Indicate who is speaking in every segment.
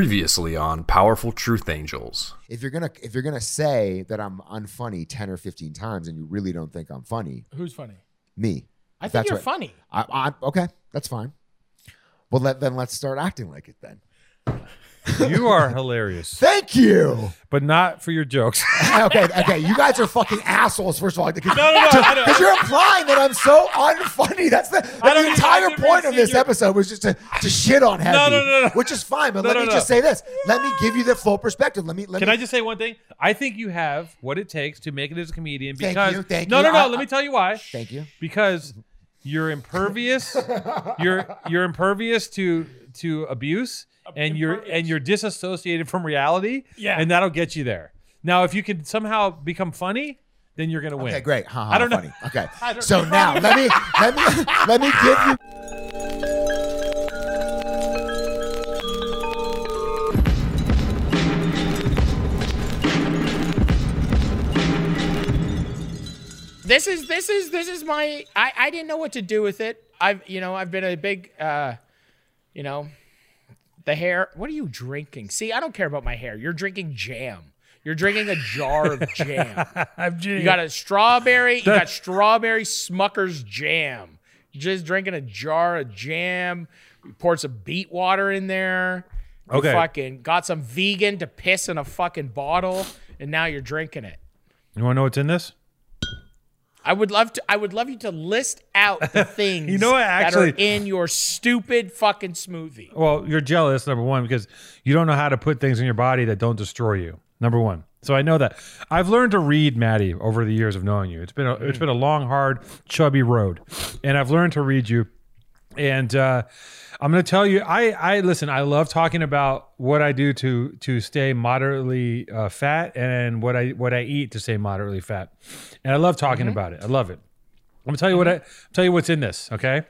Speaker 1: Previously on Powerful Truth Angels.
Speaker 2: If you're gonna if you're gonna say that I'm unfunny ten or fifteen times and you really don't think I'm funny,
Speaker 3: Who's funny?
Speaker 2: me,
Speaker 3: I
Speaker 2: If
Speaker 3: think
Speaker 2: that's
Speaker 3: you're
Speaker 2: what-
Speaker 3: funny.
Speaker 2: I, I okay, that's fine. Well, let, then let's start acting like it then.
Speaker 4: You are hilarious,
Speaker 2: Thank you.
Speaker 4: but not for your jokes.
Speaker 2: okay, okay, you guys are fucking assholes. First of all, because
Speaker 4: no, no, I don't-
Speaker 2: you're implying that I'm so unfunny. That's the, that's
Speaker 4: I don't
Speaker 2: the
Speaker 4: even-
Speaker 2: entire
Speaker 4: I've never
Speaker 2: point of
Speaker 4: seen
Speaker 2: this
Speaker 4: your-
Speaker 2: episode was just to, to shit on Heavy,
Speaker 4: no, no, no.
Speaker 2: which is fine. But
Speaker 4: No,
Speaker 2: let
Speaker 4: no,
Speaker 2: me
Speaker 4: no.
Speaker 2: just say this. Let me give you the full perspective. Let me let
Speaker 4: Can
Speaker 2: me
Speaker 4: I just say one thing? I think you have what it takes to make it as a comedian
Speaker 2: Thank
Speaker 4: because
Speaker 2: you, thank
Speaker 4: no,
Speaker 2: you.
Speaker 4: no, no.
Speaker 2: I-
Speaker 4: let
Speaker 2: I-
Speaker 4: me tell you why.
Speaker 2: thank you.
Speaker 4: Because you're impervious. you're you're impervious to to abuse, and you're and you're disassociated from reality.
Speaker 3: Yeah.
Speaker 4: and that'll get you there. Now, if you can somehow become funny, then you're gonna win.
Speaker 2: Okay, great. Ha, ha,
Speaker 4: I don't know.
Speaker 2: funny. Okay.
Speaker 3: don't
Speaker 2: So
Speaker 3: know.
Speaker 2: now let me let me let me give you
Speaker 3: This is this is this is my. I I didn't know what to do with it. I've you know I've been a big uh, you know, the hair. What are you drinking? See, I don't care about my hair. You're drinking jam. You're drinking a jar of jam.
Speaker 4: I'm
Speaker 3: You got a strawberry. You got strawberry Smucker's jam. You're just drinking a jar of jam. You poured some beet water in there. You
Speaker 4: Okay.
Speaker 3: Fucking got some vegan to piss in a fucking bottle, and now you're drinking it.
Speaker 4: You want to know what's in this?
Speaker 3: I would love to. I would love you to list out the things
Speaker 4: You know what,
Speaker 3: that
Speaker 4: actually-
Speaker 3: are in your stupid fucking smoothie.
Speaker 4: Well, you're jealous, number one, because you don't know how to put things in your body that don't destroy you. Number one. So I know that. I've learned to read Maddie over the years of knowing you. It's been a, it's been a long, hard, chubby road, and I've learned to read you. And uh, I'm going to tell you, I I listen. I love talking about what I do to to stay moderately uh, fat and what I what I eat to stay moderately fat, and I love talking about it. I love it. I'm gonna tell you what I tell you what's in this. Okay.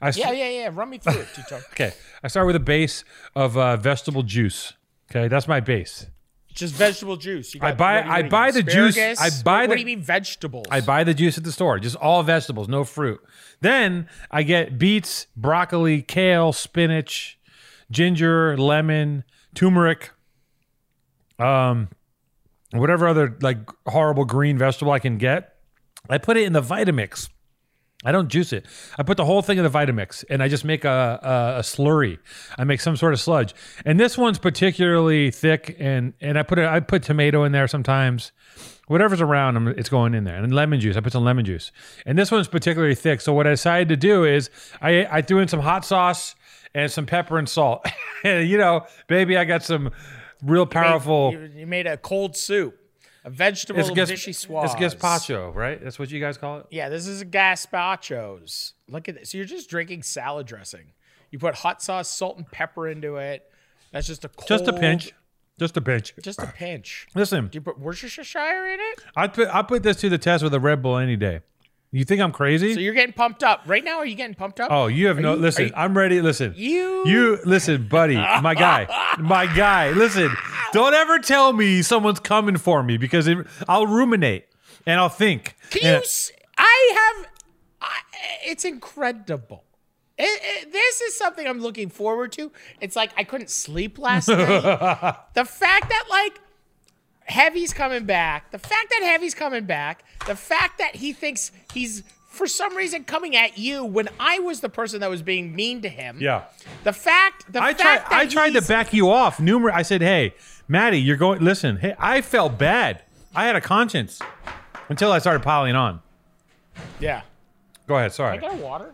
Speaker 4: I
Speaker 3: Yeah, yeah, yeah. Run me through it, Tito.
Speaker 4: Okay, I start with a base of uh, vegetable juice. Okay, that's my base.
Speaker 3: Just vegetable juice. You
Speaker 4: I buy-
Speaker 3: what do you- what
Speaker 4: I
Speaker 3: do you
Speaker 4: buy
Speaker 3: get,
Speaker 4: the juice-
Speaker 3: asparagus?
Speaker 4: I buy
Speaker 3: What,
Speaker 4: the-
Speaker 3: what do you mean vegetables?
Speaker 4: I buy the juice at the store, just all vegetables, no fruit. Then I get beets, broccoli, kale, spinach, ginger, lemon, turmeric, um, whatever other like horrible green vegetable I can get. I put it in the Vitamix. I don't juice it. I put the whole thing in the Vitamix, and I just make a, a, a slurry. I make some sort of sludge, and this one's particularly thick. and And I put it. I put tomato in there sometimes. Whatever's around, I'm- it's going in there. And lemon juice. I put some lemon juice, and this one's particularly thick. So what I decided to do is I I threw in some hot sauce and some pepper and salt. and you know, baby, I got some real powerful.
Speaker 3: You, you made a cold soup, a vegetable
Speaker 4: it's gas-
Speaker 3: vichyssoise.
Speaker 4: it's gazpacho, right? That's what you guys call it.
Speaker 3: Yeah, this is a gazpachos. Look at this. You're just drinking salad dressing. You put hot sauce, salt, and pepper into it. That's just a cold,
Speaker 4: Just a pinch. Just a pinch.
Speaker 3: Just a pinch.
Speaker 4: Listen,
Speaker 3: Do you put Worcestershire in it?
Speaker 4: I put I put this to the test with a Red Bull any day. You think I'm crazy?
Speaker 3: So you're getting pumped up right now. Are you getting pumped up?
Speaker 4: oh, you have no
Speaker 3: you-
Speaker 4: listen.
Speaker 3: are you-
Speaker 4: I'm ready. Listen,
Speaker 3: You-
Speaker 4: you listen, buddy, my guy, my guy. Listen, don't ever tell me someone's coming for me because it, I'll ruminate and I'll think.
Speaker 3: Can
Speaker 4: And-
Speaker 3: you? s- I have. I, it's incredible. It, it- this is something I'm looking forward to. It's like I couldn't sleep last night. the fact that like Heavy's coming back. The fact that Heavy's coming back. The fact that he thinks he's for some reason coming at you when I was the person that was being mean to him.
Speaker 4: yeah.
Speaker 3: The fact. The
Speaker 4: I
Speaker 3: fact
Speaker 4: tried.
Speaker 3: that
Speaker 4: I tried to
Speaker 3: he's-
Speaker 4: back you off. Numer. I said, "Hey, Maddie, you're going. Listen, hey, I felt bad. I had a conscience until I started piling on.
Speaker 3: Yeah.
Speaker 4: Go ahead. Sorry.
Speaker 3: I got a water.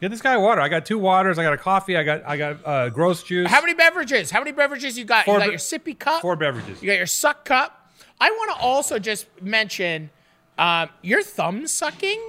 Speaker 4: Get this guy water. I got two waters. I got a coffee. I got I got uh, gross juice.
Speaker 3: How many beverages? How many beverages you got?
Speaker 4: Four
Speaker 3: you got
Speaker 4: be-
Speaker 3: your sippy cup.
Speaker 4: Four beverages.
Speaker 3: You got your suck cup. I want to also just mention um, your thumb sucking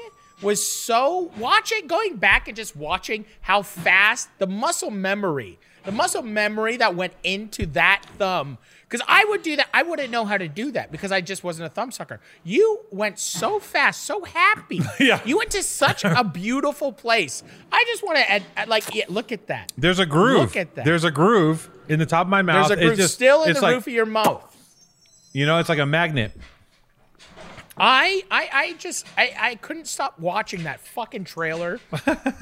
Speaker 3: was so watching going back and just watching how fast the muscle memory, the muscle memory that went into that thumb. Because I would do that, I wouldn't know how to do that because I just wasn't a thumb sucker. You went so fast, so happy.
Speaker 4: Yeah.
Speaker 3: You went to such a beautiful place. I just want to, like, yeah, look at that.
Speaker 4: There's a groove.
Speaker 3: Look at that.
Speaker 4: There's a groove in the top of my mouth.
Speaker 3: There's a
Speaker 4: It's
Speaker 3: groove
Speaker 4: just-
Speaker 3: still in
Speaker 4: it's
Speaker 3: the
Speaker 4: like,
Speaker 3: roof of your mouth.
Speaker 4: You know, it's like a magnet.
Speaker 3: I, I, I just, I, I couldn't stop watching that fucking trailer.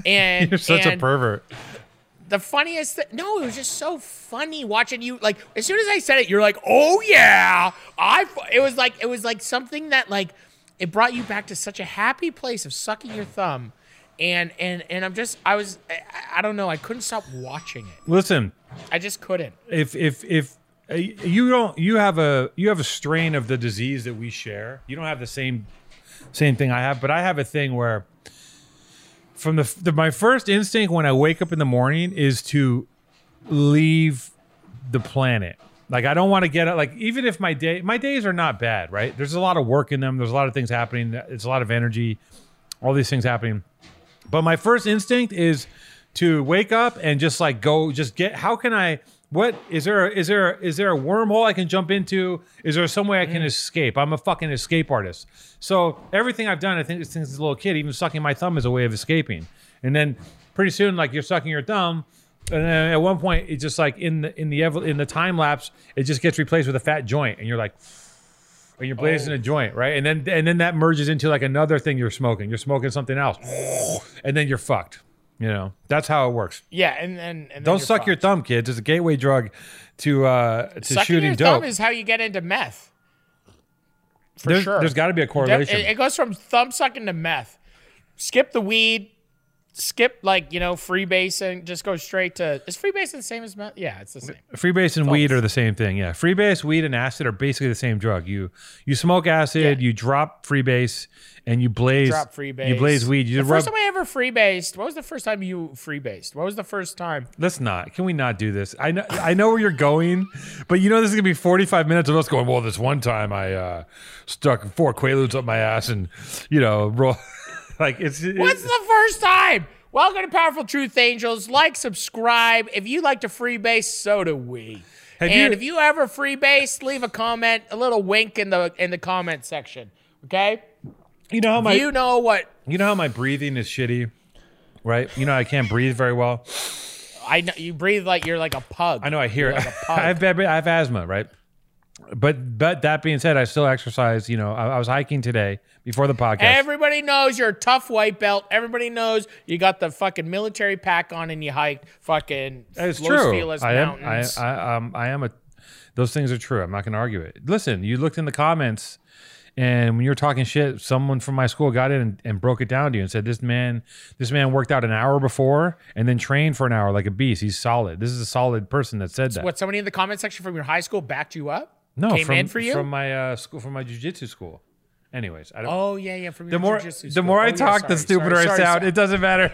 Speaker 3: And
Speaker 4: You're such
Speaker 3: and
Speaker 4: a pervert.
Speaker 3: the funniest thing. No, it was just so funny watching you. Like as soon as I said it, you're like, "Oh yeah!" I. f-" It was like it was like something that like it brought you back to such a happy place of sucking your thumb, and and and I'm just I was I, I don't know I couldn't stop watching it.
Speaker 4: Listen,
Speaker 3: I just couldn't.
Speaker 4: if if if uh, you don't you have a you have a strain of the disease that we share you don't have the same same thing i have but i have a thing where from the, the my first instinct when i wake up in the morning is to leave the planet like i don't want to get out like even if my day my days are not bad right there's a lot of work in them there's a lot of things happening it's a lot of energy all these things happening but my first instinct is to wake up and just like go, just get. How can I? What is there? a- Is there? a- Is there a wormhole I can jump into? Is there some way I can escape? I'm a fucking escape artist. So everything I've done, I think since a little kid, even sucking my thumb is a way of escaping. And then pretty soon, like you're sucking your thumb, and then at one point, it's just like in the in the evo- in the time lapse, it just gets replaced with a fat joint, and you're like, and you're blazing a joint, right? And then and then that merges into like another thing you're smoking. You're smoking something else, and then you're fucked. You know, that's how it works.
Speaker 3: Yeah, and then and then
Speaker 4: Don't
Speaker 3: you're
Speaker 4: suck
Speaker 3: fucked.
Speaker 4: your thumb, kids. It's a gateway drug to uh to
Speaker 3: Sucking
Speaker 4: shooting
Speaker 3: your
Speaker 4: dope.
Speaker 3: thumb is how you get into meth. For
Speaker 4: there's
Speaker 3: sure.
Speaker 4: there's got to be a
Speaker 3: Yep,
Speaker 4: correlation.
Speaker 3: It, it goes from thumb sucking to meth. Skip the weed. Skip like you know freebasing. Just go straight to is freebasing the same as meth? Yeah, it's the same.
Speaker 4: Freebase and weed are the same thing. Yeah, freebase, weed, and acid are basically the same drug. You you smoke acid,
Speaker 3: Yeah.
Speaker 4: you drop freebase, and you blaze
Speaker 3: Drop freebase.
Speaker 4: You blaze weed. You
Speaker 3: the
Speaker 4: rub.
Speaker 3: first time I ever freebased. What was the first time you freebased? What was the first time?
Speaker 4: Let's not. Can we not do this? I know I know where you're going, but you know this is gonna be 45 minutes of us going. Well, this one time I uh, stuck four quaaludes up my ass, and you know, roll. like it's
Speaker 3: What's the first time? Welcome to Powerful Truth Angels. Like, subscribe. If you like to freebase, so do we.
Speaker 4: Have
Speaker 3: and
Speaker 4: you-
Speaker 3: if you ever freebase, leave a comment, a little wink in the in the comment section. Okay?
Speaker 4: you know how my
Speaker 3: you know what
Speaker 4: You know how my breathing is shitty, right? You know I can't breathe very well.
Speaker 3: I know you breathe like you're like a pug.
Speaker 4: I know I hear it.
Speaker 3: a pug.
Speaker 4: I have bad, I have asthma, right? But but that being said, I still exercise. You know, I, I was hiking today before the podcast.
Speaker 3: Everybody knows you're a tough white belt. Everybody knows you got the fucking military pack on and you hiked fucking
Speaker 4: it's
Speaker 3: Los
Speaker 4: true.
Speaker 3: Feliz
Speaker 4: I am. I,
Speaker 3: mountains.
Speaker 4: I um I am a. Those things are true. I'm not going to argue it. Listen, you looked in the comments, and when you were talking shit, someone from my school got in and, and broke it down to you and said, "This man, this man worked out an hour before and then trained for an hour like a beast. He's solid. This is a solid person that said that."
Speaker 3: what somebody in the comment section from your high school backed you up?
Speaker 4: No,
Speaker 3: came
Speaker 4: from,
Speaker 3: in for you.
Speaker 4: from my uh, school, from my jujitsu school. Anyways, I don't.
Speaker 3: oh yeah, yeah. From
Speaker 4: the more, the more
Speaker 3: Oh,
Speaker 4: I talk, the stupider I sound. It doesn't matter.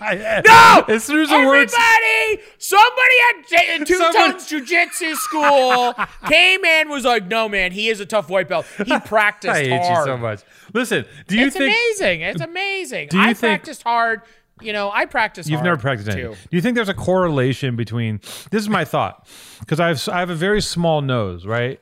Speaker 4: I,
Speaker 3: No!
Speaker 4: it's through the words.
Speaker 3: Everybody, somebody at J- Two
Speaker 4: Someone-
Speaker 3: Tones Jiu-Jitsu School came in was like, "No, man, he is a tough white belt. He practiced
Speaker 4: I hate
Speaker 3: hard."
Speaker 4: you so much. Listen, do you
Speaker 3: it's
Speaker 4: think
Speaker 3: amazing. It's amazing.
Speaker 4: you
Speaker 3: I
Speaker 4: think-
Speaker 3: practiced hard. You know, I practiced.
Speaker 4: You've
Speaker 3: hard,
Speaker 4: never practiced anything.
Speaker 3: too.
Speaker 4: Do you think there's a correlation between? This is my thought because I have I have a very small nose, right?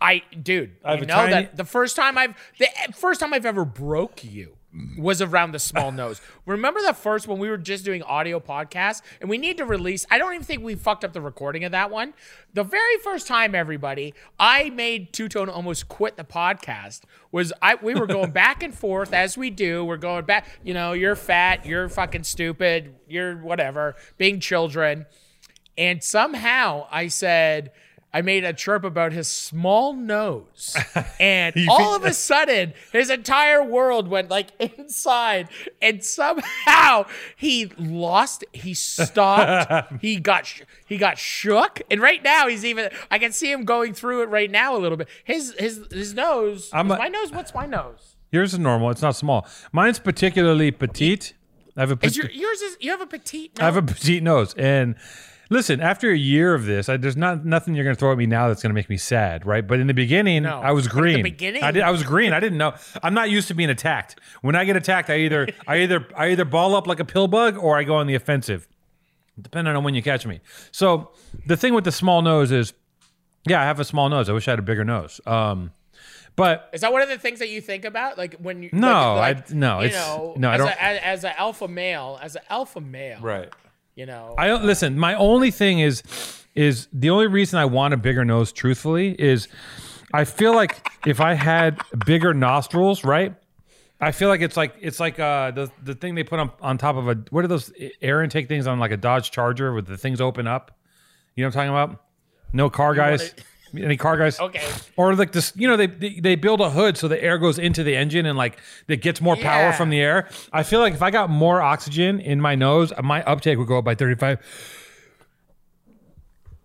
Speaker 3: I, dude, I
Speaker 4: have
Speaker 3: you
Speaker 4: a
Speaker 3: know
Speaker 4: tiny-
Speaker 3: that the first time I've the first time I've ever broke you was around the small nose. Remember the first when we were just doing audio podcasts and we need to release. I don't even think we fucked up the recording of that one. The very first time, everybody, I made Two Tone almost quit the podcast was I we were going back and forth as we do. We're going back. You know, you're fat. You're fucking stupid. You're whatever. Being children. And somehow I said, I made a chirp about his small nose. And all of a sudden, his entire world went like inside. And somehow he lost, he stopped, he got sh- he got shook. And right now he's even I can see him going through it right now a little bit. His his his nose.
Speaker 4: I'm
Speaker 3: is
Speaker 4: a-
Speaker 3: my nose, what's my nose?
Speaker 4: Yours is normal. It's not small. Mine's particularly petite. I have a
Speaker 3: Is
Speaker 4: petite.
Speaker 3: your, yours is you have a petite nose.
Speaker 4: I have a petite nose. And listen, after a year of this, I, there's not nothing you're going to throw at me now that's going to make me sad, right? But in the beginning,
Speaker 3: No.
Speaker 4: I was
Speaker 3: But at the
Speaker 4: green.
Speaker 3: beginning-
Speaker 4: I, did, I was green. I didn't know. I'm not used to being attacked. When I get attacked, I either I either I either ball up like a pill bug or I go on the offensive, depending on when you catch me. So the thing with the small nose is, yeah, I have a small nose. I wish I had a bigger nose. Um, but
Speaker 3: Is that one of the things that you think about, like when you?
Speaker 4: No,
Speaker 3: like,
Speaker 4: I-
Speaker 3: like,
Speaker 4: no,
Speaker 3: you
Speaker 4: it's-
Speaker 3: know,
Speaker 4: no, I
Speaker 3: as
Speaker 4: don't-
Speaker 3: A, as, as an alpha male, as an alpha male,
Speaker 4: right.
Speaker 3: You know,
Speaker 4: I don't listen. My only thing is, is the only reason I want a bigger nose. Truthfully, is I feel like if I had bigger nostrils, right, I feel like it's like it's like uh, the the thing they put on on top of a what are those air intake things on like a Dodge Charger where the things open up? You know what I'm talking about? No car guys. Any car guys?
Speaker 3: Okay.
Speaker 4: Or like this, you know, they, they they build a hood so the air goes into the engine and like it gets more
Speaker 3: Yeah.
Speaker 4: power from the air. I feel like if I got more oxygen in my nose, my uptake would go up by 35.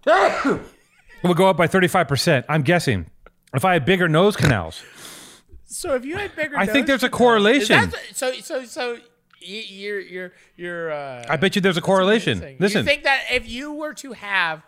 Speaker 4: it would go up by 35 percent. I'm guessing. If I had bigger nose canals,
Speaker 3: So if you had bigger,
Speaker 4: I think
Speaker 3: nose-
Speaker 4: there's a correlation.
Speaker 3: Is that- so so so y- you're you're you're. Uh,
Speaker 4: I bet you there's a correlation.
Speaker 3: Interesting.
Speaker 4: Listen,
Speaker 3: you think that if you were to have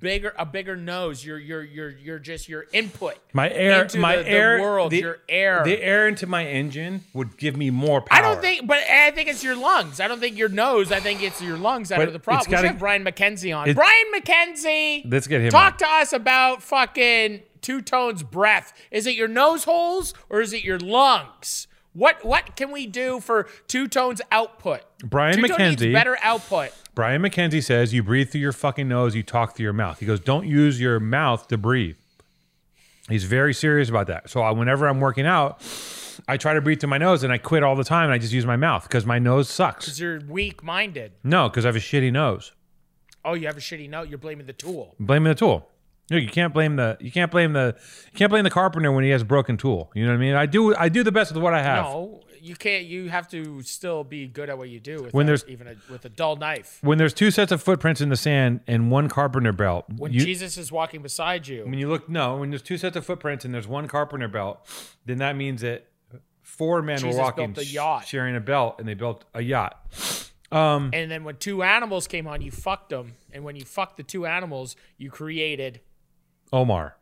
Speaker 3: bigger a bigger nose, your your your your just your input,
Speaker 4: my air,
Speaker 3: into
Speaker 4: my
Speaker 3: the, the
Speaker 4: air,
Speaker 3: world,
Speaker 4: the,
Speaker 3: your air.
Speaker 4: the air into my engine would give me more power.
Speaker 3: I don't think, but I think it's your lungs. I don't think your nose. I think it's your lungs that
Speaker 4: But
Speaker 3: are the problem.
Speaker 4: it's
Speaker 3: we
Speaker 4: gotta-
Speaker 3: should have Brian McKenzie on.
Speaker 4: it-
Speaker 3: Brian McKenzie,
Speaker 4: Let's get him
Speaker 3: Talk
Speaker 4: on.
Speaker 3: to us about fucking two tones breath. Is it your nose holes or is it your lungs? What what can we do for two tones output?
Speaker 4: Brian
Speaker 3: two Tone
Speaker 4: McKenzie-
Speaker 3: needs better output.
Speaker 4: Brian McKenzie says you breathe through your fucking nose, you talk through your mouth. He goes, don't use your mouth to breathe. He's very serious about that. So I, whenever I'm working out, I try to breathe through my nose, and I quit all the time, and I just use my mouth because my nose sucks.
Speaker 3: 'Cause You're weak minded.
Speaker 4: No, because I have a shitty nose.
Speaker 3: Oh, you have a shitty note. You're blaming the tool.
Speaker 4: blaming the tool. You, know, you can't blame the you can't blame the you can't blame the carpenter when he has a broken tool. You know what I mean? I do I do the best with what I have.
Speaker 3: No, you can't. You have to still be good at what you do. With
Speaker 4: When there's-
Speaker 3: even a, with a dull knife.
Speaker 4: When there's two sets of footprints in the sand and one carpenter belt,
Speaker 3: When
Speaker 4: you,
Speaker 3: Jesus is walking beside you,
Speaker 4: when you look no, when there's two sets of footprints and there's one carpenter belt, then that means that four men
Speaker 3: Jesus
Speaker 4: were walking
Speaker 3: built a yacht.
Speaker 4: sharing a belt and they built a yacht.
Speaker 3: and then when two animals came on, you fucked them. And when you fucked the two animals, you created
Speaker 4: Omar,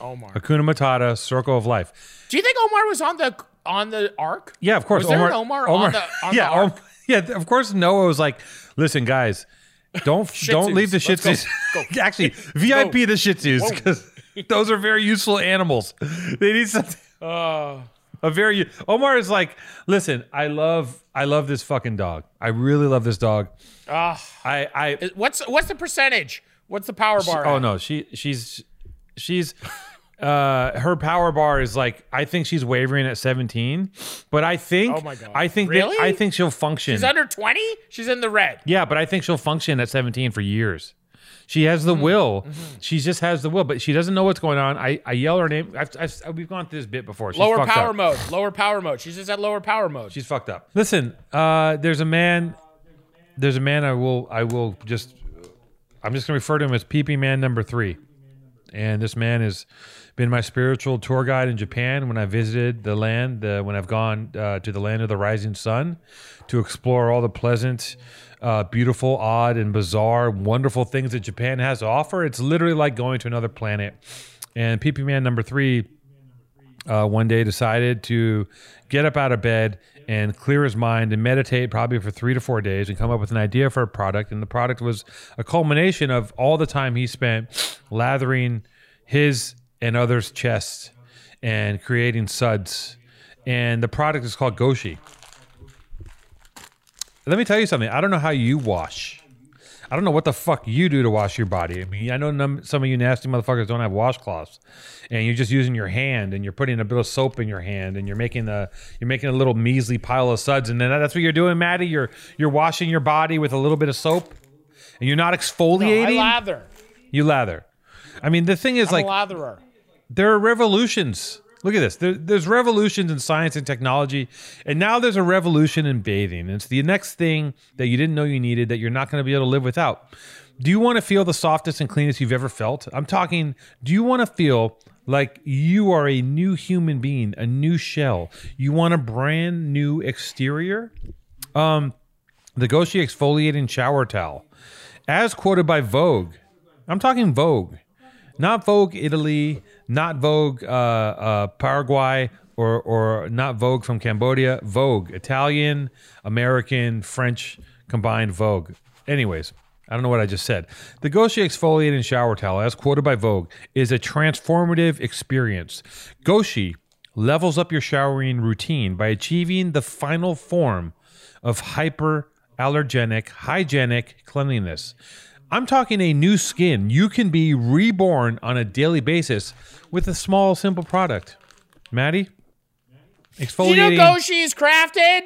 Speaker 3: Omar.
Speaker 4: Hakuna Matata, Circle of Life.
Speaker 3: Do you think Omar was on the on the ark?
Speaker 4: Yeah, of course.
Speaker 3: Was there an Omar on the- on
Speaker 4: yeah,
Speaker 3: the ark?
Speaker 4: Om- yeah, of course. Noah was like, "Listen, guys, don't don't
Speaker 3: Tzus.
Speaker 4: leave the Shih
Speaker 3: Let's go.
Speaker 4: Tzus. Actually, VIP the Shih Tzus because those are very useful animals. They need something.
Speaker 3: Oh,
Speaker 4: A very Omar is like, listen, I love I love this fucking dog. I really love this dog.
Speaker 3: ah.
Speaker 4: I I
Speaker 3: what's what's the percentage? What's the power bar?
Speaker 4: oh
Speaker 3: at?
Speaker 4: no, she she's she's." Uh, her power bar is like I think she's wavering at 17, but I think
Speaker 3: Oh my God.
Speaker 4: I think that-
Speaker 3: Really?
Speaker 4: I think she'll function.
Speaker 3: she's under twenty. She's in the red.
Speaker 4: Yeah, but I think she'll function at 17 for years. She has
Speaker 3: Mm-hmm.
Speaker 4: the will. She just has the will, but she doesn't know what's going on. I, I yell her name. I've, I've, we've gone through this bit before. She's
Speaker 3: Lower
Speaker 4: fucked
Speaker 3: power
Speaker 4: up.
Speaker 3: mode. Lower power mode. She's just at lower power mode.
Speaker 4: She's fucked up. Listen, uh, there's a man. There's a man. I will. I will just. I'm just gonna refer to him as PP Man Number Three, and this man has been my spiritual tour guide in Japan when I visited the land. The, when I've gone uh, to the land of the rising sun to explore all the pleasant, uh, beautiful, odd, and bizarre, wonderful things that Japan has to offer. It's literally like going to another planet. And PP Man Number Three uh, one day decided to get up out of bed and clear his mind and meditate probably for three to four days and come up with an idea for a product. And the product was a culmination of all the time he spent lathering his and others' chests and creating suds. And the product is called Goshi. Let me tell you something. I don't know how you wash. I don't know what the fuck you do to wash your body. I mean, I know num- some of you nasty motherfuckers don't have washcloths, and you're just using your hand, and you're putting a bit of soap in your hand, and you're making a you're making a little measly pile of suds, and then that- that's what you're doing, Maddie. You're you're washing your body with a little bit of soap, and you're not
Speaker 3: I
Speaker 4: exfoliating.
Speaker 3: lather.
Speaker 4: you lather. I mean, the thing is,
Speaker 3: I'm
Speaker 4: like,
Speaker 3: a latherer.
Speaker 4: there are revolutions. Look at this. There, there's revolutions in science and technology, and now there's a revolution in bathing. It's the next thing that you didn't know you needed that you're not going to be able to live without. Do you want to feel the softest and cleanest you've ever felt? I'm talking. Do you want to feel like you are a new human being, a new shell? You want a brand new exterior? Um, The Goshi exfoliating shower towel, as quoted by Vogue. I'm talking Vogue, not Vogue Italy, not Vogue uh, uh, Paraguay, or or not Vogue from Cambodia. Vogue Italian, American, French combined Vogue. Anyways. I don't know what I just said. The Goshi exfoliating shower towel, as quoted by Vogue, is a transformative experience. Goshi levels up your showering routine by achieving the final form of hyperallergenic, hygienic cleanliness. I'm talking a new skin. You can be reborn on a daily basis with a small, simple product. Maddie,
Speaker 3: Did you
Speaker 4: Exfoliating.
Speaker 3: know Goshi's crafted?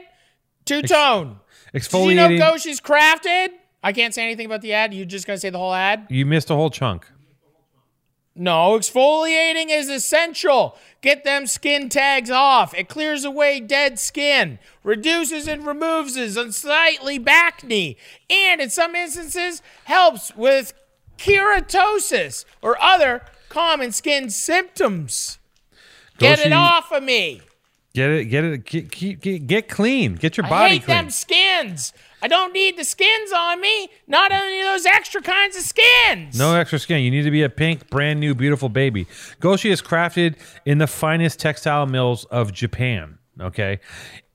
Speaker 3: Two tone. Did you know
Speaker 4: exfoliating.
Speaker 3: Goshi's crafted? I can't say anything about the ad. You just gonna say the whole ad?
Speaker 4: you missed a whole chunk.
Speaker 3: No, exfoliating is essential. Get them skin tags off. It clears away dead skin, reduces and removes his unsightly back knee, and in some instances helps with keratosis or other common skin symptoms. Get it
Speaker 4: Goshi-
Speaker 3: off of me.
Speaker 4: Get it. Get it. Get, get, get, get clean. Get your
Speaker 3: I
Speaker 4: body
Speaker 3: hate
Speaker 4: clean.
Speaker 3: them skins. I don't need the skins on me. Not any of those extra kinds of skins.
Speaker 4: No extra skin. You need to be a pink, brand new, beautiful baby. Goshi is crafted in the finest textile mills of Japan. Okay.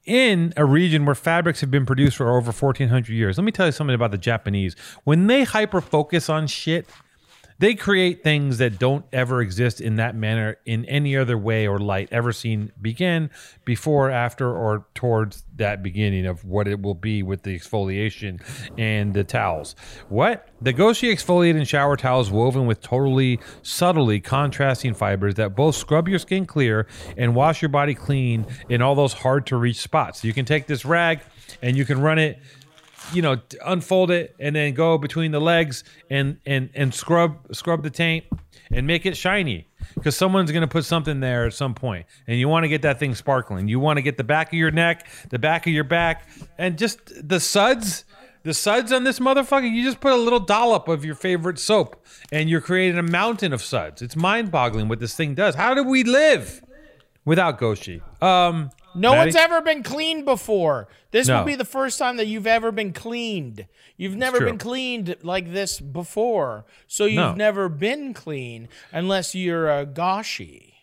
Speaker 4: In a region where fabrics have been produced for over 1,400 years. Let me tell you something about the Japanese. When they hyper focus on shit, they create things that don't ever exist in that manner in any other way or light ever seen begin before after or towards that beginning of what it will be with the exfoliation and the towels what the goshi exfoliate and shower towels woven with totally subtly contrasting fibers that both scrub your skin clear and wash your body clean in all those hard to reach spots you can take this rag and you can run it you know t- unfold it and then go between the legs and and and scrub scrub the taint and make it shiny because someone's going to put something there at some point and you want to get that thing sparkling you want to get the back of your neck the back of your back and just the suds the suds on this motherfucker you just put a little dollop of your favorite soap and you're creating a mountain of suds it's mind-boggling what this thing does how do we live without goshi um
Speaker 3: No
Speaker 4: Maddie?
Speaker 3: one's ever been cleaned before. This
Speaker 4: No.
Speaker 3: will be the first time that you've ever been cleaned. You've never
Speaker 4: true.
Speaker 3: been cleaned like this before. So you've
Speaker 4: No.
Speaker 3: never been clean unless you're a goshi.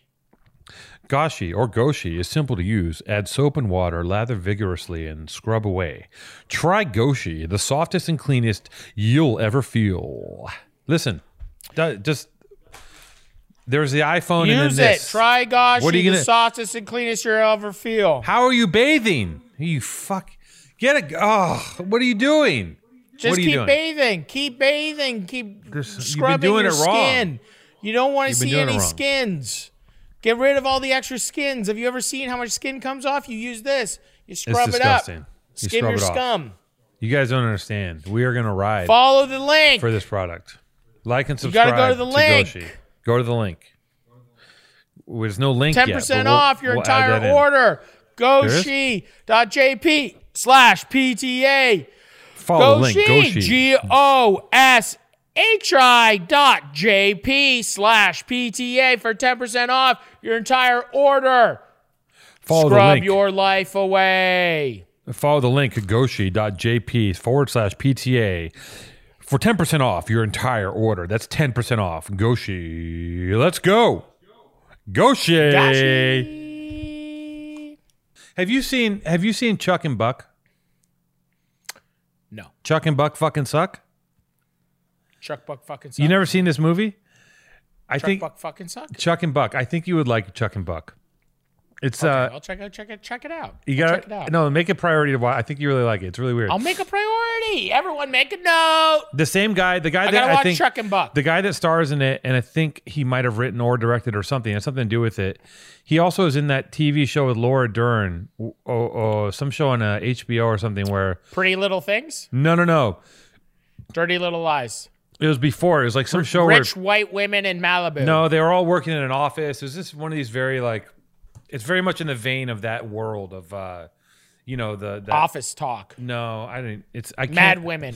Speaker 4: Gashi or Goshi is simple to use. Add soap and water, lather vigorously, and scrub away. Try Goshi, the softest and cleanest you'll ever feel. Listen, d- just there's the iPhone and then
Speaker 3: Use it.
Speaker 4: this.
Speaker 3: Try goshi,
Speaker 4: What are you
Speaker 3: the
Speaker 4: gonna-
Speaker 3: softest and cleanest you'll ever feel.
Speaker 4: How are you bathing? You fuck. Get a. Oh, what are you doing?
Speaker 3: Just
Speaker 4: what are you
Speaker 3: keep
Speaker 4: doing?
Speaker 3: bathing. Keep bathing. Keep
Speaker 4: This- you've been
Speaker 3: scrubbing
Speaker 4: doing
Speaker 3: your
Speaker 4: it wrong.
Speaker 3: skin. You don't want to
Speaker 4: You've been
Speaker 3: see
Speaker 4: doing it
Speaker 3: any
Speaker 4: wrong.
Speaker 3: skins. Get rid of all the extra skins. Have you ever seen how much skin comes off? You use this. You
Speaker 4: it's
Speaker 3: scrub it up.
Speaker 4: disgusting. You
Speaker 3: Skim
Speaker 4: scrub
Speaker 3: your
Speaker 4: it off.
Speaker 3: scum.
Speaker 4: You guys don't understand. We are gonna ride
Speaker 3: Follow the link.
Speaker 4: for this product. Like and subscribe.
Speaker 3: gotta go to the link.
Speaker 4: Goshi. Go to the link. There's no link. yet,
Speaker 3: Ten
Speaker 4: but
Speaker 3: percent
Speaker 4: we'll-
Speaker 3: off your
Speaker 4: we'll add that
Speaker 3: entire
Speaker 4: in.
Speaker 3: order.
Speaker 4: is?
Speaker 3: Goshi.jp slash PTA.
Speaker 4: Follow the link.
Speaker 3: Goshi.
Speaker 4: Goshi.
Speaker 3: G O S H I dot JP slash PTA for 10% off your entire order.
Speaker 4: Follow the
Speaker 3: Scrub
Speaker 4: link.
Speaker 3: your life away.
Speaker 4: Follow the link goshi.jp forward slash PTA for 10% off your entire order. That's 10% off. Goshi. Let's go. Goshi.
Speaker 3: Goshi.
Speaker 4: Have you seen have you seen Chuck and Buck?
Speaker 3: No.
Speaker 4: Chuck and Buck fucking suck?
Speaker 3: Chuck Buck fucking sucks.
Speaker 4: You never seen this movie? I
Speaker 3: Chuck
Speaker 4: think
Speaker 3: Buck fucking sucks.
Speaker 4: Chuck and Buck. I think you would like Chuck and Buck. It's uh
Speaker 3: I'll check it, check it, check it out.
Speaker 4: you
Speaker 3: I'll
Speaker 4: got
Speaker 3: check it out.
Speaker 4: no make it priority to watch. I think you really like it. It's really weird.
Speaker 3: I'll make a priority. Everyone make a note.
Speaker 4: the same guy, the guy
Speaker 3: I
Speaker 4: that
Speaker 3: gotta
Speaker 4: I
Speaker 3: watch
Speaker 4: think
Speaker 3: Chuck and Buck.
Speaker 4: the guy that stars in it, and I think he might have written or directed or something. It has something to do with it. He also is in that TV show with Laura Dern, oh, oh some show on uh, HBO or something. Where
Speaker 3: Pretty Little Things,
Speaker 4: no, no, no,
Speaker 3: Dirty Little Lies,
Speaker 4: it was before. It was like some show
Speaker 3: Rich
Speaker 4: where
Speaker 3: White Women in Malibu.
Speaker 4: no, they were all working in an office. It was just one of these very like, it's very much in the vein of that world of, uh you know, the, the
Speaker 3: Office Talk,
Speaker 4: No, I didn't. It's I can't.
Speaker 3: Mad Women.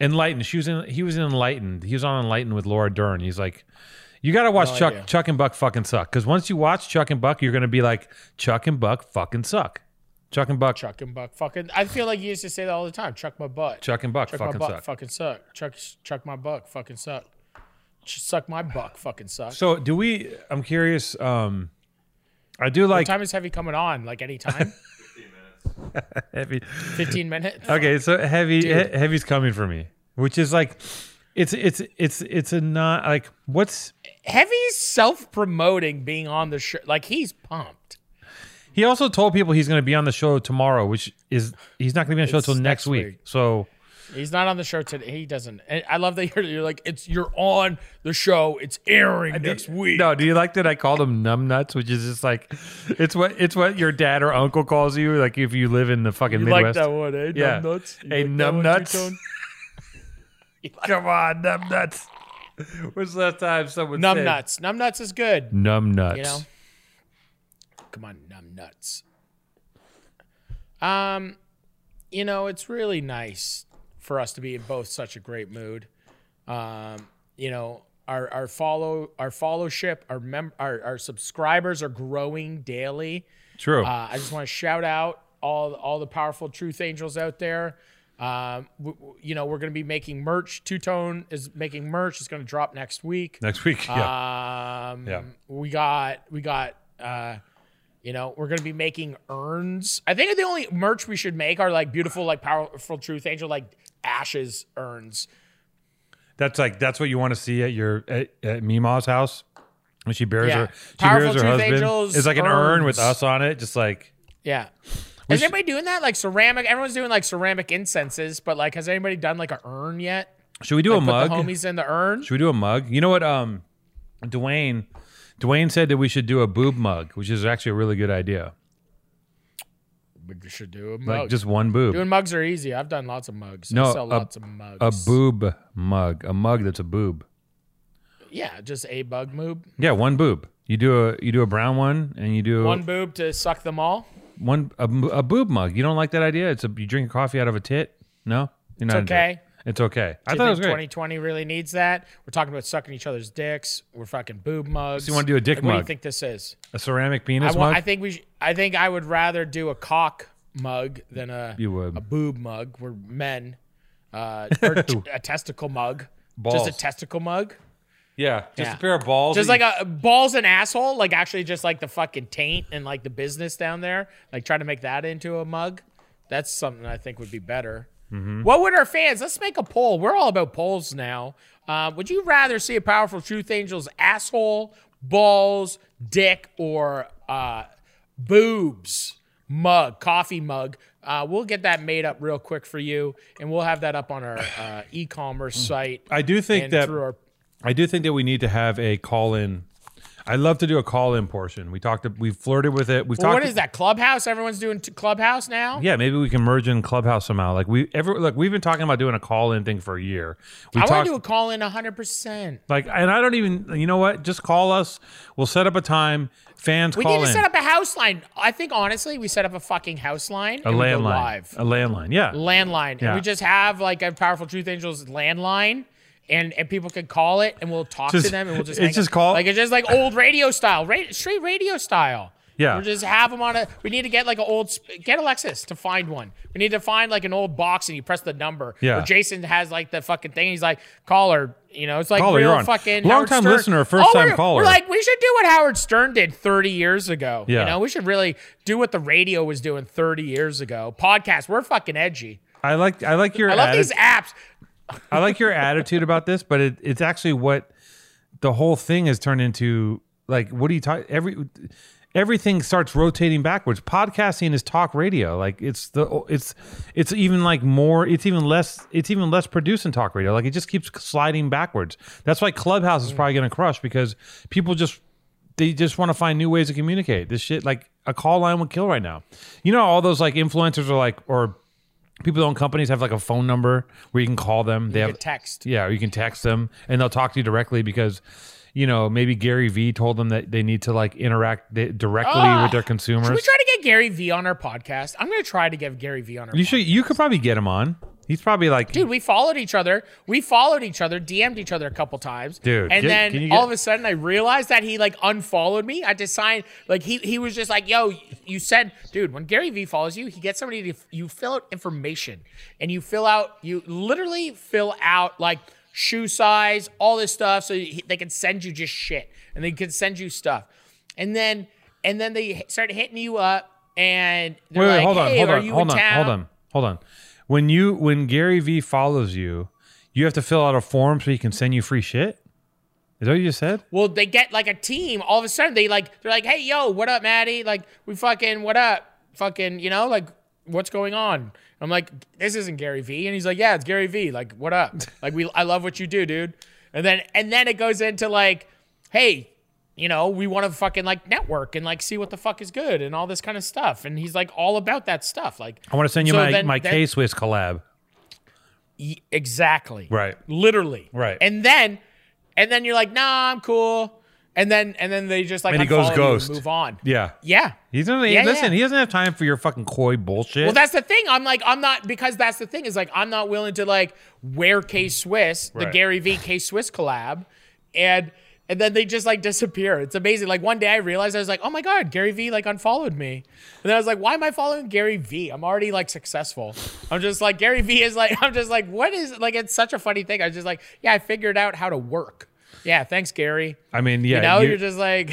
Speaker 4: Enlightened. She was in. He was in Enlightened. He was on Enlightened with Laura Dern. He's like, you got to watch Chuck.
Speaker 3: idea.
Speaker 4: Chuck and Buck fucking suck. Because once you watch Chuck and Buck, you're gonna be like, Chuck and Buck fucking suck. Chuck and Buck. Chuck,
Speaker 3: Chuck and Buck fucking. I feel like you used to say that all the time. Chuck my butt.
Speaker 4: and Buck
Speaker 3: Chuck my
Speaker 4: fucking
Speaker 3: butt.
Speaker 4: suck.
Speaker 3: Fucking suck. Chuck. Chuck my buck. Fucking suck. Ch- Suck my buck. Fucking suck.
Speaker 4: So do we? I'm curious. Um, I do
Speaker 3: what
Speaker 4: like
Speaker 3: time is heavy coming on? Like any time?
Speaker 4: heavy.
Speaker 3: Fifteen minutes.
Speaker 4: Okay, so heavy. He, heavy's coming for me, which is like, it's it's it's it's a not like what's
Speaker 3: Heavy's self-promoting being on the show. Like he's pumped.
Speaker 4: He also told people he's going to be on the show tomorrow, which is he's not going to be on the show
Speaker 3: It's
Speaker 4: till next
Speaker 3: next
Speaker 4: week.
Speaker 3: week.
Speaker 4: So
Speaker 3: He's not on the show today. He doesn't. I I love that you're, you're like it's you're on the show. It's airing next week.
Speaker 4: No, do you like that I called him numb nuts, which is just like it's what it's what your dad or uncle calls you, like if you live in the fucking
Speaker 3: you like
Speaker 4: Midwest.
Speaker 3: that one, eh?
Speaker 4: Yeah.
Speaker 3: Numb nuts. You
Speaker 4: Hey,
Speaker 3: like that
Speaker 4: numb
Speaker 3: one,
Speaker 4: nuts.
Speaker 3: Two-Tone?
Speaker 4: Come on, numb nuts. When's the last time someone
Speaker 3: numb
Speaker 4: said-
Speaker 3: nuts. Numb nuts is good.
Speaker 4: Numb nuts.
Speaker 3: You know. Come on, numb nuts. Um, you know it's really nice for us to be in both such a great mood. Um, you know our our follow our followership our mem our, our subscribers are growing daily.
Speaker 4: True.
Speaker 3: Uh, I just want to shout out all all the powerful truth angels out there. Um, w- w- you know, we're going to be making merch. Two Tone is making merch. It's going to drop next week.
Speaker 4: Next week. Yeah.
Speaker 3: Um,
Speaker 4: Yeah.
Speaker 3: We got we got. Uh, you know, we're going to be making urns. I think the only merch we should make are like beautiful, like powerful truth angel, like ashes urns.
Speaker 4: that's like that's what you want to see at your at, at Mima's house when she buries
Speaker 3: Yeah.
Speaker 4: her she
Speaker 3: Powerful
Speaker 4: buries her
Speaker 3: Truth
Speaker 4: husband.
Speaker 3: Angels
Speaker 4: it's like an urn with
Speaker 3: urns.
Speaker 4: us on it, just like
Speaker 3: Yeah.
Speaker 4: We
Speaker 3: Is
Speaker 4: should-
Speaker 3: anybody doing that? Like ceramic? Everyone's doing like ceramic incenses, but like, has anybody done like a urn yet?
Speaker 4: should we do
Speaker 3: Like, put
Speaker 4: a mug?
Speaker 3: the homies in the urn.
Speaker 4: Should we do a mug? You know what? Um, Dwayne, Dwayne said that we should do a boob mug, which is actually a really good idea.
Speaker 3: We should do a mug.
Speaker 4: Like just one boob,
Speaker 3: Doing mugs are easy. I've done lots of mugs. I
Speaker 4: No,
Speaker 3: sell
Speaker 4: a-
Speaker 3: lots of mugs.
Speaker 4: a boob mug, a mug that's a boob.
Speaker 3: Yeah, just a bug moob.
Speaker 4: Yeah, one boob. You do a you do a brown one, and you do
Speaker 3: One boob to suck them all.
Speaker 4: one a, a boob mug. You don't like that idea? It's a you drink coffee out of a tit. No, you're
Speaker 3: It's
Speaker 4: not into it.
Speaker 3: okay.
Speaker 4: It's okay. I
Speaker 3: I
Speaker 4: thought it
Speaker 3: think
Speaker 4: was great.
Speaker 3: 2020 really needs that. We're talking about sucking each other's dicks. We're fucking boob mugs.
Speaker 4: So you wanna do a dick
Speaker 3: Like, What do you
Speaker 4: mug?
Speaker 3: think this is?
Speaker 4: a ceramic
Speaker 3: I,
Speaker 4: penis
Speaker 3: want,
Speaker 4: mug.
Speaker 3: I think we. Sh- I think I would rather do a cock mug than a
Speaker 4: You would.
Speaker 3: a boob mug. We're men. Uh, or t- a testicle mug.
Speaker 4: Balls.
Speaker 3: Just a testicle mug.
Speaker 4: yeah, just
Speaker 3: Yeah.
Speaker 4: a pair of balls.
Speaker 3: just
Speaker 4: that
Speaker 3: like
Speaker 4: you-
Speaker 3: a balls and asshole, like actually just like the fucking taint and like the business down there, like try to make that into a mug. That's something I think would be better.
Speaker 4: Mm-hmm.
Speaker 3: What would our fans? Let's make a poll. We're all about polls now. Uh, would you rather see a powerful truth angel's asshole, balls, dick, or uh, boobs mug, coffee mug? Uh, we'll get that made up real quick for you, and we'll have that up on our uh, e-commerce site.
Speaker 4: Mm. I do think
Speaker 3: and
Speaker 4: that
Speaker 3: through our
Speaker 4: I do think that we need to have a call in. I love to do a call in portion. We talked. We've flirted with it. We've
Speaker 3: Well,
Speaker 4: talked.
Speaker 3: what is that? Clubhouse? Everyone's doing t- Clubhouse now?
Speaker 4: Yeah, maybe we can merge in Clubhouse somehow. Like we ever look, we've been talking about doing a call in thing for a year. We
Speaker 3: I want
Speaker 4: talked
Speaker 3: to do a call in 100%.
Speaker 4: like, and I don't even. You know what? Just call us. We'll set up a time. Fans
Speaker 3: We
Speaker 4: call
Speaker 3: need to
Speaker 4: in
Speaker 3: set up a house line. I think, honestly, we set up a fucking house line.
Speaker 4: a
Speaker 3: and we go
Speaker 4: landline.
Speaker 3: live.
Speaker 4: A landline. Yeah.
Speaker 3: Landline.
Speaker 4: Yeah.
Speaker 3: And we just have like a Powerful Truth Angels landline. And, and people can call it, and we'll talk
Speaker 4: Just-
Speaker 3: to them, and we'll just
Speaker 4: it's
Speaker 3: hang
Speaker 4: just
Speaker 3: up.
Speaker 4: call-
Speaker 3: like it's just like old radio style, ra- straight radio style.
Speaker 4: Yeah.
Speaker 3: we'll just have them on a. We need to get like an old sp- get Alexis to find one. We need to find like an old box, and you press the number. or
Speaker 4: Yeah.
Speaker 3: Jason has like the fucking thing. He's like caller, you know, it's like
Speaker 4: Caller,
Speaker 3: real
Speaker 4: you're on.
Speaker 3: fucking
Speaker 4: Long
Speaker 3: Howard
Speaker 4: time
Speaker 3: Stern.
Speaker 4: listener, first time
Speaker 3: we're-
Speaker 4: caller.
Speaker 3: We're like we should do what Howard Stern did 30 years ago.
Speaker 4: Yeah.
Speaker 3: you know, we should really do what the radio was doing 30 years ago. Podcast, we're fucking edgy.
Speaker 4: I like. I like your.
Speaker 3: I love
Speaker 4: atti-
Speaker 3: these apps.
Speaker 4: I like your attitude about this, but it, it's actually what the whole thing has turned into. Like, what do you talk? Every everything starts rotating backwards. Podcasting is talk radio. Like, it's the it's it's even like more. It's even less. It's even less produced in talk radio. Like, it just keeps sliding backwards. That's why Clubhouse is probably going to crush because people just they just want to find new ways to communicate. This shit, like a call line would kill right now. You know, all those like influencers are like or. People that own companies have like a phone number where you can call them. They
Speaker 3: You
Speaker 4: have
Speaker 3: could text.
Speaker 4: yeah, or you can text them and they'll talk to you directly because, you know, maybe Gary Vee told them that they need to like interact di- directly with their consumers.
Speaker 3: Ah, Should we try to get Gary Vee on our podcast? I'm gonna try to get Gary Vee on our.
Speaker 4: you
Speaker 3: podcast.
Speaker 4: should. You could probably get him on. He's probably like,
Speaker 3: Dude, we followed each other. We followed each other, DM'd each other a couple times.
Speaker 4: Dude,
Speaker 3: and
Speaker 4: get-
Speaker 3: then
Speaker 4: can you
Speaker 3: all of
Speaker 4: get-
Speaker 3: a sudden I realized that he like unfollowed me. I decided like he he was just like, "Yo, you said, dude, when Gary Vee follows you, he gets somebody to you fill out information and you fill out you literally fill out like shoe size, all this stuff so he, they can send you just shit and they can send you stuff." And then and then they h- started hitting you up and they're
Speaker 4: wait, wait,
Speaker 3: like,
Speaker 4: hold on,
Speaker 3: "Hey,
Speaker 4: hold
Speaker 3: are
Speaker 4: on,
Speaker 3: you
Speaker 4: hold
Speaker 3: in
Speaker 4: on,
Speaker 3: town?"
Speaker 4: hold on, hold on. When you when Gary Vee follows you, you have to fill out a form so he can send you free shit. Is that what you just said?
Speaker 3: Well, they get like a team. All of a sudden, they like they're like, "Hey, yo, what up, Maddie? Like, we fucking what up? Fucking, you know, like what's going on? I'm like, this isn't Gary Vee. And he's like, yeah, it's Gary Vee. Like, what up? Like, we, I love what you do, dude. And then, and then it goes into like, hey, you know, we want to fucking like network and like see what the fuck is good and all this kind of stuff. And he's like all about that stuff. Like,
Speaker 4: I want to send you
Speaker 3: So
Speaker 4: my
Speaker 3: then-
Speaker 4: my
Speaker 3: then-
Speaker 4: K Swiss collab.
Speaker 3: y- exactly.
Speaker 4: Right.
Speaker 3: Literally.
Speaker 4: Right.
Speaker 3: And then, and then you're like, nah, I'm cool. And then, and then they just like,
Speaker 4: And he goes
Speaker 3: unfollow you and
Speaker 4: ghost.
Speaker 3: move on.
Speaker 4: Yeah.
Speaker 3: Yeah.
Speaker 4: He's doesn't
Speaker 3: Yeah,
Speaker 4: listen.
Speaker 3: yeah.
Speaker 4: He doesn't have time for your fucking coy bullshit.
Speaker 3: Well, that's the thing. I'm like, I'm not because that's the thing is like, I'm not willing to like wear K Swiss, the
Speaker 4: Right.
Speaker 3: Gary V K Swiss collab, and and then they just like disappear. It's amazing. Like one day I realized I was like, oh my god, Gary V like unfollowed me, and then I was like, why am I following Gary V? I'm already like successful. I'm just like Gary V is like, I'm just like, what is like? It's such a funny thing. I was just like, yeah, I figured out how to work. Yeah, thanks, Gary.
Speaker 4: I mean,
Speaker 3: You know,
Speaker 4: yeah. you-
Speaker 3: you're just like.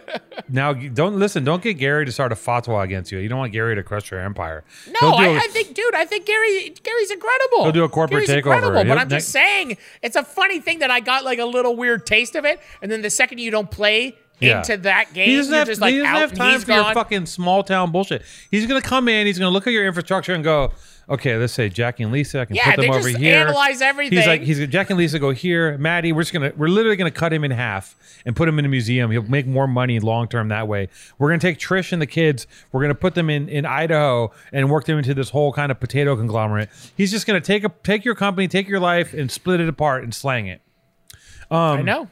Speaker 4: now, you- don't listen. Don't get Gary to start a fatwa against you. You don't want Gary to crush your empire.
Speaker 3: No,
Speaker 4: He'll do
Speaker 3: I,
Speaker 4: a-
Speaker 3: I think, dude, I think Gary Gary's incredible.
Speaker 4: He'll do a corporate
Speaker 3: Gary's
Speaker 4: takeover.
Speaker 3: Incredible,
Speaker 4: He'll-
Speaker 3: but I'm just saying, it's a funny thing that I got like a little weird taste of it, and then the second you don't play
Speaker 4: Yeah.
Speaker 3: into that game,
Speaker 4: He
Speaker 3: you're
Speaker 4: doesn't, have,
Speaker 3: just like
Speaker 4: he doesn't
Speaker 3: out.
Speaker 4: have
Speaker 3: and
Speaker 4: time
Speaker 3: he's
Speaker 4: for your
Speaker 3: gone.
Speaker 4: fucking small town bullshit. He's gonna come in. He's gonna look at your infrastructure and go, okay, let's say Jack and Lisa. I can
Speaker 3: Yeah,
Speaker 4: put them
Speaker 3: they
Speaker 4: over
Speaker 3: just
Speaker 4: here.
Speaker 3: analyze
Speaker 4: He's
Speaker 3: everything.
Speaker 4: like, he's Jack and Lisa go here. Maddie, we're just gonna, we're literally gonna cut him in half and put him in a museum. He'll make more money long term that way. We're gonna take Trish and the kids. We're gonna put them in in Idaho and work them into this whole kind of potato conglomerate. He's just gonna take a take your company, take your life, and split it apart and slang it.
Speaker 3: I know.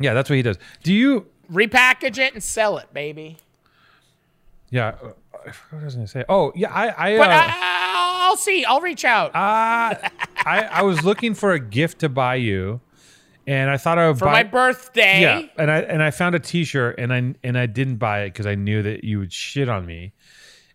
Speaker 4: Yeah, that's what he does. Do you?
Speaker 3: Repackage it and sell it, baby.
Speaker 4: Yeah. uh, I forgot What was I gonna say? Oh, yeah. I, I
Speaker 3: But
Speaker 4: uh,
Speaker 3: I, will see. I'll reach out
Speaker 4: Uh, I, I was looking for a gift to buy you, and I thought I would
Speaker 3: for my
Speaker 4: buy.
Speaker 3: birthday.
Speaker 4: yeah, and I and I found a T-shirt, and I and I didn't buy it because I knew that you would shit on me.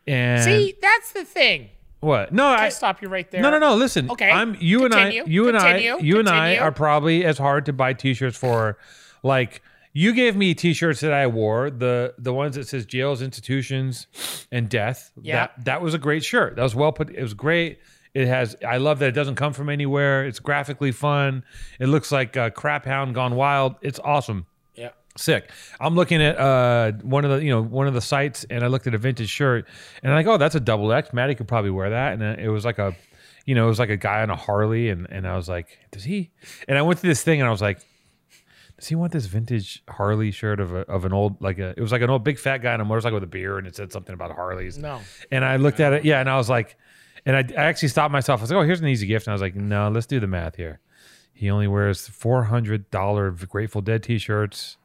Speaker 4: And
Speaker 3: See, that's the thing.
Speaker 4: what? No,
Speaker 3: I
Speaker 4: I
Speaker 3: stop you right there.
Speaker 4: no no no. Listen,
Speaker 3: Okay,
Speaker 4: I'm you and I,
Speaker 3: continue,
Speaker 4: you and I, you
Speaker 3: continue,
Speaker 4: and I
Speaker 3: continue.
Speaker 4: are probably as hard to buy T-shirts for, like. You gave me T-shirts that I wore the the ones that says jails, institutions, and death.
Speaker 3: Yeah.
Speaker 4: that, that was a great shirt. That was well put. It was great. It has. I love that it doesn't come from anywhere. It's graphically fun. It looks like a crap hound gone wild. It's awesome
Speaker 3: Yeah.
Speaker 4: sick. I'm looking at uh, one of the you know one of the sites, and I looked at a vintage shirt, and I'm like, oh, that's a double X. Maddie could probably wear that, and uh, it was like a, you know, it was like a guy on a Harley, and and I was like, does he? And I went through this thing, and I was like. Does he want this vintage Harley shirt of a, of an old like a it was like an old big fat guy on a motorcycle with a beer and it said something about Harleys.
Speaker 3: No.
Speaker 4: And I looked at it, yeah, and I was like, and I, I actually stopped myself. I was like, oh, here's an easy gift, and I was like, no, let's do the math here. He only wears four hundred dollar Grateful Dead t-shirts.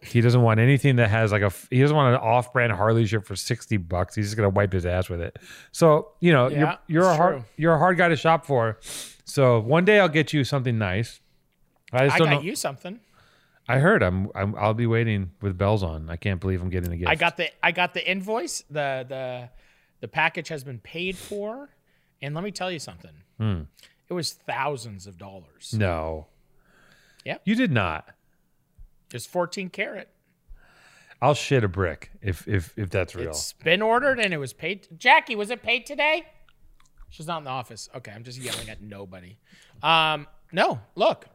Speaker 4: He doesn't want anything that has like a. He doesn't want an off-brand Harley shirt for sixty bucks. He's just gonna wipe his ass with it. So you know,
Speaker 3: Yeah,
Speaker 4: you're you're a
Speaker 3: it's
Speaker 4: hard
Speaker 3: true.
Speaker 4: you're a hard guy to shop for. So one day I'll get you something nice. I just
Speaker 3: I
Speaker 4: don't
Speaker 3: got
Speaker 4: know.
Speaker 3: you something.
Speaker 4: I heard. I'm, I'm. I'll be waiting with bells on. I can't believe I'm getting a gift.
Speaker 3: I got the I got the invoice. The the the package has been paid for, and let me tell you something. It was thousands of dollars.
Speaker 4: no.
Speaker 3: Yeah.
Speaker 4: You did not.
Speaker 3: It's 14 carat.
Speaker 4: I'll shit a brick if if if that's real.
Speaker 3: It's been ordered and it was paid. Jackie, was it paid today? She's not in the office. Okay, I'm just yelling at nobody. Um, no, look,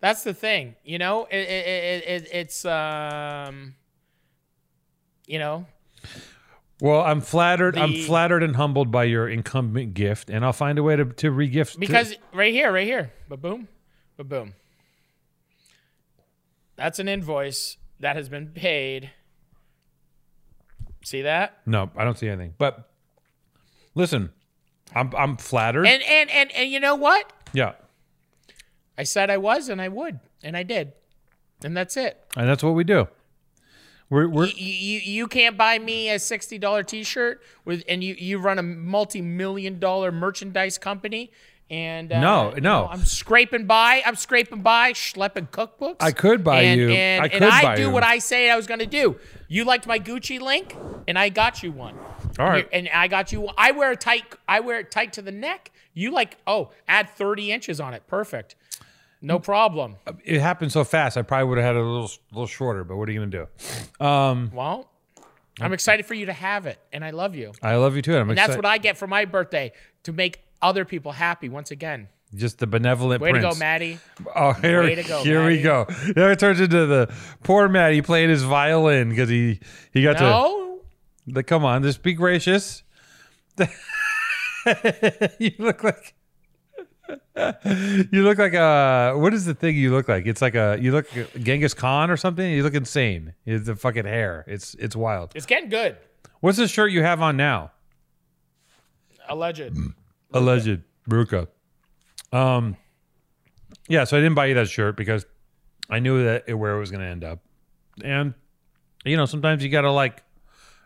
Speaker 3: that's the thing. You know, it, it, it, it, it's um, you know,
Speaker 4: well, I'm flattered. I'm
Speaker 3: The-
Speaker 4: flattered and humbled by your incumbent gift, and I'll find a way to to regift to-
Speaker 3: Because right here, right here, ba boom, ba boom. That's an invoice that has been paid. See that?
Speaker 4: no, I don't see anything. But listen, I'm I'm flattered.
Speaker 3: And and and and you know what?
Speaker 4: yeah,
Speaker 3: I said I was, and I would, and I did, and that's it.
Speaker 4: and that's what we do. We're we're
Speaker 3: You you, you can't buy me a sixty dollar T shirt with, and you you run a multi million dollar merchandise company. And uh,
Speaker 4: No,
Speaker 3: you
Speaker 4: no.
Speaker 3: know, I'm scraping by. I'm scraping by, schlepping cookbooks.
Speaker 4: I could buy
Speaker 3: and,
Speaker 4: you-
Speaker 3: And,
Speaker 4: I
Speaker 3: and
Speaker 4: could
Speaker 3: I
Speaker 4: buy
Speaker 3: do
Speaker 4: you.
Speaker 3: what I say I was going to do. You liked my Gucci link, and I got you one.
Speaker 4: All right.
Speaker 3: And I got you. I wear a tight. I wear it tight to the neck. You like? Oh, add thirty inches on it. Perfect. No problem.
Speaker 4: it happened so fast. I probably would have had it a little little shorter. But what are you gonna do? Um,
Speaker 3: Well, I'm excited for you to have it, and I love you.
Speaker 4: I love you too. And I'm
Speaker 3: That's
Speaker 4: excited.
Speaker 3: what I get for my birthday to make other people happy once again.
Speaker 4: Just the benevolent
Speaker 3: Way
Speaker 4: prince.
Speaker 3: to go, Maddie.
Speaker 4: Oh, here,
Speaker 3: Way to go,
Speaker 4: here we
Speaker 3: Matty.
Speaker 4: go. Now it turns into the poor Matty playing his violin because he he got
Speaker 3: No,
Speaker 4: to. the- Come on, just be gracious. you look like you look like a what is the thing you look like? It's like a you look like Genghis Khan or something. You look insane. It's the fucking hair. It's it's wild.
Speaker 3: It's getting good.
Speaker 4: What's the shirt you have on now?
Speaker 3: Alleged.
Speaker 4: Alleged Ruka. Um, yeah. So I didn't buy you that shirt because I knew that it, where it was going to end up, and you know sometimes you gotta like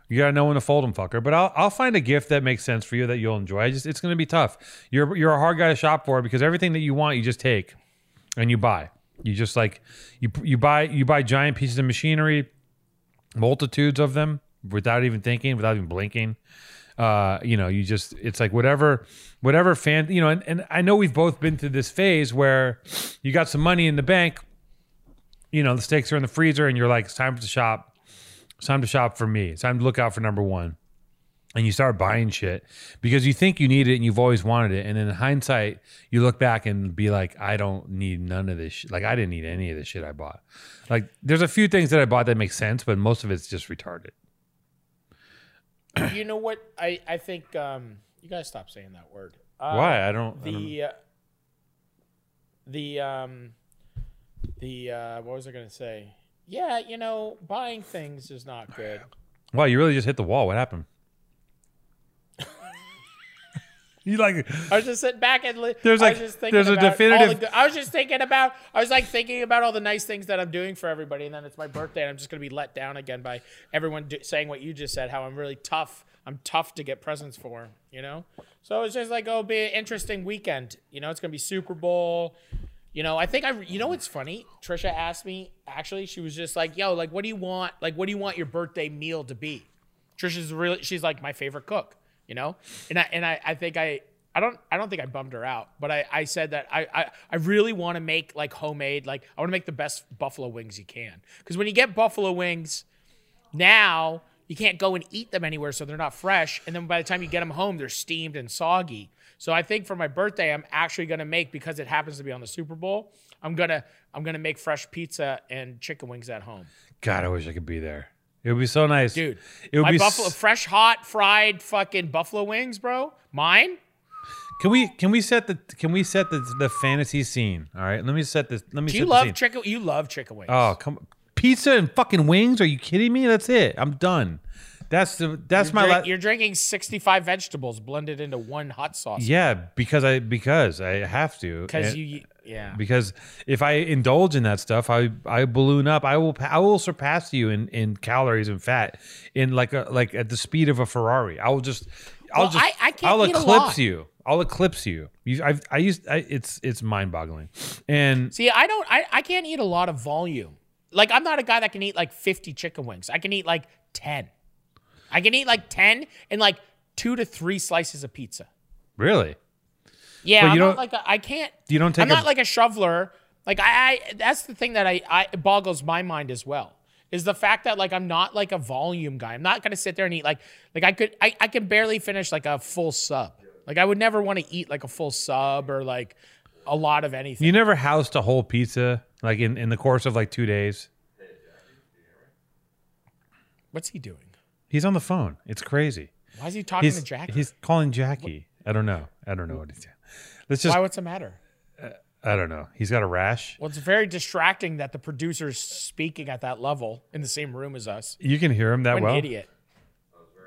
Speaker 4: you gotta know when to fold them, fucker. But I'll I'll find a gift that makes sense for you that you'll enjoy. I just it's gonna be tough. You're you're a hard guy to shop for because everything that you want you just take and you buy. You just like you you buy you buy giant pieces of machinery, multitudes of them without even thinking, without even blinking. Uh, you know, you just it's like whatever whatever fan you know, and, and I know we've both been through this phase where you got some money in the bank, you know, the steaks are in the freezer and you're like, it's time to shop. It's time to shop for me. It's time to look out for number one. And you start buying shit because you think you need it and you've always wanted it. And in hindsight, you look back and be like, I don't need none of this. Shit. Like, I didn't need any of the shit I bought. Like, there's a few things that I bought that make sense, but most of it's just retarded.
Speaker 3: you know what? I I think um, you guys stop saying that word. Uh,
Speaker 4: Why? I don't. I don't know.
Speaker 3: the uh, the um the uh what was I gonna say? Yeah, you know, buying things is not good.
Speaker 4: Wow, you really just hit the wall. What happened? you like
Speaker 3: I was just sitting back and li-
Speaker 4: There's
Speaker 3: I
Speaker 4: like-
Speaker 3: was just thinking
Speaker 4: there's a
Speaker 3: about all
Speaker 4: definitive-
Speaker 3: the good- I was just thinking about. I was like thinking about all the nice things that I'm doing for everybody, and then it's my birthday, and I'm just gonna be let down again by everyone do- saying what you just said. How I'm really tough. I'm tough to get presents for. You know. So it's just like oh, it'll be an interesting weekend. You know, it's gonna be Super Bowl. You know, I think I. You know, what's funny. Trisha asked me. Actually, she was just like, "Yo, like, what do you want? Like, what do you want your birthday meal to be?" Trisha's really. She's like my favorite cook. You know, and I and I, I think I. I don't. I don't think I bummed her out, but I, I said that I, I, I really want to make like homemade. Like I want to make the best buffalo wings you can, because when you get buffalo wings, now you can't go and eat them anywhere, so they're not fresh. And then by the time you get them home, they're steamed and soggy. So I think for my birthday, I'm actually gonna make because it happens to be on the Super Bowl. I'm gonna I'm gonna make fresh pizza and chicken wings at home,
Speaker 4: God. I wish I could be there. It would be so nice,
Speaker 3: dude.
Speaker 4: It would
Speaker 3: my
Speaker 4: be.
Speaker 3: buffalo
Speaker 4: s-
Speaker 3: fresh hot fried fucking buffalo wings, bro. Mine.
Speaker 4: Can we can we set the can we set the the fantasy scene? All right, let me set this. Let me.
Speaker 3: Do
Speaker 4: set
Speaker 3: you
Speaker 4: the
Speaker 3: love
Speaker 4: scene.
Speaker 3: chicken? You love chicken wings.
Speaker 4: Oh come, pizza and fucking wings? Are you kidding me? That's it. I'm done. That's the that's my
Speaker 3: Drink-
Speaker 4: last.
Speaker 3: you're drinking 65 vegetables blended into one hot sauce.
Speaker 4: Yeah, because I because I have to.
Speaker 3: Because
Speaker 4: And-
Speaker 3: you, yeah.
Speaker 4: because if I indulge in that stuff, I I balloon up. I will I will surpass you in in calories and fat in like a like at the speed of a Ferrari. I will just I'll
Speaker 3: Well,
Speaker 4: just
Speaker 3: I- I can't
Speaker 4: will
Speaker 3: eat a
Speaker 4: eclipse
Speaker 3: lot.
Speaker 4: you. I'll eclipse you. you I I used I, it's it's mind boggling, and
Speaker 3: See, I don't, I, I can't eat a lot of volume. Like, I'm not a guy that can eat like 50 chicken wings. I can eat like 10. I can eat like 10 and like two to three slices of pizza.
Speaker 4: really
Speaker 3: Yeah,
Speaker 4: But you
Speaker 3: I'm
Speaker 4: don't-
Speaker 3: not like a, I can't.
Speaker 4: you don't take
Speaker 3: I'm not
Speaker 4: a-
Speaker 3: like a shoveler. Like I, I, that's the thing that I, I it boggles my mind as well is the fact that like I'm not like a volume guy. I'm not gonna sit there and eat like like I could I, I can barely finish like a full sub. Like I would never want to eat like a full sub or like a lot of anything.
Speaker 4: you never housed a whole pizza like in in the course of like two days.
Speaker 3: What's he doing?
Speaker 4: He's on the phone. It's crazy.
Speaker 3: Why is he talking
Speaker 4: He's
Speaker 3: to Jack?
Speaker 4: he's calling Jackie. I don't know. I don't know what he's doing. Let's just
Speaker 3: Why? What's the matter?
Speaker 4: I don't know. He's got a rash.
Speaker 3: Well, it's very distracting that the producer's speaking at that level in the same room as us.
Speaker 4: You can hear him that
Speaker 3: What an
Speaker 4: well.
Speaker 3: idiot.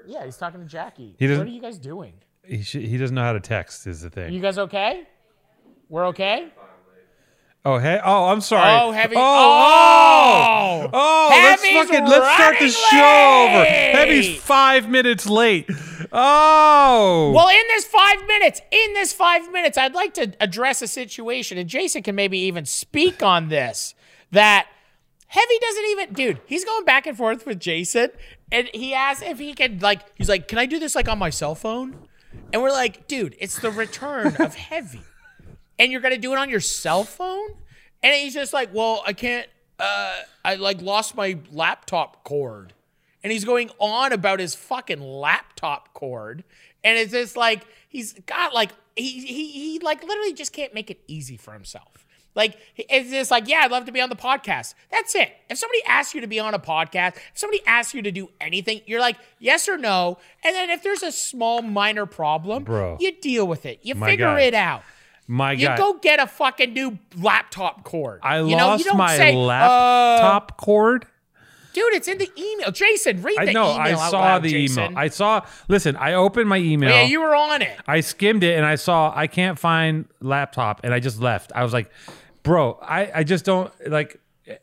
Speaker 3: Yeah, he's talking to Jackie.
Speaker 4: He
Speaker 3: what
Speaker 4: doesn't-
Speaker 3: are you guys doing?
Speaker 4: He sh- he doesn't know how to text is the thing.
Speaker 3: You guys okay? We're okay.
Speaker 4: Oh hey! Oh, I'm sorry.
Speaker 3: Oh, heavy.
Speaker 4: Oh,
Speaker 3: Oh,
Speaker 4: oh, oh, let's
Speaker 3: Heavy's
Speaker 4: fucking let's start the
Speaker 3: running
Speaker 4: show over.
Speaker 3: late.
Speaker 4: Heavy's five minutes late. Oh,
Speaker 3: Well, in this five minutes, in this five minutes, I'd like to address a situation, and Jason can maybe even speak on this. That heavy doesn't even, dude. He's going back and forth with Jason, and he asks if he can, like, he's like, "Can I do this like on my cell phone?" And we're like, "Dude, it's the return of heavy." and you're gonna do it on your cell phone? And he's just like, well, I can't. Uh, I like lost my laptop cord, and he's going on about his fucking laptop cord, and it's just like he's got like he he he like literally just can't make it easy for himself. Like, it's just like, yeah, I'd love to be on the podcast. That's it. If somebody asks you to be on a podcast, if somebody asks you to do anything, you're like, yes or no. And then if there's a small minor problem,
Speaker 4: Bro.
Speaker 3: you deal with it. You
Speaker 4: My
Speaker 3: figure
Speaker 4: God.
Speaker 3: it out.
Speaker 4: My
Speaker 3: You
Speaker 4: God.
Speaker 3: go get a fucking new laptop cord.
Speaker 4: I
Speaker 3: you know, you
Speaker 4: lost
Speaker 3: don't
Speaker 4: my
Speaker 3: say, "Uh,
Speaker 4: laptop cord.
Speaker 3: dude, it's in the email. Jason, read
Speaker 4: I
Speaker 3: the
Speaker 4: know.
Speaker 3: email.
Speaker 4: I
Speaker 3: out
Speaker 4: saw
Speaker 3: loud,
Speaker 4: the
Speaker 3: Jason. Oh,
Speaker 4: email. I saw. Listen, I opened my email.
Speaker 3: yeah, you were on it.
Speaker 4: I skimmed it and I saw I can't find laptop and I just left. I was like, bro, I, I just don't like.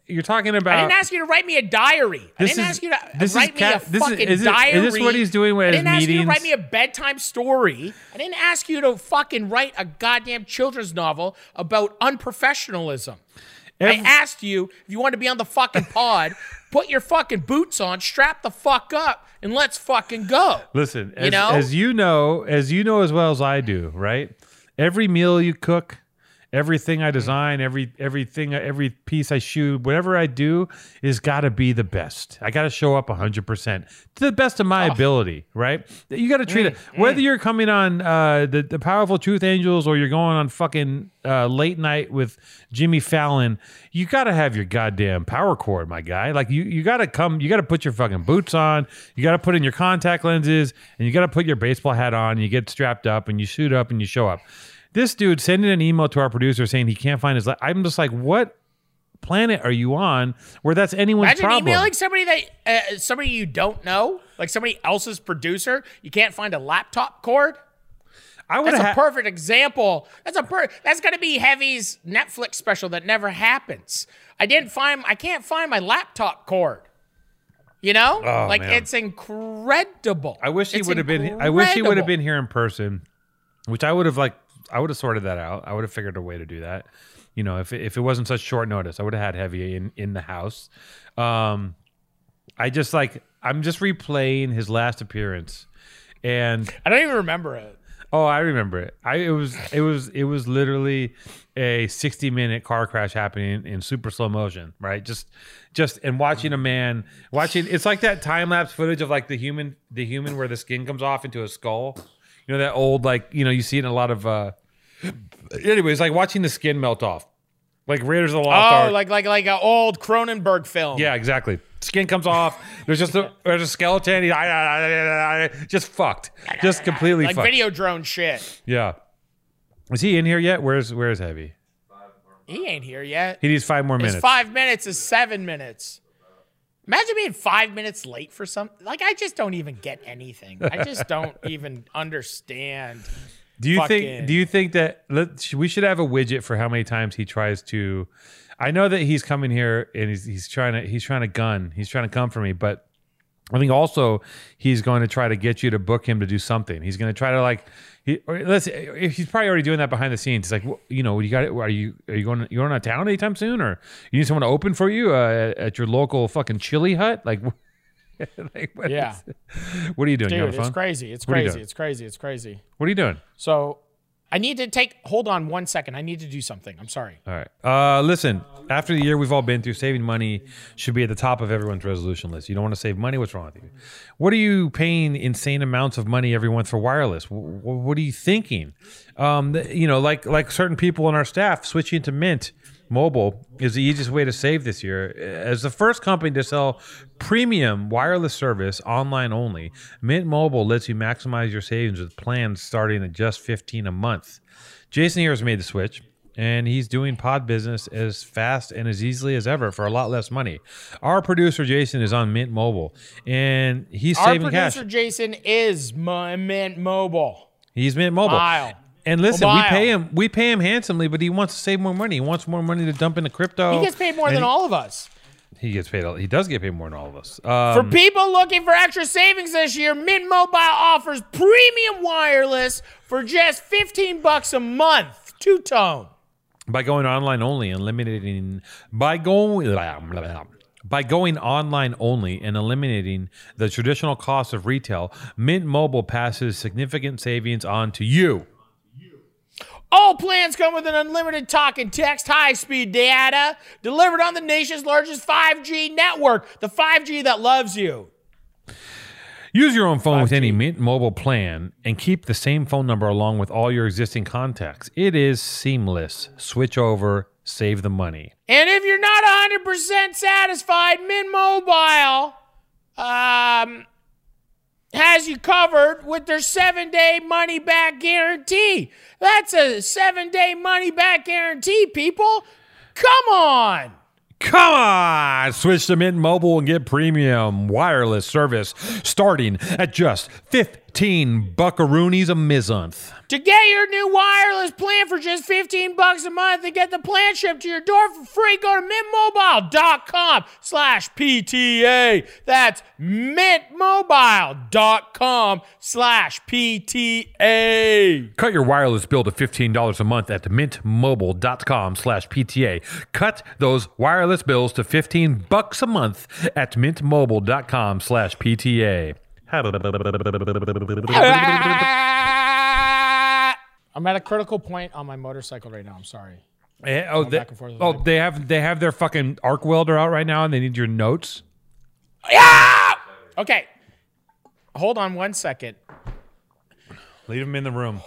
Speaker 4: You're talking about.
Speaker 3: I didn't ask you to write me a diary. I
Speaker 4: Uh, This
Speaker 3: didn't
Speaker 4: is-
Speaker 3: ask you to
Speaker 4: this is
Speaker 3: write me
Speaker 4: cat-
Speaker 3: a
Speaker 4: this is-
Speaker 3: fucking
Speaker 4: is it-
Speaker 3: diary.
Speaker 4: is this what he's doing with
Speaker 3: I
Speaker 4: his
Speaker 3: didn't ask you to write me
Speaker 4: meetings?
Speaker 3: a bedtime story. I didn't ask you to fucking write a goddamn children's novel about unprofessionalism. I asked you if you wanted to be on the fucking pod, put your fucking boots on, strap the fuck up, and let's fucking go.
Speaker 4: Listen, as,
Speaker 3: know?
Speaker 4: as you know, as you know as well as I do, right? Every meal you cook, everything I design, every everything, every piece I shoot, whatever I do is got to be the best. I got to show up 100% to the best of my ability, right? You got to treat it whether you're coming on uh, the the powerful truth angels or you're going on fucking uh, late night with Jimmy Fallon, you got to have your goddamn power cord, my guy. Like you, you got to come, you got to put your fucking boots on, you got to put in your contact lenses, and you got to put your baseball hat on. You get strapped up, and you shoot up, and you show up. This dude sending an email to our producer saying he can't find his. La- I'm just like, what planet are you on where that's anyone's
Speaker 3: Imagine
Speaker 4: problem?
Speaker 3: emailing somebody that uh, somebody you don't know, like somebody else's producer. You can't find a laptop cord.
Speaker 4: I would
Speaker 3: That's a
Speaker 4: have.
Speaker 3: perfect example. That's a per- that's gonna be Heavy's Netflix special that never happens. I didn't find I can't find my laptop cord. You know?
Speaker 4: Oh,
Speaker 3: like
Speaker 4: man.
Speaker 3: it's incredible.
Speaker 4: I wish he
Speaker 3: It's
Speaker 4: would have been. I wish he would
Speaker 3: incredible.
Speaker 4: have been here in person, which I would have like. I would have sorted that out. I would have figured a way to do that. You know, if it- if it wasn't such short notice, I would have had heavy in in the house. Um, I just like I'm just replaying his last appearance, and
Speaker 3: I don't even remember it.
Speaker 4: Oh, I remember it. I it was it was it was literally a 60 minute car crash happening in super slow motion, right? Just just and watching a man watching it's like that time lapse footage of like the human the human where the skin comes off into a skull. You know that old like, you know, you see it in a lot of uh anyways, like watching the skin melt off. Like Raiders of the Lost
Speaker 3: Oh,
Speaker 4: Ark.
Speaker 3: like like like an old Cronenberg film.
Speaker 4: Yeah, exactly. Skin comes off. There's just a there's a skeleton. He, just fucked. Just completely
Speaker 3: Like
Speaker 4: fucked.
Speaker 3: video drone shit.
Speaker 4: Yeah. Is he in here yet? Where's Where's Heavy?
Speaker 3: He ain't here yet.
Speaker 4: He needs five more
Speaker 3: His
Speaker 4: minutes.
Speaker 3: five minutes is seven minutes. Imagine being five minutes late for something. Like I just don't even get anything. I just don't even understand.
Speaker 4: do you
Speaker 3: fucking-
Speaker 4: think Do you think that let, sh- we should have a widget for how many times he tries to? I know that he's coming here and he's he's trying to he's trying to gun. He's trying to come for me, but. I think also he's going to try to get you to book him to do something. He's going to try to like, he, or let's. He's probably already doing that behind the scenes. He's like, well, you know, you got it. Are you are you going you going out of town anytime soon, or you need someone to open for you uh, at, at your local fucking chili hut? Like, like what
Speaker 3: Yeah.
Speaker 4: is- what are you doing? you on
Speaker 3: Dude,
Speaker 4: the
Speaker 3: it's
Speaker 4: phone?
Speaker 3: crazy. It's
Speaker 4: What are you
Speaker 3: crazy.
Speaker 4: doing?
Speaker 3: It's crazy. It's crazy.
Speaker 4: What are you doing?
Speaker 3: So I need to take hold on one second. I need to do something. I'm sorry.
Speaker 4: All right. Uh, listen, after the year we've all been through, saving money should be at the top of everyone's resolution list. You don't want to save money. What's wrong with you? What are you paying insane amounts of money every month for wireless? W- w- what are you thinking? Um, th- you know, like like certain people on our staff switching to Mint Mobile is the easiest way to save this year. As the first company to sell premium wireless service online only, Mint Mobile lets you maximize your savings with plans starting at just 15 a month. Jason here has made the switch, and he's doing pod business as fast and as easily as ever for a lot less money. Our producer Jason is on Mint Mobile, and he's
Speaker 3: Our
Speaker 4: saving
Speaker 3: producer
Speaker 4: cash.
Speaker 3: Jason is my Mint Mobile.
Speaker 4: He's Mint Mobile.
Speaker 3: Mobile.
Speaker 4: And listen, we
Speaker 3: Mobile.
Speaker 4: pay him we pay him handsomely, but he wants to save more money. He wants more money to dump into crypto.
Speaker 3: He gets paid more
Speaker 4: Oh, and
Speaker 3: than
Speaker 4: he-
Speaker 3: all of us.
Speaker 4: He gets paid. a- He does get paid more than all of us. Um,
Speaker 3: For people looking for extra savings this year, Mint Mobile offers premium wireless for just 15 bucks a month. Two tone.
Speaker 4: by going online only and eliminating by going by going online only and eliminating the traditional cost of retail mint mobile passes significant savings on to you
Speaker 3: All plans come with an unlimited talk and text, high speed data delivered on the nation's largest 5G network, the 5G that loves you.
Speaker 4: Use your own phone with any Mint Mobile plan and keep the same phone number along with all your existing contacts. It is seamless. Switch over, Save the money.
Speaker 3: And if you're not 100% satisfied, Mint Mobile um, has you covered with their seven day money back guarantee. That's a seven day money back guarantee, people. Come on.
Speaker 4: Come on, switch to Mint Mobile and get premium wireless service starting at just 15 buckaroonies a mizunth.
Speaker 3: To get your new wireless plan for just 15 bucks a month and get the plan shipped to your door for free, go to mintmobile.com slash PTA. That's mintmobile.com slash PTA.
Speaker 4: Cut your wireless bill to $15 a month at mintmobile.com slash PTA. Cut those wireless bills to 15 bucks a month at mintmobile.com slash PTA.
Speaker 3: I'm at a critical point on my motorcycle right now. I'm sorry.
Speaker 4: Eh, oh, they,
Speaker 3: back and forth with
Speaker 4: oh
Speaker 3: my-
Speaker 4: they have they have their fucking arc welder out right now and they need your notes.
Speaker 3: Okay. Hold on one second.
Speaker 4: Leave them in the room.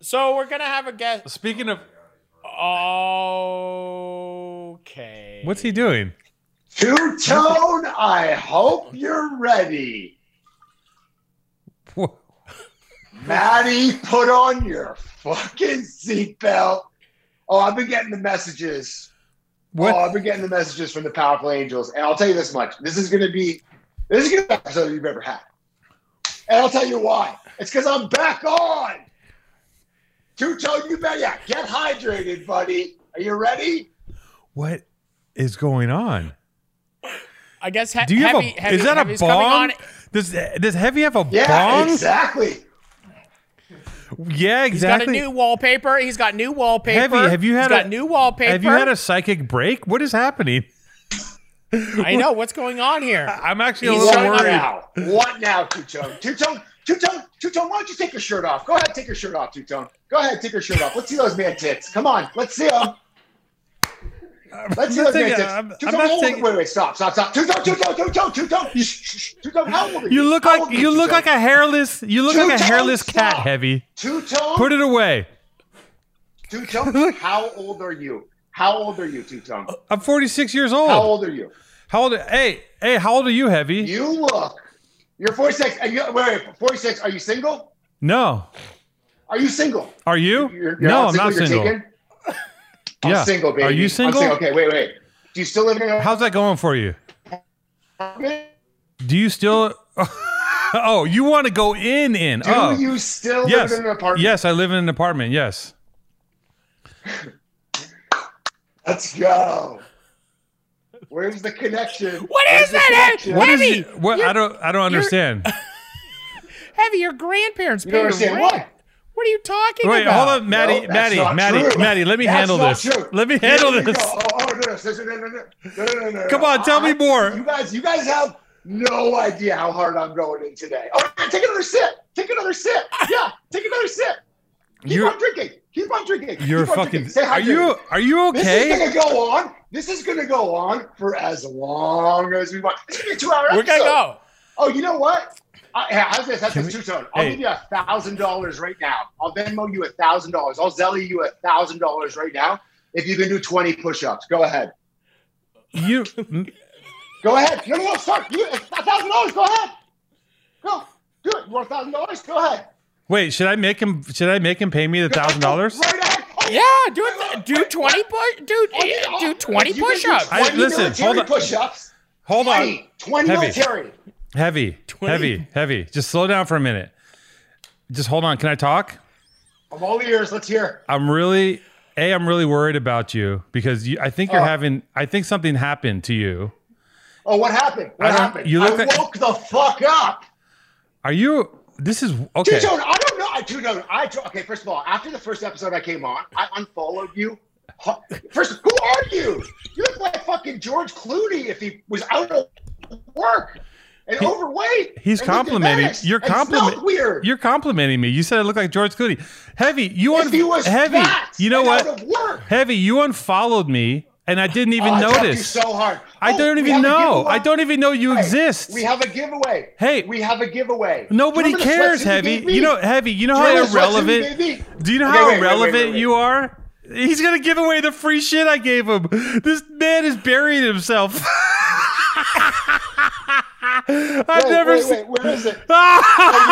Speaker 3: So we're going to have a guest.
Speaker 4: Speaking of
Speaker 3: Okay.
Speaker 4: what's he doing?
Speaker 5: Two tone, I hope you're ready.
Speaker 4: Wha-
Speaker 5: Maddie, put on your fucking seatbelt. Oh, I've been getting the messages.
Speaker 4: What?
Speaker 5: Oh, I've been getting the messages from the Powerful Angels. And I'll tell you this much this is going to be, this is going to be the best episode you've ever had. And I'll tell you why. It's because I'm back on. Two tone, you better yeah, get hydrated, buddy. Are you ready?
Speaker 4: What is going on?
Speaker 3: I guess he-
Speaker 4: Do you
Speaker 3: heavy,
Speaker 4: have a?
Speaker 3: heavy,
Speaker 4: is that a
Speaker 3: heavy's coming on.
Speaker 4: bong? Does does heavy have a
Speaker 5: Yeah,
Speaker 4: bong?
Speaker 5: exactly.
Speaker 4: Yeah,
Speaker 3: He's got
Speaker 4: exactly.
Speaker 3: a new wallpaper. He's got new wallpaper.
Speaker 4: Heavy, have you
Speaker 3: He's
Speaker 4: had
Speaker 3: got
Speaker 4: a-
Speaker 3: new wallpaper?
Speaker 4: have you had a psychic break? What is happening?
Speaker 3: I know what's going on here.
Speaker 4: I'm actually a
Speaker 3: He's
Speaker 4: little
Speaker 3: showing
Speaker 5: What
Speaker 3: worried.
Speaker 5: now? What now, Two Tone? Two Tone, Two Tone, Two Tone, why don't you take your shirt off? Go ahead, take your shirt off, Two Tone. Go ahead, take your shirt off. Let's see those man tits. Come on, let's see them. Let's see
Speaker 4: not
Speaker 5: those man
Speaker 4: taking-
Speaker 5: tits.
Speaker 4: I'm-
Speaker 5: Two
Speaker 4: I'm
Speaker 5: Tone,
Speaker 4: not
Speaker 5: how old-
Speaker 4: taking-
Speaker 5: Wait, wait, stop, stop, stop. Two Tone, Two Tone, Two Tone, Two Tone. Shh, shh, shh. Two Tone, how old are you?
Speaker 4: You look
Speaker 5: How
Speaker 4: like
Speaker 5: old are
Speaker 4: you look like a hairless. You look
Speaker 5: Two
Speaker 4: like a
Speaker 5: times
Speaker 4: hairless cat.
Speaker 5: stop.
Speaker 4: Heavy.
Speaker 5: Two Tone.
Speaker 4: Put it away.
Speaker 5: Two Tone, how old are you? How old are you, Two Tone?
Speaker 4: I'm 46 years
Speaker 5: How
Speaker 4: old.
Speaker 5: old are you?
Speaker 4: How old? Hey, hey, how old are you, Heavy?
Speaker 5: You look. You're 46. Are you, wait, wait, 46. Are you single?
Speaker 4: No.
Speaker 5: Are you single?
Speaker 4: Are you?
Speaker 5: You're, you're
Speaker 4: no, I'm
Speaker 5: single,
Speaker 4: not
Speaker 5: you're
Speaker 4: single.
Speaker 5: taken? I'm
Speaker 4: Yeah.
Speaker 5: single, baby.
Speaker 4: Are you
Speaker 5: I'm
Speaker 4: single?
Speaker 5: Okay, wait, wait. Do you still live in an
Speaker 4: How's that going for you?
Speaker 5: apartment?
Speaker 4: Do you still? oh, you want to go in? In?
Speaker 5: Do
Speaker 4: oh,
Speaker 5: you still
Speaker 4: yes.
Speaker 5: live in an apartment?
Speaker 4: Yes, I live in an apartment. Yes.
Speaker 5: Let's go. Where's the connection?
Speaker 3: What
Speaker 5: Where's
Speaker 3: is
Speaker 5: the
Speaker 3: that?
Speaker 5: connection?
Speaker 4: What is
Speaker 3: Heavy,
Speaker 4: it? What? I don't. I don't understand.
Speaker 3: Heavy, your grandparents
Speaker 5: You
Speaker 3: paid
Speaker 5: don't
Speaker 3: a
Speaker 5: understand
Speaker 3: rent.
Speaker 5: what?
Speaker 3: What are you talking
Speaker 4: Wait,
Speaker 3: about?
Speaker 4: hold up, Maddie,
Speaker 5: No, that's
Speaker 4: Maddie,
Speaker 5: not
Speaker 4: Maddie,
Speaker 5: true.
Speaker 4: Maddie. Let me
Speaker 5: That's
Speaker 4: handle
Speaker 5: not
Speaker 4: this.
Speaker 5: true.
Speaker 4: Let me
Speaker 5: Here
Speaker 4: handle
Speaker 5: we go.
Speaker 4: this.
Speaker 5: Oh, oh, no, no, sister, no, no, no, no, no, no, no, no.
Speaker 4: Come on, tell me
Speaker 5: I-
Speaker 4: more.
Speaker 5: You guys, you guys have no idea how hard I'm going in today. Oh, yeah, take another sip. Take another sip. Yeah, take another sip. Keep
Speaker 4: You're-
Speaker 5: on drinking. Keep on drinking.
Speaker 4: You're
Speaker 5: Keep on
Speaker 4: fucking.
Speaker 5: drinking. Stay
Speaker 4: Are
Speaker 5: hydrated.
Speaker 4: you? Are you
Speaker 5: This
Speaker 4: okay?
Speaker 5: is gonna go on. This is gonna go on for as long as we want. It's gonna be a two-hour episode.
Speaker 3: We're gonna go.
Speaker 5: Oh, you know what? I, hey, I was gonna set
Speaker 4: Can
Speaker 5: this
Speaker 4: we-
Speaker 5: two-tone. I'll
Speaker 4: hey.
Speaker 5: give you a thousand dollars right now. I'll Venmo you a thousand dollars. I'll Zelly you a thousand dollars right now if you can do twenty push-ups. Go ahead.
Speaker 4: You.
Speaker 5: Go ahead. No, no, no. Start. You a thousand dollars. Go ahead. Go. Do it. You want a thousand dollars? Go ahead.
Speaker 4: Wait. Should I make him? Should I make him pay me the thousand dollars?
Speaker 5: Right ahead. Oh,
Speaker 3: Yeah, do it. Do twenty push. Do
Speaker 5: oh, yeah.
Speaker 3: do twenty
Speaker 5: If you can do
Speaker 3: push-ups.
Speaker 5: 20
Speaker 4: I- listen,
Speaker 5: military
Speaker 4: hold on.
Speaker 5: Push-ups.
Speaker 4: Hold on.
Speaker 5: 20, 20
Speaker 4: Heavy.
Speaker 5: military.
Speaker 4: Heavy. Heavy. Heavy. Just slow down for a minute. Just hold on. Can I talk?
Speaker 5: I'm all ears. Let's hear.
Speaker 4: I'm really. A. I'm really worried about you because you, I think you're
Speaker 5: Oh.
Speaker 4: having. I think something happened to you.
Speaker 5: Oh, what happened?
Speaker 4: I
Speaker 5: What
Speaker 4: don't-
Speaker 5: happened?
Speaker 4: you look
Speaker 5: I
Speaker 4: like-
Speaker 5: woke the fuck up.
Speaker 4: Are you? This is
Speaker 5: Dude,
Speaker 4: okay.
Speaker 5: Jonah, I don't know. I do know. I do- okay. First of all, after the first episode I came on, I unfollowed you. Huh. First, who are you? You look like fucking George Clooney if he was out of work and overweight.
Speaker 4: He's
Speaker 5: and looked
Speaker 4: complimenting.
Speaker 5: embarrassed
Speaker 4: You're
Speaker 5: and smelled
Speaker 4: complimenting.
Speaker 5: Weird.
Speaker 4: You're complimenting me. You said I look like George Clooney. Heavy. You
Speaker 5: if
Speaker 4: un-
Speaker 5: he was
Speaker 4: heavy.
Speaker 5: fat
Speaker 4: You know
Speaker 5: and
Speaker 4: what?
Speaker 5: Out of work.
Speaker 4: Heavy, you unfollowed me, and I didn't even
Speaker 5: Oh, I talked to you
Speaker 4: notice.
Speaker 5: so hard.
Speaker 4: I
Speaker 5: Oh,
Speaker 4: don't
Speaker 5: we
Speaker 4: even
Speaker 5: have a
Speaker 4: know.
Speaker 5: giveaway.
Speaker 4: I don't even know you
Speaker 5: Hey,
Speaker 4: exist.
Speaker 5: We have a giveaway.
Speaker 4: Hey.
Speaker 5: we have a giveaway.
Speaker 4: Nobody
Speaker 5: Remember the
Speaker 4: cares,
Speaker 5: sweatsuit you
Speaker 4: Heavy.
Speaker 5: gave me?
Speaker 4: You know, Heavy. You know
Speaker 5: Do you
Speaker 4: how
Speaker 5: remember the sweatsuit you
Speaker 4: irrelevant.
Speaker 5: gave me?
Speaker 4: Do you know
Speaker 5: Okay,
Speaker 4: how
Speaker 5: wait, wait, wait,
Speaker 4: irrelevant
Speaker 5: wait, wait.
Speaker 4: you are? He's gonna give away the free shit I gave him. This man is burying himself. I've
Speaker 5: Wait,
Speaker 4: never
Speaker 5: wait,
Speaker 4: seen.
Speaker 5: wait, where is it?
Speaker 4: Ah!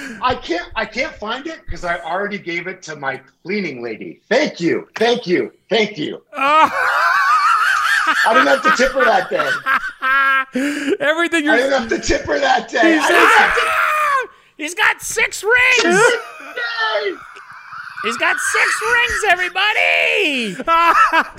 Speaker 5: You know what? I can't I can't find it because I already gave it to my cleaning lady. Thank you. Thank you. Thank you. I didn't have to tip her that day.
Speaker 4: Everything you're.
Speaker 5: I didn't have to tip her that day. I didn't have to
Speaker 3: Ah! He's got six rings.
Speaker 5: tip her that day.
Speaker 3: He's got six rings, everybody. I,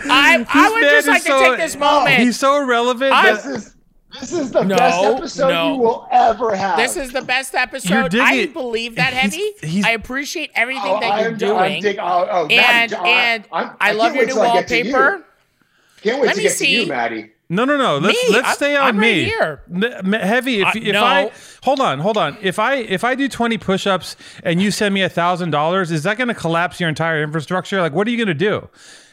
Speaker 4: I,
Speaker 3: I would just like to take
Speaker 5: Oh,
Speaker 3: this moment.
Speaker 4: He's so irrelevant.
Speaker 3: I-
Speaker 4: that-
Speaker 5: This is this is the
Speaker 3: No,
Speaker 5: best episode
Speaker 3: no.
Speaker 5: you will ever have.
Speaker 3: This is the best
Speaker 4: You're
Speaker 3: episode.
Speaker 4: digging-
Speaker 3: I believe that,
Speaker 4: he's-
Speaker 3: Heavy.
Speaker 4: he's-
Speaker 3: I appreciate everything
Speaker 5: Oh,
Speaker 3: that you're
Speaker 5: I'm-
Speaker 3: doing.
Speaker 5: I'm dig- oh, oh, Maddie,
Speaker 3: and
Speaker 5: I-
Speaker 3: and
Speaker 5: I'm-
Speaker 3: I
Speaker 5: can't
Speaker 3: love your
Speaker 5: wait
Speaker 3: new
Speaker 5: till I get to you.
Speaker 3: wallpaper.
Speaker 5: Can't wait
Speaker 3: Let
Speaker 5: to
Speaker 3: me
Speaker 5: get to
Speaker 3: see.
Speaker 5: you, Maddie.
Speaker 4: No, no, no. Let's
Speaker 3: Me,
Speaker 4: let's
Speaker 3: I'm-
Speaker 4: stay on
Speaker 3: I'm right
Speaker 4: me.
Speaker 3: here.
Speaker 4: N- m- heavy. If,
Speaker 3: Uh,
Speaker 4: if
Speaker 3: no.
Speaker 4: I hold on, hold on. If I if I do twenty push-ups and you send me a thousand dollars, is that going to collapse your entire infrastructure? Like, what are you going to do?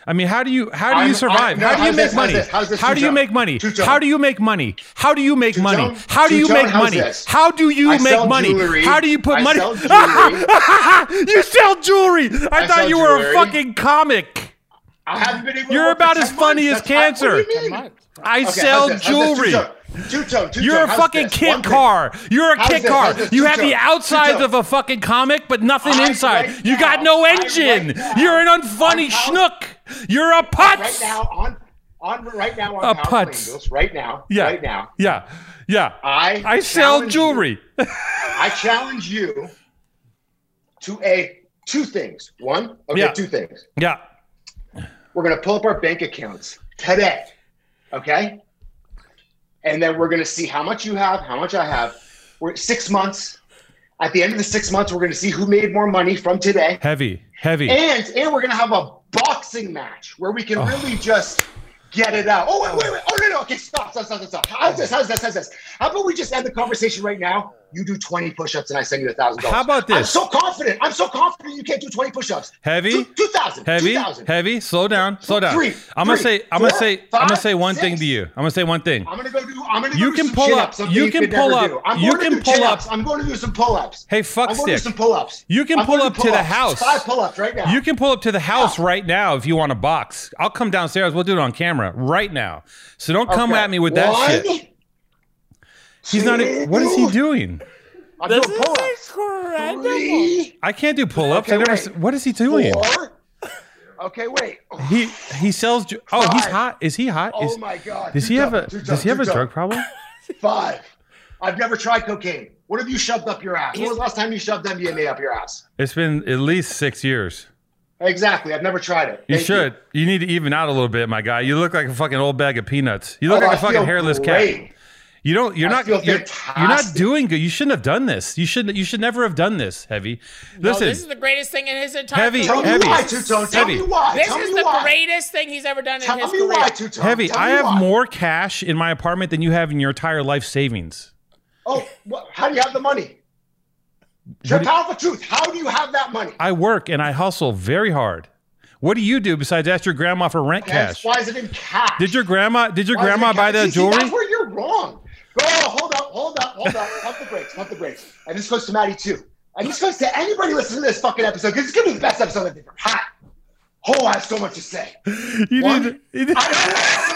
Speaker 4: I mean, how do you how do
Speaker 5: I'm-
Speaker 4: you survive?
Speaker 5: I'm- no,
Speaker 4: how do you
Speaker 5: how's
Speaker 4: make
Speaker 5: this, how's
Speaker 4: money?
Speaker 5: this, how's this,
Speaker 4: How do you
Speaker 5: Tuchel?
Speaker 4: make money?
Speaker 5: Tuchel.
Speaker 4: How do you make money? How do you make money?
Speaker 5: Tuchel,
Speaker 4: How do you
Speaker 5: Tuchel,
Speaker 4: make
Speaker 5: how's
Speaker 4: money?
Speaker 5: this?
Speaker 4: How do you
Speaker 5: I
Speaker 4: make
Speaker 5: sell
Speaker 4: money?
Speaker 5: jewelry.
Speaker 4: How do you put
Speaker 5: I
Speaker 4: money?
Speaker 5: sell jewelry.
Speaker 4: you sell jewelry. I,
Speaker 5: I
Speaker 4: thought
Speaker 5: sell
Speaker 4: you were
Speaker 5: jewelry.
Speaker 4: a fucking comic.
Speaker 5: I haven't been able. to
Speaker 4: You're
Speaker 5: work for
Speaker 4: about
Speaker 5: 10
Speaker 4: as funny
Speaker 5: months.
Speaker 4: as
Speaker 5: That's not- what do you
Speaker 4: cancer.
Speaker 5: mean?
Speaker 4: I
Speaker 5: Okay,
Speaker 4: sell
Speaker 5: how's this? How's this?
Speaker 4: jewelry.
Speaker 5: Two-tone. Two-tone, two-tone,
Speaker 4: You're a
Speaker 5: how's
Speaker 4: fucking
Speaker 5: this?
Speaker 4: kit
Speaker 5: One thing.
Speaker 4: car. You're a
Speaker 5: How's
Speaker 4: kit
Speaker 5: this?
Speaker 4: car.
Speaker 5: How's this?
Speaker 4: You
Speaker 5: Two
Speaker 4: have the
Speaker 5: jokes. Two
Speaker 4: outsides
Speaker 5: jokes.
Speaker 4: of a fucking comic, but nothing
Speaker 5: I-
Speaker 4: inside.
Speaker 5: right
Speaker 4: you got
Speaker 5: now-
Speaker 4: no
Speaker 5: I- right
Speaker 4: engine.
Speaker 5: now-
Speaker 4: You're an unfunny
Speaker 5: I'm
Speaker 4: schnook. You're a putz.
Speaker 5: Right now on on right now
Speaker 4: A
Speaker 5: on Power
Speaker 4: putz.
Speaker 5: Rangers. Right now.
Speaker 4: Yeah.
Speaker 5: Right now.
Speaker 4: Yeah. Yeah.
Speaker 5: I
Speaker 4: I sell
Speaker 5: challenge you-
Speaker 4: jewelry.
Speaker 5: I challenge you to a two things. One, okay,
Speaker 4: Yeah.
Speaker 5: two things.
Speaker 4: yeah.
Speaker 5: We're gonna pull up our bank accounts today, okay? And then we're gonna see how much you have, how much I have. We're six months. At the end of the six months, we're gonna see who made more money from today,
Speaker 4: Heavy. Heavy.
Speaker 5: and and we're gonna have a boxing match where we can
Speaker 4: Oh.
Speaker 5: really just get it out. Oh wait, wait, wait! Oh no, no. Okay, stop, stop, stop, stop, stop. How's this? How's this? How's this? How about we just end the conversation right now? You do twenty push-ups, and I send you a thousand dollars.
Speaker 4: How about
Speaker 5: I'm
Speaker 4: this?
Speaker 5: so confident. I'm so confident you can't do twenty push-ups.
Speaker 4: Heavy.
Speaker 5: Two thousand.
Speaker 4: Heavy,
Speaker 5: Two thousand.
Speaker 4: heavy, slow down, slow down.
Speaker 5: Three,
Speaker 4: I'm gonna
Speaker 5: three,
Speaker 4: say, I'm gonna
Speaker 5: four,
Speaker 4: say, i I'm gonna
Speaker 5: five,
Speaker 4: say one
Speaker 5: six.
Speaker 4: thing to you. I'm gonna say one thing.
Speaker 5: I'm gonna go do. I'm gonna. Go
Speaker 4: You
Speaker 5: do
Speaker 4: can
Speaker 5: some
Speaker 4: pull
Speaker 5: chin-ups,
Speaker 4: up.
Speaker 5: something
Speaker 4: You can
Speaker 5: could
Speaker 4: pull
Speaker 5: never
Speaker 4: up.
Speaker 5: do. I'm
Speaker 4: You
Speaker 5: going
Speaker 4: can
Speaker 5: to do
Speaker 4: pull
Speaker 5: chin-ups.
Speaker 4: up.
Speaker 5: I'm going to do some pull-ups.
Speaker 4: Hey, fuck
Speaker 5: I'm going to do
Speaker 4: stick.
Speaker 5: some pull-ups.
Speaker 4: You can
Speaker 5: I'm
Speaker 4: pull
Speaker 5: gonna
Speaker 4: up
Speaker 5: do
Speaker 4: to the
Speaker 5: pull-ups.
Speaker 4: house.
Speaker 5: Five pull-ups right now.
Speaker 4: You can pull up to the house right now if you want to box. I'll come downstairs. We'll do it on camera right now. So don't come
Speaker 5: Okay.
Speaker 4: at me with that
Speaker 5: One,
Speaker 4: shit. He's not.
Speaker 5: two,
Speaker 4: What is he doing?
Speaker 5: I'm
Speaker 3: This
Speaker 5: doing
Speaker 3: is
Speaker 5: pull-ups.
Speaker 3: incredible.
Speaker 5: Three,
Speaker 4: I can't do pull ups.
Speaker 5: Okay,
Speaker 4: I never.
Speaker 5: wait.
Speaker 4: s- What is he doing?
Speaker 5: four. Okay, wait. Oh,
Speaker 4: He he sells. ju- Oh, he's
Speaker 5: Five.
Speaker 4: hot. Is he hot? Is,
Speaker 5: oh my god.
Speaker 4: does
Speaker 5: Two
Speaker 4: he have a
Speaker 5: jump, two
Speaker 4: Does
Speaker 5: jump,
Speaker 4: he have
Speaker 5: two
Speaker 4: a
Speaker 5: jump.
Speaker 4: drug problem?
Speaker 5: Five. I've never tried cocaine. What have you shoved up your ass? When was the last time you shoved MDMA up your ass?
Speaker 4: It's been at least six years.
Speaker 5: Exactly. I've never tried it.
Speaker 4: You
Speaker 5: Thank
Speaker 4: should. You. need to even out a little bit, my guy. You look like a fucking old bag of peanuts. You look
Speaker 5: Oh,
Speaker 4: like
Speaker 5: I
Speaker 4: a fucking
Speaker 5: feel
Speaker 4: hairless cat.
Speaker 5: great.
Speaker 4: You don't. You're
Speaker 5: I
Speaker 4: not.
Speaker 5: feel
Speaker 4: You're, you're not
Speaker 5: fantastic.
Speaker 4: doing good. You shouldn't have done this. You should. You should never have done this, heavy.
Speaker 3: No,
Speaker 4: Listen,
Speaker 3: this is the greatest thing in his entire
Speaker 4: Heavy,
Speaker 5: Tell
Speaker 3: career.
Speaker 5: me
Speaker 4: Heavy.
Speaker 5: why, Two-Tone. Tell
Speaker 4: Heavy.
Speaker 5: me why.
Speaker 3: This
Speaker 5: Tell
Speaker 3: is
Speaker 5: me
Speaker 3: the
Speaker 5: why.
Speaker 3: greatest thing he's ever done in
Speaker 5: Tell
Speaker 3: his
Speaker 5: me
Speaker 3: career.
Speaker 5: why, Two-Tone.
Speaker 4: heavy.
Speaker 5: Tell
Speaker 4: I
Speaker 5: me
Speaker 4: have
Speaker 5: why.
Speaker 4: more cash in my apartment than you have in your entire life savings.
Speaker 5: Oh, what, how do you have the money? Your powerful truth. How do you have that money?
Speaker 4: I work and I hustle very hard. What do you do besides ask your grandma for rent
Speaker 5: That's-
Speaker 4: cash?
Speaker 5: Why is it in cash?
Speaker 4: Did your grandma? Did your
Speaker 5: Why is it in
Speaker 4: grandma
Speaker 5: cash?
Speaker 4: buy the
Speaker 5: See, see,
Speaker 4: jewelry?
Speaker 5: That's where you're wrong. Go, hold up, hold up, hold up. Pump the brakes, pump the brakes. And this goes to Maddie too. And this goes to anybody listening to this fucking episode because it's gonna be the best episode I've ever had. Oh, I have so much to say.
Speaker 4: You
Speaker 5: What?
Speaker 4: did. you did-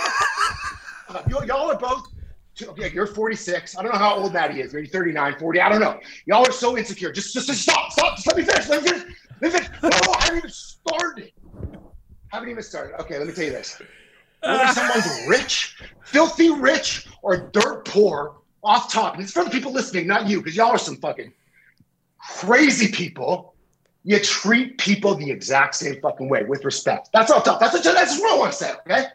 Speaker 5: you, Uh, y'all are both two, okay, you're 46 i don't know how old maddie is maybe 39 40 i don't know y'all are so insecure just just, just stop stop just let me finish let me finish, let me finish. No, no, i haven't even started haven't even started okay let me tell you this whether someone's rich filthy rich or dirt poor off top and it's for the people listening not you because y'all are some fucking crazy people you treat people the exact same fucking way with respect. That's all tough. That's what, that's what I want to say. Okay.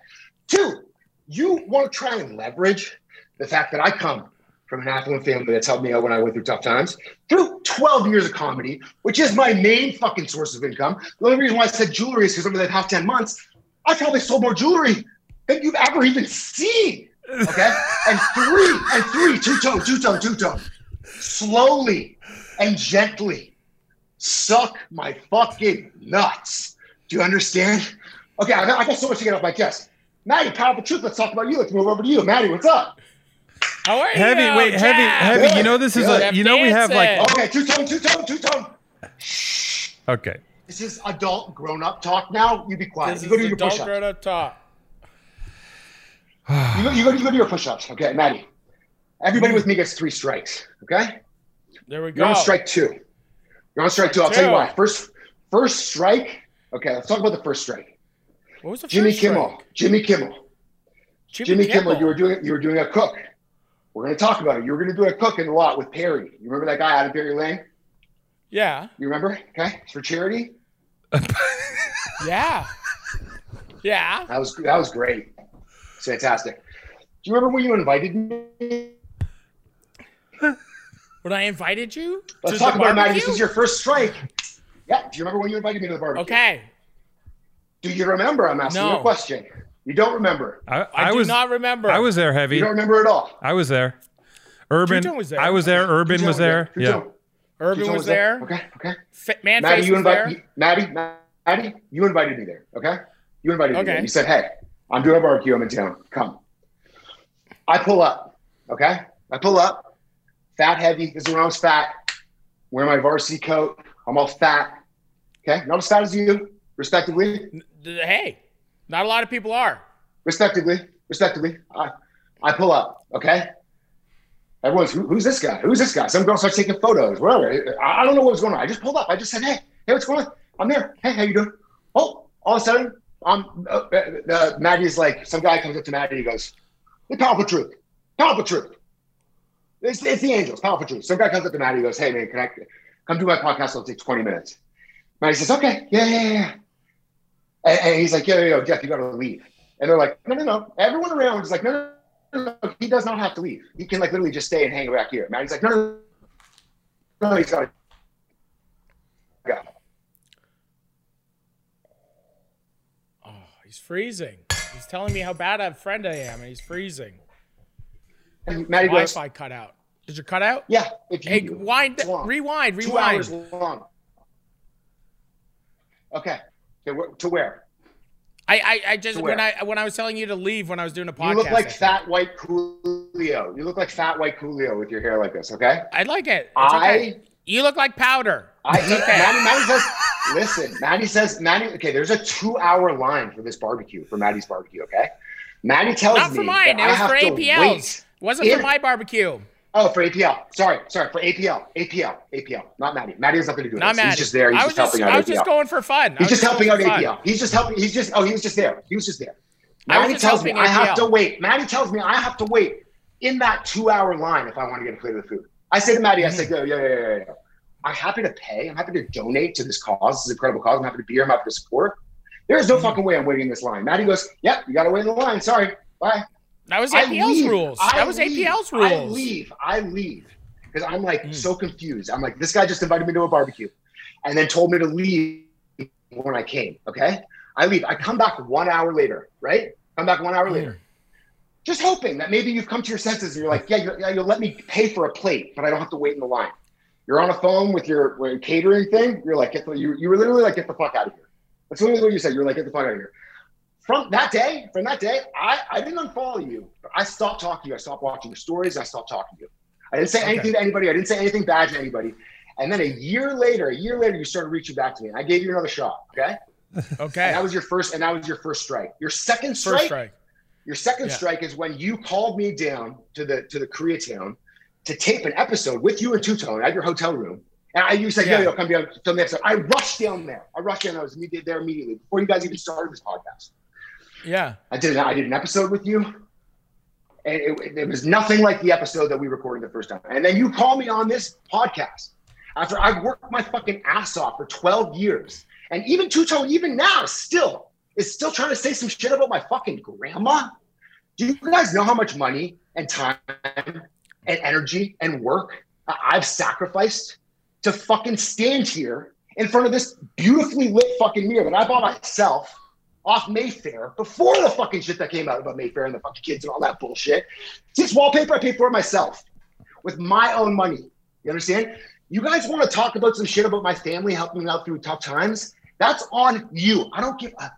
Speaker 5: Two, you want to try and leverage the fact that I come from an affluent family that's helped me out when I went through tough times through 12 years of comedy, which is my main fucking source of income. The only reason why I said jewelry is because over the past 10 months, I probably sold more jewelry than you've ever even seen. Okay. And three, and three, two tone, two tone, two tone. Slowly and gently suck my fucking nuts. Do you understand? Okay, I got, I got so much to get off my chest. Maddie, powerful truth. Let's talk about you. Let's move over to you, Maddie. What's up?
Speaker 3: How are
Speaker 4: Heavy,
Speaker 3: you?
Speaker 4: wait, heavy,
Speaker 3: Jack?
Speaker 4: heavy. You know this is
Speaker 5: Good.
Speaker 4: a. You know we have like.
Speaker 3: Dancing.
Speaker 5: Okay, two tone, two tone, two tone.
Speaker 4: Okay.
Speaker 5: This is adult grown up talk now. You be quiet.
Speaker 3: This
Speaker 5: you go do
Speaker 3: is
Speaker 5: your push
Speaker 3: adult
Speaker 5: ups.
Speaker 3: grown up talk.
Speaker 5: You, go- you, go, you go do your push ups. Okay, Maddie.
Speaker 3: Mm-hmm.
Speaker 5: Everybody with me gets three strikes. Okay?
Speaker 3: There we go.
Speaker 5: You're on strike two. You're on strike two. I'll tell you why. First, first strike. Okay, let's talk about the first strike.
Speaker 3: What was the
Speaker 5: Jimmy
Speaker 3: first
Speaker 5: Kimmel.
Speaker 3: strike?
Speaker 5: Jimmy Kimmel. Jimmy Kimmel, you were doing you were doing a cook. We're going to talk about it. You were going to do a cook in the lot with Perry. You remember that guy out of Perry Lane?
Speaker 3: Yeah.
Speaker 5: You remember? Okay, it's for charity.
Speaker 3: Yeah. yeah.
Speaker 5: That was that was great. It's fantastic. Do you remember when you invited me?
Speaker 3: When I invited you
Speaker 5: Let's
Speaker 3: to
Speaker 5: talk
Speaker 3: the
Speaker 5: about it, Maddie.
Speaker 3: barbecue.
Speaker 5: This is your first strike. Yeah. Do you remember when you invited me to the barbecue?
Speaker 3: okay.
Speaker 5: Do you remember? I'm asking you
Speaker 3: No.
Speaker 5: a question. You don't remember.
Speaker 4: I,
Speaker 3: I,
Speaker 4: I
Speaker 3: do
Speaker 4: was
Speaker 3: not remember.
Speaker 4: I was there,
Speaker 5: You
Speaker 4: heavy.
Speaker 5: don't remember at all.
Speaker 4: I was there. Urban
Speaker 3: Tuton was there.
Speaker 4: I was there. Urban
Speaker 5: Tuton
Speaker 4: was there.
Speaker 5: Tuton-
Speaker 4: Yeah.
Speaker 3: Urban
Speaker 5: Tuton
Speaker 3: was, there.
Speaker 5: Okay. Okay.
Speaker 3: Fit Man
Speaker 5: Maddie,
Speaker 3: face
Speaker 5: you
Speaker 3: was there.
Speaker 5: invited Maddie, Maddie, you invited me there. Okay, you invited me.
Speaker 3: Okay.
Speaker 5: There. You said, "Hey, I'm doing a barbecue. I'm in town. Come." I pull up. Okay, I pull up. Fat heavy. This is when I was fat. Wear my varsity coat. I'm all fat. Okay, not as fat as you, respectively.
Speaker 3: D- Hey, not a lot of people are.
Speaker 5: Respectively, respectively. I, I pull up. Okay. Everyone's who, who's this guy? Who's this guy? Some girl starts taking photos. Whatever. I, I don't know what was going on. I just pulled up. I just said, "Hey, hey, what's going on? I'm there. Hey, how you doing?" Oh, all of a sudden, um, uh, uh, uh, Maddie's like, some guy comes up to Maddie. He goes, "The powerful truth, powerful truth. It's, it's the angels, powerful truth." Some guy comes up to Maddie. He goes, "Hey, man, can I come do my podcast? It'll take 20 minutes." Maddie says, "Okay, yeah, yeah, yeah." And, and he's like, "Yo, yo, yo, Jeff, you gotta leave." And they're like, "No, no, no." Everyone around is like, "No, no." no he does not have to leave. He can like literally just stay and hang back here. Maddie's like, no, no, no, no, he's got to go.
Speaker 3: Oh, he's freezing. He's telling me how bad a friend I am, and he's freezing.
Speaker 5: And Maddie goes,
Speaker 3: Wi-Fi cut out. Did your cut out?
Speaker 5: yeah, if you
Speaker 3: Hey, wind,
Speaker 5: long,
Speaker 3: rewind,
Speaker 5: two
Speaker 3: rewind.
Speaker 5: hours long. Okay, to, wh- to where?
Speaker 3: I, I, I just
Speaker 5: To
Speaker 3: when
Speaker 5: where?
Speaker 3: I when I was telling you to leave when I was doing a podcast.
Speaker 5: you look
Speaker 3: I
Speaker 5: like
Speaker 3: think.
Speaker 5: fat white Coolio. You look like fat white Coolio with your hair like this. Okay,
Speaker 3: I like it. It's
Speaker 5: I.
Speaker 3: okay. You look like powder.
Speaker 5: I
Speaker 3: It's
Speaker 5: he,
Speaker 3: okay.
Speaker 5: Maddie, Maddie says, listen, Maddie says, Maddie, okay, there's a two hour line for this barbecue, for Maddie's barbecue, okay? Maddie tells
Speaker 3: Not
Speaker 5: me.
Speaker 3: for mine. It
Speaker 5: that I
Speaker 3: was
Speaker 5: have
Speaker 3: for
Speaker 5: to
Speaker 3: APLs.
Speaker 5: wait.
Speaker 3: Wasn't for
Speaker 5: Yeah.
Speaker 3: my barbecue.
Speaker 5: Oh, for APL. Sorry, sorry, for APL. APL, APL, not Maddie. Maddie has nothing to do with
Speaker 3: Not
Speaker 5: this.
Speaker 3: Maddie.
Speaker 5: He's just there. He's
Speaker 3: I was
Speaker 5: just helping out
Speaker 3: I was
Speaker 5: APL.
Speaker 3: just going for fun. I
Speaker 5: he's
Speaker 3: was
Speaker 5: just helping out
Speaker 3: going for fun.
Speaker 5: APL. He's just helping. He's just, oh, he was just there. He was just there.
Speaker 3: I was
Speaker 5: Maddie
Speaker 3: just
Speaker 5: tells me
Speaker 3: helping
Speaker 5: I have to
Speaker 3: APL.
Speaker 5: wait. Maddie tells me I have to wait in that two hour line if I want to get a plate of the food. I say to Maddie, I say,
Speaker 3: Mm-hmm.
Speaker 5: yo, yo, yo, yo, yo. I'm happy to pay. I'm happy to donate to this cause. This is an incredible cause. I'm happy to be here. I'm happy to support. There is no
Speaker 3: Mm-hmm.
Speaker 5: fucking way I'm waiting in this line. Maddie goes, yep, you got to wait in the line. Sorry. Bye.
Speaker 3: That was
Speaker 5: I
Speaker 3: APL's
Speaker 5: leave.
Speaker 3: rules.
Speaker 5: I
Speaker 3: that was
Speaker 5: leave.
Speaker 3: APL's
Speaker 5: I
Speaker 3: rules.
Speaker 5: leave. I leave because I'm like
Speaker 3: Mm.
Speaker 5: so confused. I'm like, this guy just invited me to a barbecue and then told me to leave when I came. Okay. I leave. I come back one hour later, right? Come back one hour later. Just hoping that maybe you've come to your senses and you're like, yeah, you yeah, you'll let me pay for a plate, but I don't have to wait in the line. You're on a phone with your, with your catering thing. You're like, get the, you, you were literally like, get the fuck out of here. That's literally what you said. You were like, get the fuck out of here from that day, from that day, I, I didn't unfollow you. But I stopped talking to you. I stopped watching your stories. I stopped talking to you. I didn't say anything to anybody. I didn't say anything bad to anybody. And then a year later, a year later, you started reaching back to me. And I gave you another shot. Okay. And
Speaker 3: Okay.
Speaker 5: that was your first, and that was your first strike. Your second strike,
Speaker 3: First strike.
Speaker 5: your second
Speaker 3: Yeah.
Speaker 5: strike is when you called me down to the to the Koreatown to tape an episode with you and Two Tone at your hotel room. And I, you said,
Speaker 3: Yeah.
Speaker 5: yo, yo, come down, film the episode. I rushed down there. I rushed down there. I was immediate- there immediately before you guys even started this podcast.
Speaker 3: Yeah.
Speaker 5: I did I did an episode with you, and it, it was nothing like the episode that we recorded the first time. And then you call me on this podcast after I've worked my fucking ass off for 12 years, and even Tuto, even now, still is still trying to say some shit about my fucking grandma. Do you guys know how much money and time and energy and work I- I've sacrificed to fucking stand here in front of this beautifully lit fucking mirror that I bought myself? off Mayfair before the fucking shit that came out about Mayfair and the fucking kids and all that bullshit. This wallpaper I paid for myself with my own money. You understand? You guys want to talk about some shit about my family helping me out through tough times? That's on you. I don't give a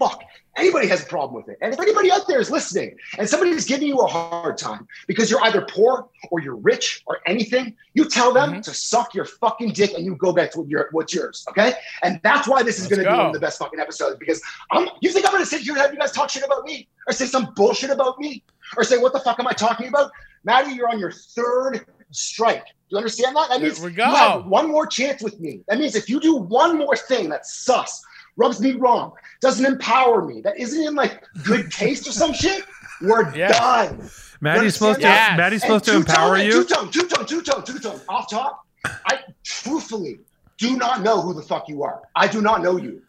Speaker 5: fuck. Anybody has a problem with it. And if anybody out there is listening and somebody's giving you a hard time because you're either poor or you're rich or anything, you tell them to suck your fucking dick and you go back to what your, what's yours. Okay. And that's why this is
Speaker 3: Let's
Speaker 5: going to be one
Speaker 3: go.
Speaker 5: of the best fucking episodes because I'm, you think I'm going to sit here and have you guys talk shit about me or say some bullshit about me or say, what the fuck am I talking about? Maddie, you're on your third strike. Do you understand that? That
Speaker 3: There
Speaker 5: means
Speaker 3: we
Speaker 5: you have
Speaker 3: go.
Speaker 5: one more chance with me. That means if you do one more thing that's sus, rubs me wrong, doesn't empower me, that isn't in like good taste or some shit, we're
Speaker 3: Yeah.
Speaker 5: done.
Speaker 4: Maddie's supposed to.
Speaker 3: Yes.
Speaker 4: Maddie's
Speaker 5: And
Speaker 4: supposed to empower
Speaker 5: two-tone,
Speaker 4: you.
Speaker 5: Two-tone, two-tone, two-tone, two-tone. Off top, I truthfully do not know who the fuck you are. I do not know you.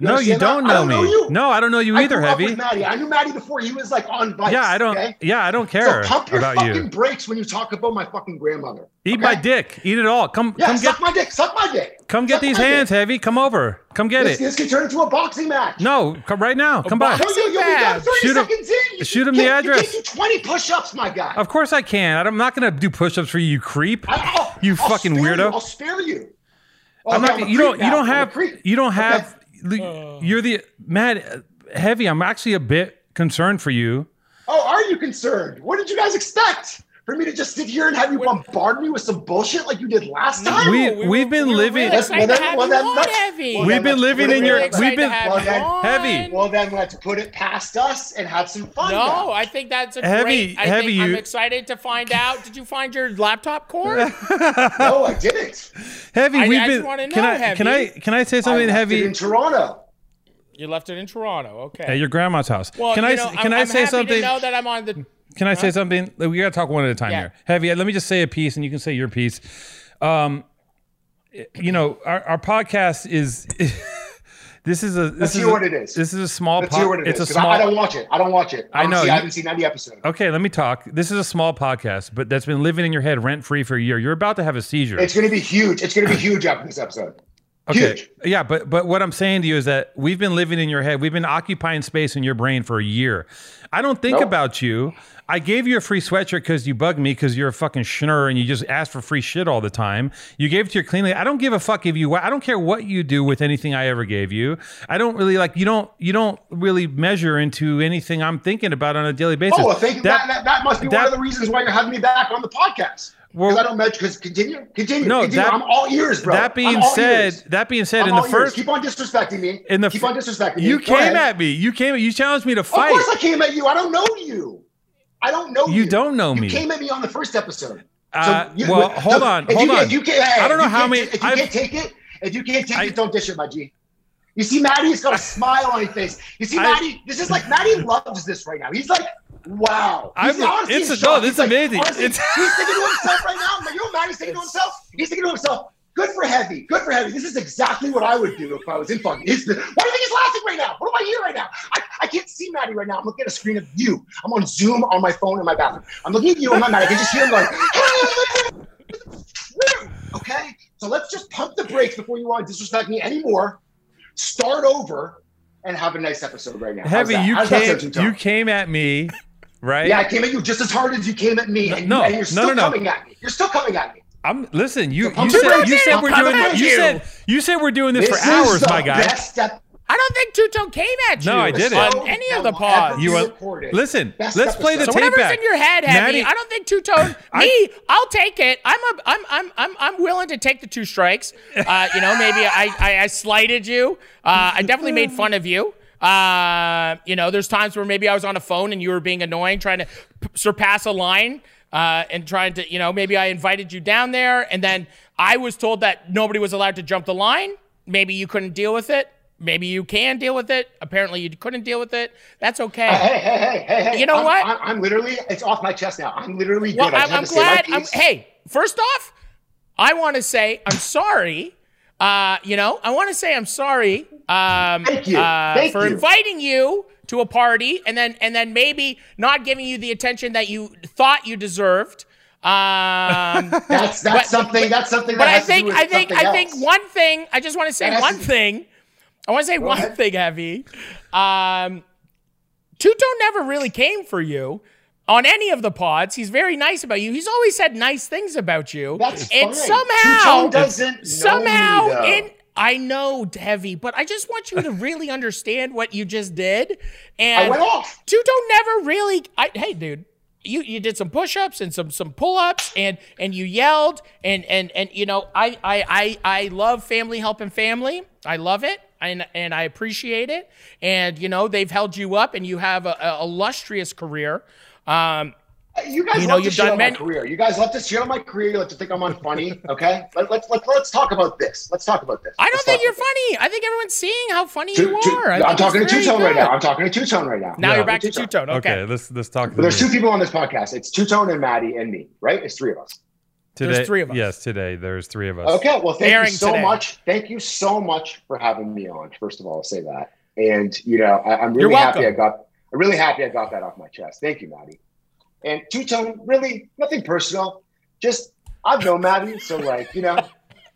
Speaker 4: No, you
Speaker 5: understand that?
Speaker 4: don't
Speaker 5: I
Speaker 4: know
Speaker 5: don't know
Speaker 4: me.
Speaker 5: you.
Speaker 4: No, I don't know you
Speaker 5: I
Speaker 4: either,
Speaker 5: grew up
Speaker 4: heavy.
Speaker 5: with Maddie. I knew Maddie before he was like on Vice.
Speaker 4: Yeah, I
Speaker 5: okay?
Speaker 4: don't. Yeah, I don't care
Speaker 5: So pump your
Speaker 4: about
Speaker 5: fucking
Speaker 4: you.
Speaker 5: brakes when you talk about my fucking grandmother.
Speaker 4: Eat
Speaker 5: okay?
Speaker 4: my dick. Eat it all. Come,
Speaker 5: Yeah,
Speaker 4: come get,
Speaker 5: suck my dick. Suck my dick.
Speaker 4: come get
Speaker 5: suck
Speaker 4: these
Speaker 5: my
Speaker 4: hands,
Speaker 5: dick.
Speaker 4: heavy. Come over. Come get
Speaker 5: This,
Speaker 4: it.
Speaker 5: this could turn into a boxing match.
Speaker 4: No, come right now. Come by.
Speaker 5: No, you, you'll be done 30
Speaker 4: Shoot him-
Speaker 5: seconds in. You
Speaker 4: shoot him
Speaker 5: can't-
Speaker 4: the address.
Speaker 5: You can't do 20 push-ups, my guy.
Speaker 4: Of course I can. I don't- I'm not gonna do push-ups for you, you creep.
Speaker 5: I- I'll-
Speaker 4: You
Speaker 5: I'll
Speaker 4: fucking
Speaker 5: spare
Speaker 4: weirdo.
Speaker 5: You. I'll spare you.
Speaker 4: I'm
Speaker 5: Okay,
Speaker 4: not.
Speaker 5: I'm a
Speaker 4: you
Speaker 5: creep
Speaker 4: don't. You
Speaker 5: now.
Speaker 4: don't
Speaker 5: I'm a
Speaker 4: have.
Speaker 5: creep.
Speaker 4: You don't have.
Speaker 3: Oh.
Speaker 4: You're the mad heavy. I'm actually a bit concerned for you.
Speaker 5: Oh, are you concerned? What did you guys expect? For me to just sit here and have you bombard me with some bullshit like you did last time?
Speaker 4: We-
Speaker 3: were-
Speaker 4: we've been
Speaker 3: were
Speaker 4: living-
Speaker 3: Really
Speaker 4: Let's-
Speaker 3: excited
Speaker 5: well,
Speaker 3: to
Speaker 5: then-
Speaker 3: have
Speaker 5: well,
Speaker 3: you
Speaker 5: then
Speaker 3: on,
Speaker 5: let's-
Speaker 3: heavy.
Speaker 5: well,
Speaker 3: We're
Speaker 5: then-
Speaker 4: We've been
Speaker 5: that's
Speaker 4: living
Speaker 5: really
Speaker 4: in your.
Speaker 3: really
Speaker 5: excited
Speaker 4: We've
Speaker 3: excited to
Speaker 4: been.
Speaker 3: have you
Speaker 5: Well,
Speaker 3: on.
Speaker 4: Heavy.
Speaker 5: well, then let's put it past us and have some fun.
Speaker 3: No,
Speaker 5: now.
Speaker 3: I think that's a
Speaker 4: Heavy-
Speaker 3: great. I
Speaker 4: heavy,
Speaker 3: think I'm
Speaker 4: you-
Speaker 3: excited to find out. Did you find your laptop cord?
Speaker 5: no, I didn't.
Speaker 4: Heavy.
Speaker 3: I-
Speaker 4: We've
Speaker 3: I just
Speaker 4: been.
Speaker 3: wanna
Speaker 4: can
Speaker 3: know,
Speaker 4: I? Can I?
Speaker 3: Heavy.
Speaker 4: Can I say
Speaker 5: I
Speaker 4: something,
Speaker 5: left it
Speaker 4: heavy?
Speaker 5: in Toronto.
Speaker 3: you left it in Toronto. Okay.
Speaker 4: At your grandma's house.
Speaker 3: well,
Speaker 4: can
Speaker 3: you
Speaker 4: I?
Speaker 3: know,
Speaker 4: can
Speaker 3: I'm,
Speaker 4: i
Speaker 3: I'm
Speaker 4: say
Speaker 3: happy To
Speaker 4: something?
Speaker 3: know that I'm on the.
Speaker 4: Can I say something? We gotta talk one at a time
Speaker 3: Yeah.
Speaker 4: here. Heavy, let me just say a piece, and you can say your piece. Um, you know, our, our podcast is. this is a. This
Speaker 5: Let's
Speaker 4: is
Speaker 5: hear
Speaker 4: a-
Speaker 5: what it is.
Speaker 4: This is a small.
Speaker 5: Let's hear what it
Speaker 4: it's
Speaker 5: is,
Speaker 4: a
Speaker 5: 'cause I-
Speaker 4: small.
Speaker 5: I, don't watch it. I don't watch it.
Speaker 4: I know,
Speaker 5: Honestly,
Speaker 4: you-
Speaker 5: I haven't seen any episode.
Speaker 4: okay, let me talk. This is a small podcast, but that's been living in your head rent free for a year. You're about to have a seizure.
Speaker 5: It's going to be huge. It's going to be huge after this episode.
Speaker 4: Okay.
Speaker 5: Huge.
Speaker 4: Yeah, but but what I'm saying to you is that we've been living in your head. We've been occupying space in your brain for a year. I don't think
Speaker 5: Nope.
Speaker 4: about you. I gave you a free sweatshirt because you bugged me because you're a fucking schnurr and you just ask for free shit all the time. You gave it to your clean lady. I don't give a fuck if you. I don't care what you do with anything I ever gave you. I don't really like you. Don't you don't really measure into anything I'm thinking about on a daily basis.
Speaker 5: Oh, well, thank you. That, that, that must be
Speaker 4: that-
Speaker 5: one of the reasons why you're having me back on the podcast. Because
Speaker 4: Well-
Speaker 5: I don't measure. Because continue, continue,
Speaker 4: No,
Speaker 5: continue.
Speaker 4: that-
Speaker 5: I'm all ears, bro.
Speaker 4: that being
Speaker 5: I'm all
Speaker 4: said,
Speaker 5: ears.
Speaker 4: that being said,
Speaker 5: I'm
Speaker 4: in the
Speaker 5: all ears.
Speaker 4: first,
Speaker 5: keep on disrespecting me.
Speaker 4: in the
Speaker 5: keep
Speaker 4: fir-
Speaker 5: on disrespecting me.
Speaker 4: you
Speaker 5: Go ahead.
Speaker 4: came at me. You came. You challenged me to
Speaker 5: Of
Speaker 4: fight.
Speaker 5: course, I came at you. I don't know you. I don't know you.
Speaker 4: You don't know me.
Speaker 5: You came at me on the first episode.
Speaker 4: Uh,
Speaker 5: you-
Speaker 4: well,
Speaker 5: so
Speaker 4: hold on,
Speaker 5: if you
Speaker 4: hold
Speaker 5: can't-
Speaker 4: on.
Speaker 5: if you can't- hey,
Speaker 4: I don't know
Speaker 5: if you
Speaker 4: how
Speaker 5: can't-
Speaker 4: many-
Speaker 5: If you
Speaker 4: I've-
Speaker 5: can't take it, if you can't take
Speaker 4: I-
Speaker 5: it, don't dish it, my G. You see, Maddie's got a smile on his face. You see,
Speaker 4: I-
Speaker 5: Maddie. This is like Maddie loves this right now. He's like, wow. He's
Speaker 4: I'm-
Speaker 5: honestly
Speaker 4: it's-
Speaker 5: in
Speaker 4: no, this
Speaker 5: shock. He's
Speaker 4: is
Speaker 5: like,
Speaker 4: amazing.
Speaker 5: honestly,
Speaker 4: It's-
Speaker 5: he's thinking to himself right now. Like, you know, what Maddie's thinking to himself. He's thinking to himself. Good for heavy. Good for heavy. This is exactly what I would do if I was in fucking. He's, why do you think he's laughing right now? What am I here right now? I, I can't see Maddie right now. I'm looking at a screen of you. I'm on Zoom on my phone in my bathroom. I'm looking at you on my Maddie. I can just hear him going. true. Okay, so let's just pump the brakes before you want to disrespect me anymore. Start over and have a nice episode right now. How's
Speaker 4: Heavy,
Speaker 5: that?
Speaker 4: you
Speaker 5: How's that
Speaker 4: came.
Speaker 5: sound, Tuto?
Speaker 4: You came at me, right?
Speaker 5: Yeah, I came at you just as hard as you came at me, and,
Speaker 4: No,
Speaker 5: you, and you're
Speaker 4: no,
Speaker 5: still
Speaker 4: no, no.
Speaker 5: coming at me. You're still coming at me.
Speaker 4: I'm. Listen, you.
Speaker 5: I'm
Speaker 4: You said.
Speaker 5: surprised
Speaker 4: You
Speaker 5: you
Speaker 4: said
Speaker 5: didn't
Speaker 4: we're
Speaker 5: come
Speaker 4: doing.
Speaker 5: at
Speaker 4: You
Speaker 5: you.
Speaker 4: said. You said we're doing this,
Speaker 5: This
Speaker 4: for hours,
Speaker 5: is the
Speaker 4: my guy.
Speaker 5: Best ep-
Speaker 3: I don't think Tuto came at
Speaker 4: No,
Speaker 3: you.
Speaker 4: I didn't.
Speaker 3: On any of the
Speaker 5: That will ever
Speaker 3: pods.
Speaker 5: be
Speaker 4: You are-
Speaker 5: recorded.
Speaker 4: Listen,
Speaker 5: Best
Speaker 4: let's play the
Speaker 5: episode.
Speaker 3: So
Speaker 4: tape
Speaker 3: whatever's
Speaker 4: back.
Speaker 3: in your head, heavy.
Speaker 4: Maddie-
Speaker 3: I don't think two tone.
Speaker 4: I-
Speaker 3: me, I'll take it. I'm a, I'm, I'm, I'm, I'm willing to take the two strikes. Uh, you know, maybe I, I, I slighted you. Uh, I definitely made fun of you. Uh, you know, there's times where maybe I was on a phone and you were being annoying, trying to p- surpass a line. Uh, and trying to, you know, maybe I invited you down there, and then I was told that nobody was allowed to jump the line. Maybe you couldn't deal with it. Maybe you can deal with it. Apparently, you couldn't deal with it. That's okay.
Speaker 5: Hey, hey, hey, hey, hey!
Speaker 3: You know
Speaker 5: I'm,
Speaker 3: what?
Speaker 5: I'm, I'm literally, it's off my chest now. I'm literally
Speaker 3: Well,
Speaker 5: good. I just
Speaker 3: I'm,
Speaker 5: had
Speaker 3: I'm
Speaker 5: to say my
Speaker 3: glad. I'm,
Speaker 5: piece.
Speaker 3: hey, first off, I want to say I'm sorry. Uh, you know, I want to say I'm sorry. Um,
Speaker 5: Thank you.
Speaker 3: uh,
Speaker 5: Thank
Speaker 3: for
Speaker 5: you.
Speaker 3: inviting you to a party and then and then maybe not giving you the attention that you thought you deserved. Um,
Speaker 5: That's that's
Speaker 3: But-
Speaker 5: something. That's something.
Speaker 3: but
Speaker 5: that
Speaker 3: I
Speaker 5: has to do
Speaker 3: think
Speaker 5: with
Speaker 3: I think
Speaker 5: something
Speaker 3: I think
Speaker 5: else.
Speaker 3: one thing I just want to say
Speaker 5: That has
Speaker 3: one
Speaker 5: to-
Speaker 3: thing. I want to say one
Speaker 5: ahead.
Speaker 3: thing, Heavy. Um, Tuto never really came for you on any of the pods. He's very nice about you. He's always said nice things about you.
Speaker 5: That's
Speaker 3: and
Speaker 5: fine.
Speaker 3: somehow
Speaker 5: Tuchon doesn't know me,
Speaker 3: somehow
Speaker 5: though.
Speaker 3: in I know, Devi, but I just want you to really understand what you just did. And
Speaker 5: I went off.
Speaker 3: dude don't never really I, hey dude you you did some push-ups and some some pull-ups and and you yelled and and and you know i i i, I love family helping family i love it and, and I appreciate it. And, you know, they've held you up and you have a, a illustrious career. Um,
Speaker 5: You guys
Speaker 3: You
Speaker 5: you
Speaker 3: know,
Speaker 5: love to
Speaker 3: you've
Speaker 5: shit
Speaker 3: done
Speaker 5: on
Speaker 3: many-
Speaker 5: my career. You guys love to shit on my career. You like to think I'm unfunny. Okay, Let, let's let's let's talk about this. Let's talk about this.
Speaker 3: I don't
Speaker 5: Let's
Speaker 3: think
Speaker 5: talk
Speaker 3: you're
Speaker 5: about
Speaker 3: funny. I think everyone's seeing how funny
Speaker 5: this.
Speaker 3: you
Speaker 5: Two- two-
Speaker 3: are. I
Speaker 5: I'm
Speaker 3: think it's
Speaker 5: talking to
Speaker 3: very
Speaker 5: two tone right
Speaker 3: good.
Speaker 5: now. I'm talking to two tone right now.
Speaker 3: Now
Speaker 4: Yeah.
Speaker 3: you're back to two tone. Okay.
Speaker 4: Okay, let's let's talk.
Speaker 5: But there's
Speaker 4: to
Speaker 5: two
Speaker 4: me.
Speaker 5: people on this podcast. It's two tone and Maddie and me. Right? It's three of us.
Speaker 4: Today,
Speaker 3: there's three of us.
Speaker 4: Yes, today there's three of us.
Speaker 5: Okay. Well, thank
Speaker 3: Airing
Speaker 5: you so
Speaker 3: today.
Speaker 5: much. Thank you so much for having me on. First of all, I'll say that. And you know, I, I'm
Speaker 3: You're
Speaker 5: really happy I
Speaker 3: welcome.
Speaker 5: got. I'm really happy I got that off my chest. Thank you, Maddie. And two tone, really nothing personal. Just I've known Maddie, so like you know,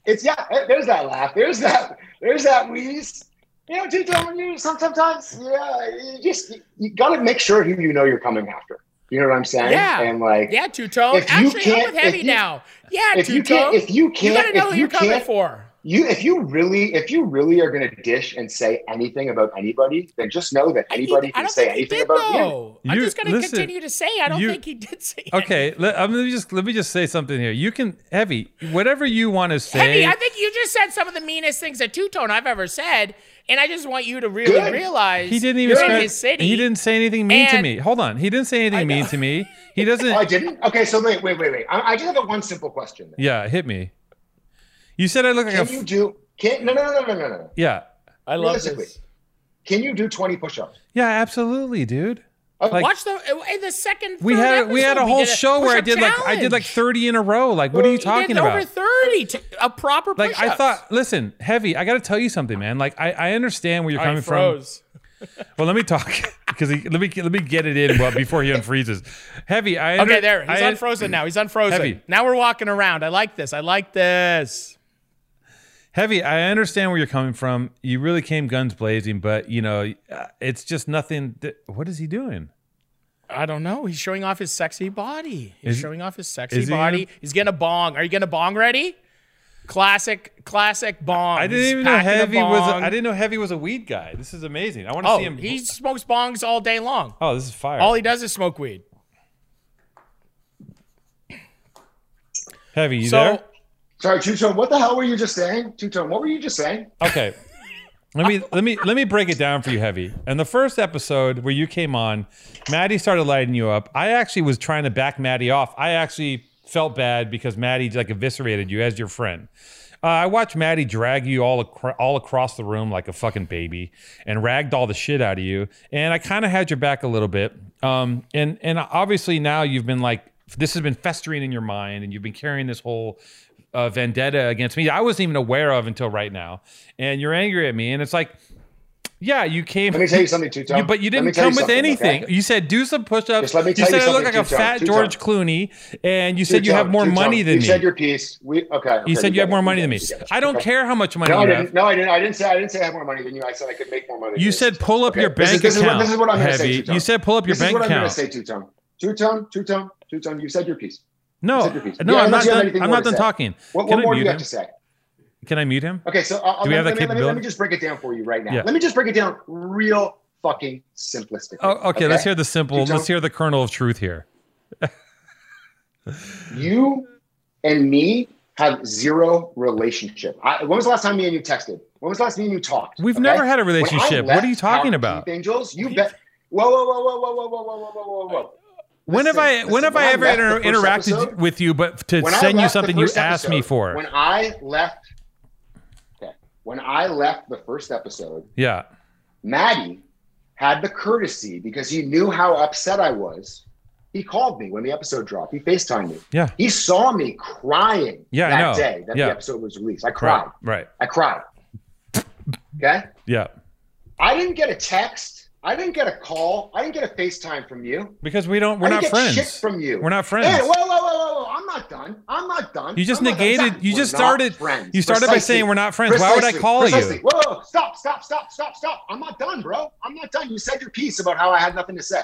Speaker 5: it's yeah. There's that laugh. There's that. There's that wheeze. You know, two tone. You some- sometimes yeah. You just you, got to make sure who you know you're coming after. You know what I'm saying?
Speaker 3: Yeah.
Speaker 5: And like
Speaker 3: Yeah, two tone.
Speaker 5: If you
Speaker 3: Actually, I'm
Speaker 5: can't-
Speaker 3: with heavy
Speaker 5: if you-
Speaker 3: now. Yeah,
Speaker 5: if
Speaker 3: two
Speaker 5: you can't,
Speaker 3: tone.
Speaker 5: if you
Speaker 3: You got
Speaker 5: can't,
Speaker 3: to know
Speaker 5: if
Speaker 3: who
Speaker 5: you
Speaker 3: you're coming
Speaker 5: can't,
Speaker 3: for.
Speaker 5: you if you really if you really are going to dish and say anything about anybody, then just know that
Speaker 3: I think-
Speaker 5: anybody
Speaker 3: I
Speaker 5: can
Speaker 3: don't
Speaker 5: say
Speaker 3: think he
Speaker 5: anything
Speaker 3: did,
Speaker 5: about you.
Speaker 3: though. I'm
Speaker 4: You-
Speaker 3: just going to
Speaker 4: listen,
Speaker 3: continue to say I don't
Speaker 4: you-
Speaker 3: think he did say
Speaker 4: Okay, let, I'm, let me just let me just say something here. You can heavy whatever you want to say.
Speaker 3: Heavy, I think you just said some of the meanest things a two tone I've ever said, and I just want you to really
Speaker 5: Good.
Speaker 3: realize
Speaker 4: He didn't even
Speaker 3: you're in
Speaker 4: start-
Speaker 3: his city.
Speaker 4: He didn't say anything mean to
Speaker 3: And-
Speaker 4: me. Hold on. He didn't say anything mean to me. He doesn't.
Speaker 5: Oh, I didn't. Okay, so wait, wait, wait, wait. I, I just have a one simple question. then.
Speaker 4: yeah, hit me. You said I look like a.
Speaker 5: Can
Speaker 4: f-
Speaker 5: you do? Can no, no, no, no, no, no, no.
Speaker 4: yeah,
Speaker 3: I love
Speaker 5: Realistically,
Speaker 3: this.
Speaker 5: can you do twenty push-ups?
Speaker 4: yeah, absolutely, dude.
Speaker 5: Okay.
Speaker 4: Like-
Speaker 3: Watch the uh, in the second.
Speaker 4: We
Speaker 3: third
Speaker 4: had we had
Speaker 3: episode,
Speaker 4: a
Speaker 3: we
Speaker 4: whole
Speaker 3: did
Speaker 4: show where I
Speaker 3: push-up
Speaker 4: did like I did like
Speaker 3: challenge.
Speaker 4: 30 in a row. Like, what are you
Speaker 3: He
Speaker 4: talking
Speaker 3: did
Speaker 4: about?
Speaker 3: Over thirty, to, a proper.
Speaker 4: like
Speaker 3: push-ups.
Speaker 4: I thought. Listen, heavy. I got to tell you something, man. Like I, I understand where you're
Speaker 3: I
Speaker 4: coming from.
Speaker 3: froze.
Speaker 4: Well, let me talk because he, let me let me get it in well before he unfreezes. Heavy. I under-
Speaker 3: Okay, there. He's
Speaker 4: I,
Speaker 3: unfrozen now. He's unfrozen.
Speaker 4: Heavy.
Speaker 3: Now we're walking around. I like this. I like this.
Speaker 4: Heavy, I understand where you're coming from. You really came guns blazing, but you know, uh, it's just nothing. That, what is he doing?
Speaker 3: I don't know. He's showing off his sexy body. He's showing off his sexy
Speaker 4: is he
Speaker 3: body.
Speaker 4: in?
Speaker 3: He's getting a bong. Are you getting a bong ready? Classic, classic bong.
Speaker 4: I didn't
Speaker 3: He's
Speaker 4: even know
Speaker 3: packing a
Speaker 4: heavy was.
Speaker 3: bong.
Speaker 4: A, I didn't know heavy was a weed guy. This is amazing. I want to
Speaker 3: Oh,
Speaker 4: see him.
Speaker 3: he smokes bongs all day long.
Speaker 4: oh, this is fire.
Speaker 3: All he does is smoke weed.
Speaker 4: heavy, you
Speaker 3: So
Speaker 5: Sorry, two tone. What the hell were you just saying? Two tone. What were you just saying?
Speaker 4: there? Okay. let me let me let me break it down for you, heavy. And the first episode where you came on, Maddie started lighting you up. I actually was trying to back Maddie off. I actually felt bad because Maddie like eviscerated you as your friend. Uh, I watched Maddie drag you all acro- all across the room like a fucking baby and ragged all the shit out of you. And I kind of had your back a little bit. Um, and and obviously now you've been like this has been festering in your mind and you've been carrying this whole uh, vendetta against me. I wasn't even aware of until right now. And you're angry at me. And it's like, yeah, you came.
Speaker 5: Let me tell you something, two tone.
Speaker 4: You- but you didn't
Speaker 5: tell
Speaker 4: come
Speaker 5: you
Speaker 4: with
Speaker 5: something,
Speaker 4: anything.
Speaker 5: okay?
Speaker 4: You said do some push-ups.
Speaker 5: Just let me
Speaker 4: you
Speaker 5: tell you
Speaker 4: said I look
Speaker 5: something,
Speaker 4: like a
Speaker 5: two-tone,
Speaker 4: fat
Speaker 5: two-tone.
Speaker 4: George Clooney, and you said you
Speaker 5: Two-tone,
Speaker 4: have more
Speaker 5: two-tone.
Speaker 4: money than
Speaker 5: you
Speaker 4: me.
Speaker 5: said your piece. We okay. okay,
Speaker 4: you
Speaker 5: we
Speaker 4: said
Speaker 5: get
Speaker 4: you have
Speaker 5: it,
Speaker 4: more
Speaker 5: we
Speaker 4: money
Speaker 5: get
Speaker 4: than
Speaker 5: it,
Speaker 4: me.
Speaker 5: we get it.
Speaker 4: I don't
Speaker 5: Okay.
Speaker 4: care how much money
Speaker 5: No, I
Speaker 4: you have.
Speaker 5: didn't. No, I didn't. I didn't say. I didn't say I have more money than you. I said I could make more money. than
Speaker 4: You said pull up
Speaker 5: Okay,
Speaker 4: your
Speaker 5: this
Speaker 4: bank
Speaker 5: is- this is what-
Speaker 4: account.
Speaker 5: this is what I'm gonna say,
Speaker 4: heavy.
Speaker 5: two-tone.
Speaker 4: you said pull up your
Speaker 5: This is
Speaker 4: bank
Speaker 5: what I'm going
Speaker 4: account.
Speaker 5: to say, two tone, two tone, two tone, two tone. You said your piece.
Speaker 4: no,
Speaker 5: said your piece.
Speaker 4: no,
Speaker 5: Yeah,
Speaker 4: I'm not
Speaker 5: unless you have
Speaker 4: done.
Speaker 5: anything
Speaker 4: I'm
Speaker 5: more
Speaker 4: not
Speaker 5: to
Speaker 4: done
Speaker 5: say.
Speaker 4: talking.
Speaker 5: What,
Speaker 4: Can
Speaker 5: what
Speaker 4: I
Speaker 5: more do
Speaker 4: mute
Speaker 5: you
Speaker 4: him?
Speaker 5: have to say?
Speaker 4: Can I mute him?
Speaker 5: Okay, so uh,
Speaker 4: Do we have that
Speaker 5: let, let, me, let, me, let
Speaker 4: capability?
Speaker 5: me just break it down for you right now.
Speaker 4: Yeah.
Speaker 5: Let me just break it down real fucking simplistically.
Speaker 4: Oh, okay, let's hear the simple.
Speaker 5: Two-tone.
Speaker 4: Let's hear the kernel of truth here.
Speaker 5: You and me have zero relationship. I, when was the last time me and you texted? When was the last time you talked?
Speaker 4: We've never had a
Speaker 5: When I
Speaker 4: relationship. What
Speaker 5: left
Speaker 4: are you talking
Speaker 5: Howard
Speaker 4: about?
Speaker 5: Keith Angels, you bet. Whoa, whoa, whoa, whoa, whoa, whoa, whoa, whoa, whoa, whoa.
Speaker 4: When have I?
Speaker 5: Listen,
Speaker 4: When have
Speaker 5: listen,
Speaker 4: I
Speaker 5: when I
Speaker 4: ever
Speaker 5: left
Speaker 4: inter-
Speaker 5: the first
Speaker 4: interacted
Speaker 5: episode-
Speaker 4: with you, but to
Speaker 5: When I
Speaker 4: send you
Speaker 5: left the
Speaker 4: something you
Speaker 5: first
Speaker 4: asked me
Speaker 5: episode-
Speaker 4: for?
Speaker 5: When I left, okay, when I left the first episode,
Speaker 4: yeah.
Speaker 5: Maddie had the courtesy because he knew how upset I was. He called me when the episode dropped. He FaceTimed me.
Speaker 4: Yeah.
Speaker 5: He saw me crying
Speaker 4: Yeah, I
Speaker 5: that
Speaker 4: know.
Speaker 5: day that
Speaker 4: Yeah.
Speaker 5: the episode was released. I cried.
Speaker 4: Right. Right.
Speaker 5: I cried. Okay.
Speaker 4: Yeah.
Speaker 5: I didn't get a text. I didn't get a call. I didn't get a FaceTime from you.
Speaker 4: Because we don't. We're
Speaker 5: I
Speaker 4: not
Speaker 5: didn't get Shit
Speaker 4: friends.
Speaker 5: from you.
Speaker 4: We're not friends.
Speaker 5: Hey, whoa, whoa, whoa, whoa, whoa! I'm not done. I'm not done.
Speaker 4: You just
Speaker 5: I'm not done.
Speaker 4: negated-
Speaker 5: Stop.
Speaker 4: you
Speaker 5: We're
Speaker 4: just
Speaker 5: not
Speaker 4: started-
Speaker 5: friends.
Speaker 4: you started by saying we're not friends. Why would I call you?
Speaker 5: precisely. Whoa, whoa, whoa. stop, stop, stop, stop, stop! I'm not done, bro. I'm not done. You said your piece about how I had nothing to say.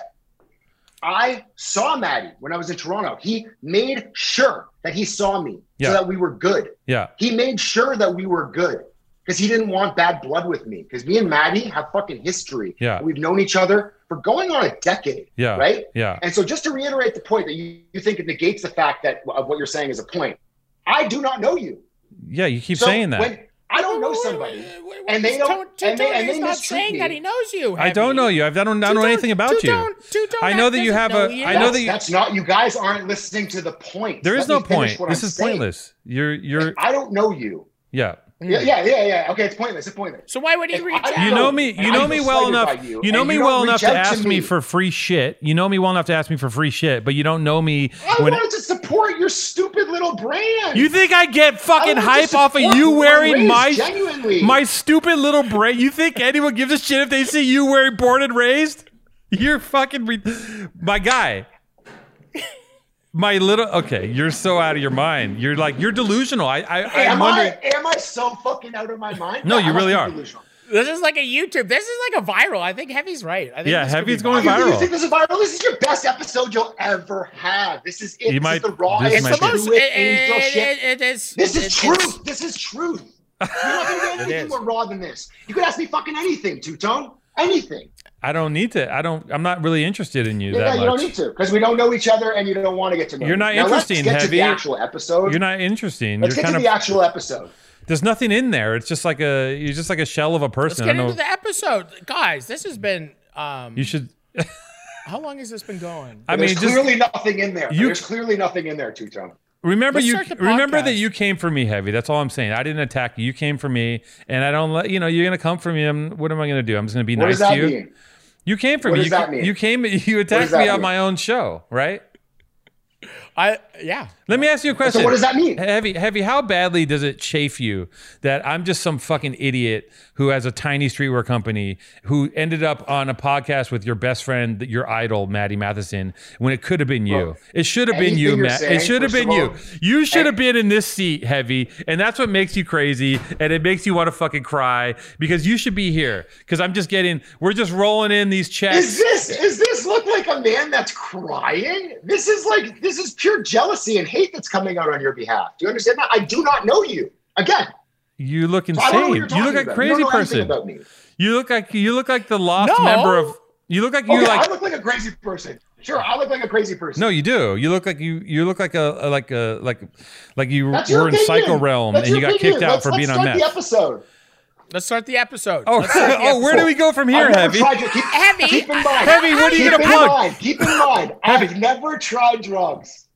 Speaker 5: I saw Maddie when I was in Toronto. He made sure that he saw me
Speaker 4: Yeah.
Speaker 5: so that we were good.
Speaker 4: Yeah.
Speaker 5: He made sure that we were good. because he didn't want bad blood with me. Because me and Maddie have fucking history.
Speaker 4: Yeah.
Speaker 5: We've known each other for going on a decade.
Speaker 4: Yeah.
Speaker 5: Right.
Speaker 4: Yeah.
Speaker 5: And so, just to reiterate the point that you, you think it negates the fact that of what you're saying is a point, I do not know you.
Speaker 4: Yeah. You keep
Speaker 5: So
Speaker 4: saying that.
Speaker 5: When I don't know somebody, and they don't- and they- and they
Speaker 3: Tony's not
Speaker 5: mistreat
Speaker 3: saying
Speaker 5: me.
Speaker 3: that he knows you.
Speaker 4: I don't
Speaker 3: Heavy.
Speaker 4: know you. I've- I don't, I don't know
Speaker 3: Two-Tone-
Speaker 4: anything about you.
Speaker 3: Two-Tone- Two-Tone
Speaker 4: I know that you
Speaker 3: doesn't
Speaker 4: have
Speaker 3: know
Speaker 4: a-
Speaker 3: you.
Speaker 4: I know
Speaker 5: that's,
Speaker 4: that you-
Speaker 5: that's not. You guys aren't listening to the point.
Speaker 4: There
Speaker 5: Let
Speaker 4: is no
Speaker 5: me finish
Speaker 4: point.
Speaker 5: what
Speaker 4: This
Speaker 5: I'm
Speaker 4: is
Speaker 5: saying.
Speaker 4: pointless. You're you're
Speaker 5: I don't know you.
Speaker 4: yeah.
Speaker 3: Hmm.
Speaker 5: Yeah, yeah, yeah, yeah. Okay, it's pointless. It's pointless.
Speaker 3: So why would he
Speaker 5: If
Speaker 3: reach
Speaker 5: I-
Speaker 3: out?
Speaker 4: You know me.
Speaker 5: And
Speaker 4: You know
Speaker 5: I'm
Speaker 4: me well
Speaker 5: persuaded
Speaker 4: enough.
Speaker 5: by
Speaker 4: You,
Speaker 5: you,
Speaker 4: know
Speaker 5: and
Speaker 4: me
Speaker 5: you don't
Speaker 4: well enough
Speaker 5: reach
Speaker 4: to
Speaker 5: out to
Speaker 4: ask me
Speaker 5: me.
Speaker 4: for free shit. You know me well enough to ask me for free shit, but you don't know me
Speaker 5: I
Speaker 4: when.
Speaker 5: wanted to support your stupid little brand.
Speaker 4: you think I get fucking
Speaker 5: I wanted to
Speaker 4: hype off of
Speaker 5: support
Speaker 4: you
Speaker 5: my
Speaker 4: wearing
Speaker 5: race,
Speaker 4: my
Speaker 5: genuinely.
Speaker 4: my stupid little brain? You think anyone gives a shit if they see you wearing born and raised? You're fucking re- my guy. My little okay, you're so out of your mind. You're like you're delusional. I I I'm
Speaker 5: am
Speaker 4: wondering.
Speaker 5: I am I so fucking out of my mind?
Speaker 4: No, you
Speaker 5: I must
Speaker 4: really
Speaker 5: be
Speaker 4: are.
Speaker 5: delusional.
Speaker 3: This is like a YouTube. This is like a viral. I think Heavy's right. I think
Speaker 4: Yeah,
Speaker 3: this could
Speaker 4: Heavy's
Speaker 3: be
Speaker 4: going
Speaker 5: You,
Speaker 4: Viral.
Speaker 5: you think this is viral? This is your best episode you'll ever have. This is it.
Speaker 4: You
Speaker 5: this
Speaker 4: might-
Speaker 5: is the raw.
Speaker 4: this
Speaker 5: and
Speaker 4: might
Speaker 3: It's the
Speaker 4: be-
Speaker 5: true
Speaker 3: most. It,
Speaker 5: with angel
Speaker 3: it,
Speaker 5: shit.
Speaker 3: it- it is.
Speaker 5: This is
Speaker 3: it- it's-
Speaker 5: truth. This is truth. You're not gonna get anything
Speaker 3: is.
Speaker 5: more raw than this. You could ask me fucking anything, two tone. Anything.
Speaker 4: I don't need to. I don't. I'm not really interested in you
Speaker 5: Yeah,
Speaker 4: that
Speaker 5: you don't
Speaker 4: much.
Speaker 5: need to because we don't know each other and you don't want to get to know.
Speaker 4: You're
Speaker 5: me.
Speaker 4: not
Speaker 5: Now,
Speaker 4: interesting,
Speaker 5: Let's get to
Speaker 4: Heavy.
Speaker 5: the actual episode.
Speaker 4: You're not interesting.
Speaker 5: let's
Speaker 4: you're kind
Speaker 5: get to
Speaker 4: of
Speaker 5: the actual episode.
Speaker 4: There's nothing in there. It's just like a you're just like a shell of a
Speaker 3: Let's
Speaker 4: person.
Speaker 3: get
Speaker 4: I don't
Speaker 3: into
Speaker 4: know.
Speaker 3: the episode, guys. This has been. Um,
Speaker 4: You should.
Speaker 3: how long has this been going?
Speaker 4: I mean,
Speaker 5: There's
Speaker 4: just
Speaker 5: clearly nothing in there.
Speaker 4: You-
Speaker 5: There's clearly nothing in there, two tone.
Speaker 4: remember
Speaker 3: Let's
Speaker 4: you
Speaker 3: start the
Speaker 4: remember that
Speaker 3: podcast.
Speaker 4: you came for me, heavy. That's all I'm saying. I didn't attack you. You came for me, and I don't let you know you're gonna come for me. I'm, what am I gonna do? I'm just gonna be
Speaker 5: What
Speaker 4: nice
Speaker 5: does that
Speaker 4: to you.
Speaker 5: mean?
Speaker 4: You came for
Speaker 5: What
Speaker 4: me.
Speaker 5: does
Speaker 4: you,
Speaker 5: that
Speaker 4: ca-
Speaker 5: mean?
Speaker 4: you came. You attacked
Speaker 5: that
Speaker 4: me on
Speaker 5: mean?
Speaker 4: my own show, right?
Speaker 3: I yeah.
Speaker 4: Let me ask you a question.
Speaker 5: So what does that mean?
Speaker 4: Heavy, heavy. How badly does it chafe you that I'm just some fucking idiot who has a tiny streetwear company who ended up on a podcast with your best friend, your idol, Maddie Matheson, when it could have been you. it should have been
Speaker 5: anything
Speaker 4: you,
Speaker 5: you're
Speaker 4: Matt.
Speaker 5: saying,
Speaker 4: It should have
Speaker 5: first
Speaker 4: been
Speaker 5: of
Speaker 4: you.
Speaker 5: all-
Speaker 4: You should have been in this seat, heavy, and that's what makes you crazy, and it makes you want to fucking cry because you should be here. Because I'm just getting, we're just rolling in these
Speaker 5: Is
Speaker 4: checks.
Speaker 5: this is this look like a man that's crying? This is like this is pure jealousy and hate that's coming out on your behalf. Do you understand that? I do not know you. Again,
Speaker 4: you look
Speaker 5: I don't know
Speaker 4: insane.
Speaker 5: what
Speaker 4: You
Speaker 5: you're talking
Speaker 4: look like
Speaker 5: about.
Speaker 4: a crazy
Speaker 5: you don't know anything
Speaker 4: person.
Speaker 5: About me.
Speaker 4: You look like you look like the lost
Speaker 3: No.
Speaker 4: member of. You look like you
Speaker 5: Okay,
Speaker 4: like
Speaker 5: I look like a crazy person. Sure, I look like a crazy person.
Speaker 4: No, you do. You look like you. You look like a, a- like a like like you
Speaker 5: that's
Speaker 4: were
Speaker 5: your
Speaker 4: in
Speaker 5: opinion.
Speaker 4: psycho realm
Speaker 5: That's
Speaker 4: and you
Speaker 5: your
Speaker 4: got
Speaker 5: opinion.
Speaker 4: kicked out
Speaker 5: Let's-
Speaker 4: for
Speaker 5: let's
Speaker 4: being on
Speaker 5: start the
Speaker 4: meth.
Speaker 5: episode.
Speaker 3: Let's start the episode.
Speaker 4: Oh,
Speaker 3: Let's start the
Speaker 4: oh, where do we go from here,
Speaker 5: I've never
Speaker 4: heavy?
Speaker 5: tried to- keep,
Speaker 3: Heavy.
Speaker 5: keep in mind.
Speaker 4: Heavy, what are you
Speaker 5: keep
Speaker 4: gonna
Speaker 5: in
Speaker 4: plug?
Speaker 5: Mind, keep in mind, I've never tried drugs.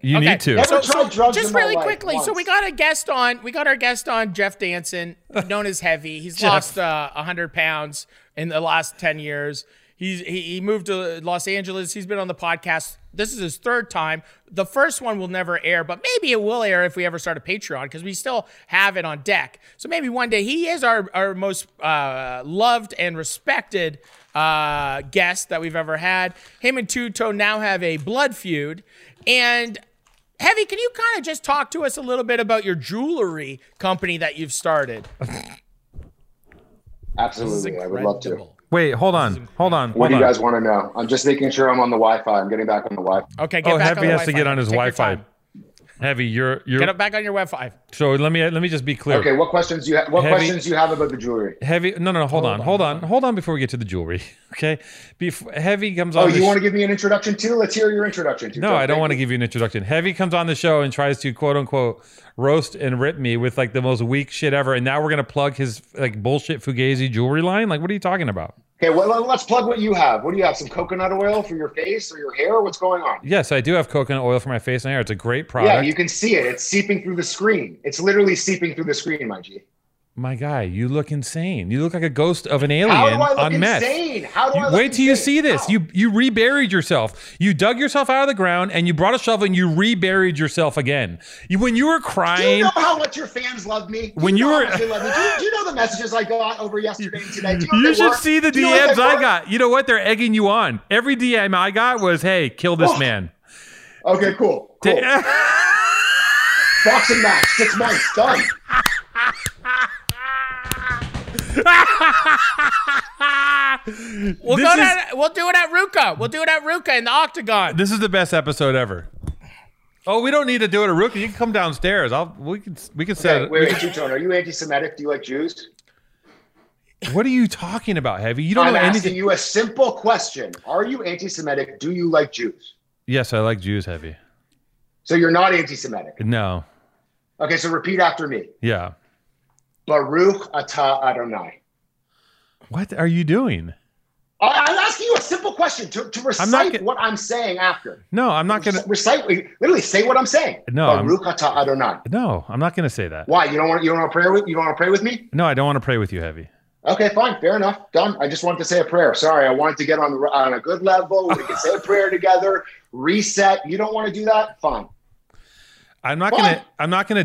Speaker 4: You
Speaker 3: Okay.
Speaker 4: need to.
Speaker 5: Never tried drugs
Speaker 3: just
Speaker 5: in my
Speaker 3: really
Speaker 5: life
Speaker 3: quickly. So
Speaker 5: once.
Speaker 3: we got a guest on. We got our guest on Jeff Danson, known as Heavy. He's
Speaker 4: Jeff.
Speaker 3: lost uh, hundred pounds in the last ten years. He's he, he moved to Los Angeles. He's been on the podcast. This is his third time. The first one will never air, but maybe it will air if we ever start a Patreon because we still have it on deck. So maybe one day he is our our most uh, loved and respected uh, guest that we've ever had. Him and Two Tone now have a blood feud, and Heavy, can you kind of just talk to us a little bit about your jewelry company that you've started?
Speaker 5: Absolutely, I would love to.
Speaker 4: Wait, hold on, hold on, hold
Speaker 5: What do you
Speaker 4: on.
Speaker 5: guys want to know? I'm just making sure I'm on the Wi-Fi. I'm getting back on the Wi-Fi.
Speaker 3: Okay, get
Speaker 4: Oh,
Speaker 3: back on
Speaker 4: heavy
Speaker 3: the
Speaker 4: has to
Speaker 3: Wi-Fi.
Speaker 4: get on his
Speaker 3: Take your
Speaker 4: Wi-Fi.
Speaker 3: time.
Speaker 4: Heavy, you're
Speaker 3: Get
Speaker 4: you're.
Speaker 3: up back on your Wi-Fi.
Speaker 4: So let me let me just be clear.
Speaker 5: Okay, what questions do you have? What
Speaker 4: Heavy-
Speaker 5: questions do you have about the jewelry?
Speaker 4: Heavy, no, no, no. Hold, on, hold on, hold on. Before we get to the jewelry, okay? Before heavy comes on.
Speaker 5: Oh,
Speaker 4: the
Speaker 5: you
Speaker 4: sh-
Speaker 5: want to give me an introduction too? Let's hear your introduction too.
Speaker 4: No, I don't want to give you an introduction. Heavy comes on the show and tries to quote unquote roast and rip me with like the most weak shit ever. And now we're gonna plug his like bullshit Fugazi jewelry line. Like, what are you talking about?
Speaker 5: Okay, well, let's plug what you have. What do you have? Some coconut oil for your face or your hair? What's going on?
Speaker 4: Yes, I do have coconut oil for my face and hair. It's a great product.
Speaker 5: Yeah, you can see it. It's seeping through the screen. It's literally seeping through the screen, my G.
Speaker 4: my guy, you look insane. You look like a ghost of an alien
Speaker 5: How do I look
Speaker 4: on meth.
Speaker 5: insane? How do I
Speaker 4: You,
Speaker 5: look
Speaker 4: wait till you
Speaker 5: insane?
Speaker 4: see this.
Speaker 5: How?
Speaker 4: You you reburied yourself. You dug yourself out of the ground and you brought a shovel and you reburied yourself again. You when you were
Speaker 5: Do
Speaker 4: crying,
Speaker 5: you know how much your fans love me? Do
Speaker 4: When you
Speaker 5: know how
Speaker 4: were-
Speaker 5: much they love me? Do, you, do you know the messages I got over yesterday and today? Do you know what
Speaker 4: You
Speaker 5: they
Speaker 4: should
Speaker 5: were?
Speaker 4: see the
Speaker 5: Do you know what
Speaker 4: DMs
Speaker 5: they
Speaker 4: I
Speaker 5: were?
Speaker 4: got. You know what? They're egging you on. Every DM I got was, "Hey, kill this
Speaker 5: Oh.
Speaker 4: man."
Speaker 5: Okay, cool. cool. Boxing match, six months, done.
Speaker 3: We'll
Speaker 4: This
Speaker 3: go
Speaker 4: is-
Speaker 3: down, We'll do it at Ruka. We'll do it at Ruka in the Octagon.
Speaker 4: This is the best episode ever. Oh, we don't need to do it at Rookie. You can come downstairs. I'll we can we can set.
Speaker 5: Okay,
Speaker 4: it.
Speaker 5: wait, wait, Two-Tone, are you anti-Semitic? Do you like Jews?
Speaker 4: What are you talking about, Heavy? You don't
Speaker 5: I'm
Speaker 4: know
Speaker 5: asking
Speaker 4: anything.
Speaker 5: you a simple question. Are you anti-Semitic? Do you like Jews?
Speaker 4: Yes, I like Jews, Heavy.
Speaker 5: So you're not anti-Semitic.
Speaker 4: No.
Speaker 5: Okay, so repeat after me.
Speaker 4: Yeah.
Speaker 5: Baruch Ata Adonai.
Speaker 4: What are you doing?
Speaker 5: I- I'm asking you a simple question to, to recite
Speaker 4: get-
Speaker 5: what I'm saying after.
Speaker 4: No, I'm not gonna.
Speaker 5: recite literally say what I'm saying.
Speaker 4: No, I'm-
Speaker 5: Baruch Ata Adonai.
Speaker 4: No, I'm not gonna say that.
Speaker 5: Why you don't want you don't want to pray with you don't want to pray with me?
Speaker 4: No, I don't want to pray with you, Heavy.
Speaker 5: Okay, fine, fair enough. Done. I just wanted to say a prayer. Sorry, I wanted to get on the, on a good level. We can say a prayer together. Reset. You don't want to do that? Fine.
Speaker 4: I'm not
Speaker 5: What?
Speaker 4: gonna. I'm not gonna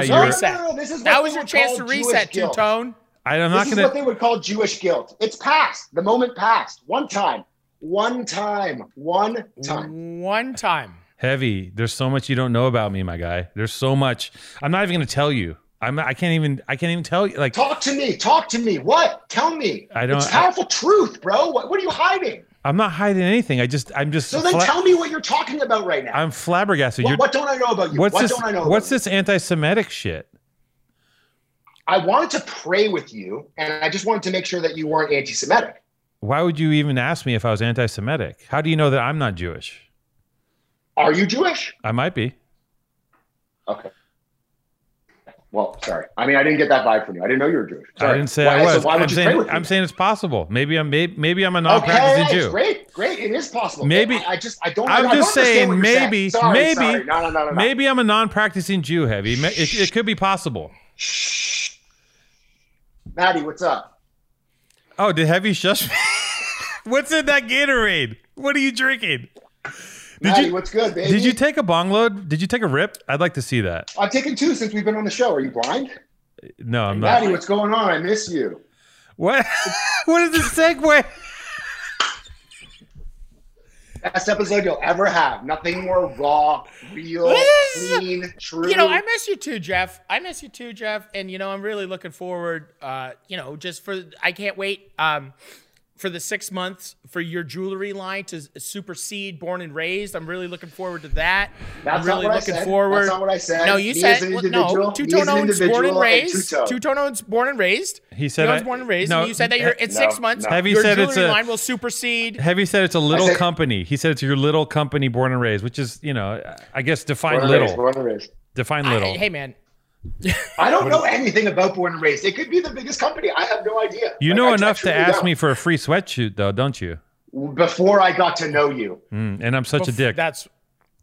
Speaker 3: That was
Speaker 4: your.
Speaker 3: reset.
Speaker 5: This is what
Speaker 3: That
Speaker 5: they
Speaker 3: was your
Speaker 5: would
Speaker 3: chance
Speaker 5: call
Speaker 3: to
Speaker 5: Jewish
Speaker 3: reset, Two
Speaker 5: guilt.
Speaker 3: Tone.
Speaker 4: I, I'm
Speaker 5: This
Speaker 4: not
Speaker 5: is
Speaker 4: gonna.
Speaker 5: what they would call Jewish guilt. It's past. The moment passed. One time. One time. One time.
Speaker 3: One time.
Speaker 4: Heavy. There's so much you don't know about me, my guy. There's so much. I'm not even gonna tell you. I'm. I can't even. I can't even tell you. Like
Speaker 5: Talk to me. Talk to me. What? Tell me.
Speaker 4: I don't-
Speaker 5: It's powerful truth, bro. What, what are you hiding?
Speaker 4: I'm not hiding anything. I just. I'm just.
Speaker 5: So then
Speaker 4: fla-
Speaker 5: tell me what you're talking about right now.
Speaker 4: I'm flabbergasted.
Speaker 5: what,
Speaker 4: You're.
Speaker 5: what don't I know about you?
Speaker 4: what's
Speaker 5: what
Speaker 4: this?
Speaker 5: don't I know?
Speaker 4: What's
Speaker 5: about you?
Speaker 4: this anti-Semitic shit?
Speaker 5: I wanted to pray with you, and I just wanted to make sure that you weren't anti-Semitic.
Speaker 4: Why would you even ask me if I was anti-Semitic? How do you know that I'm not Jewish?
Speaker 5: Are you Jewish?
Speaker 4: I might be.
Speaker 5: Okay. Well, sorry. I mean, I didn't get that vibe from you. I didn't know you were Jewish.
Speaker 4: I
Speaker 5: Sorry.
Speaker 4: didn't say
Speaker 5: Why-
Speaker 4: I was.
Speaker 5: So why would
Speaker 4: I'm
Speaker 5: you
Speaker 4: saying
Speaker 5: pray with me?
Speaker 4: I'm saying it's possible. Maybe I'm maybe, maybe I'm a non-practicing
Speaker 5: Okay,
Speaker 4: Jew.
Speaker 5: great, great. It is possible.
Speaker 4: Maybe-
Speaker 5: I, I just I don't.
Speaker 4: I'm
Speaker 5: I don't
Speaker 4: just
Speaker 5: understand
Speaker 4: saying
Speaker 5: what you're
Speaker 4: maybe-
Speaker 5: Sorry,
Speaker 4: maybe-
Speaker 5: sorry. No, no, no, no, no.
Speaker 4: Maybe I'm a non-practicing Jew. Heavy. Ma- It, it could be possible.
Speaker 5: Maddie, what's up?
Speaker 4: Oh, did Heavy shush me? What's in that Gatorade? What are you drinking? Did
Speaker 5: Maddie,
Speaker 4: you
Speaker 5: what's good, baby?
Speaker 4: did you take a bong load? Did you take a rip? I'd like to see that.
Speaker 5: I've taken two since we've been on the show. Are you blind?
Speaker 4: No, I'm not.
Speaker 5: Maddie, what's going on? I miss you.
Speaker 4: What? what is the segue?
Speaker 5: Best episode you'll ever have. Nothing more raw, real,
Speaker 3: This-
Speaker 5: clean, true.
Speaker 3: You know, I miss you too, Jeff. I miss you too, Jeff. And you know, I'm really looking forward. Uh, you know, just for I can't wait um, for the six months for your jewelry line to supersede Born and Raised. I'm really looking forward to that.
Speaker 5: That's
Speaker 3: I'm
Speaker 5: not
Speaker 3: really
Speaker 5: what I
Speaker 3: looking
Speaker 5: said.
Speaker 3: forward.
Speaker 5: That's not what I said.
Speaker 3: No, you
Speaker 5: Me
Speaker 3: said
Speaker 5: as an
Speaker 3: well,
Speaker 5: individual-
Speaker 3: no. Two tone
Speaker 5: me as an
Speaker 3: owns Born and
Speaker 5: individual and
Speaker 3: Raised.
Speaker 5: two-tone.
Speaker 3: Two tone owns Born and Raised.
Speaker 4: He said
Speaker 3: owns
Speaker 4: I-
Speaker 3: Born and Raised.
Speaker 4: no,
Speaker 3: and you said that
Speaker 4: he-
Speaker 3: your in
Speaker 5: no,
Speaker 3: six months.
Speaker 5: no.
Speaker 4: Have you
Speaker 3: your
Speaker 4: said it's
Speaker 3: jewelry
Speaker 4: a-
Speaker 3: line will supersede.
Speaker 4: Heavy said it's a little
Speaker 5: said-
Speaker 4: company. He said it's your little company, born and raised, which is you know, I guess define
Speaker 5: Born and
Speaker 4: little.
Speaker 5: raised, born and raised.
Speaker 4: define
Speaker 3: I-
Speaker 4: little.
Speaker 3: hey man,
Speaker 5: I don't know anything about Born and Raised. It could be the biggest company. I have no idea.
Speaker 4: you
Speaker 5: Like,
Speaker 4: know
Speaker 5: I- I
Speaker 4: enough to
Speaker 5: truly
Speaker 4: ask
Speaker 5: don't.
Speaker 4: me for a free sweatshirt, though, don't you?
Speaker 5: before I got to know you.
Speaker 4: Mm, and I'm such a
Speaker 3: Bef-
Speaker 4: dick.
Speaker 3: That's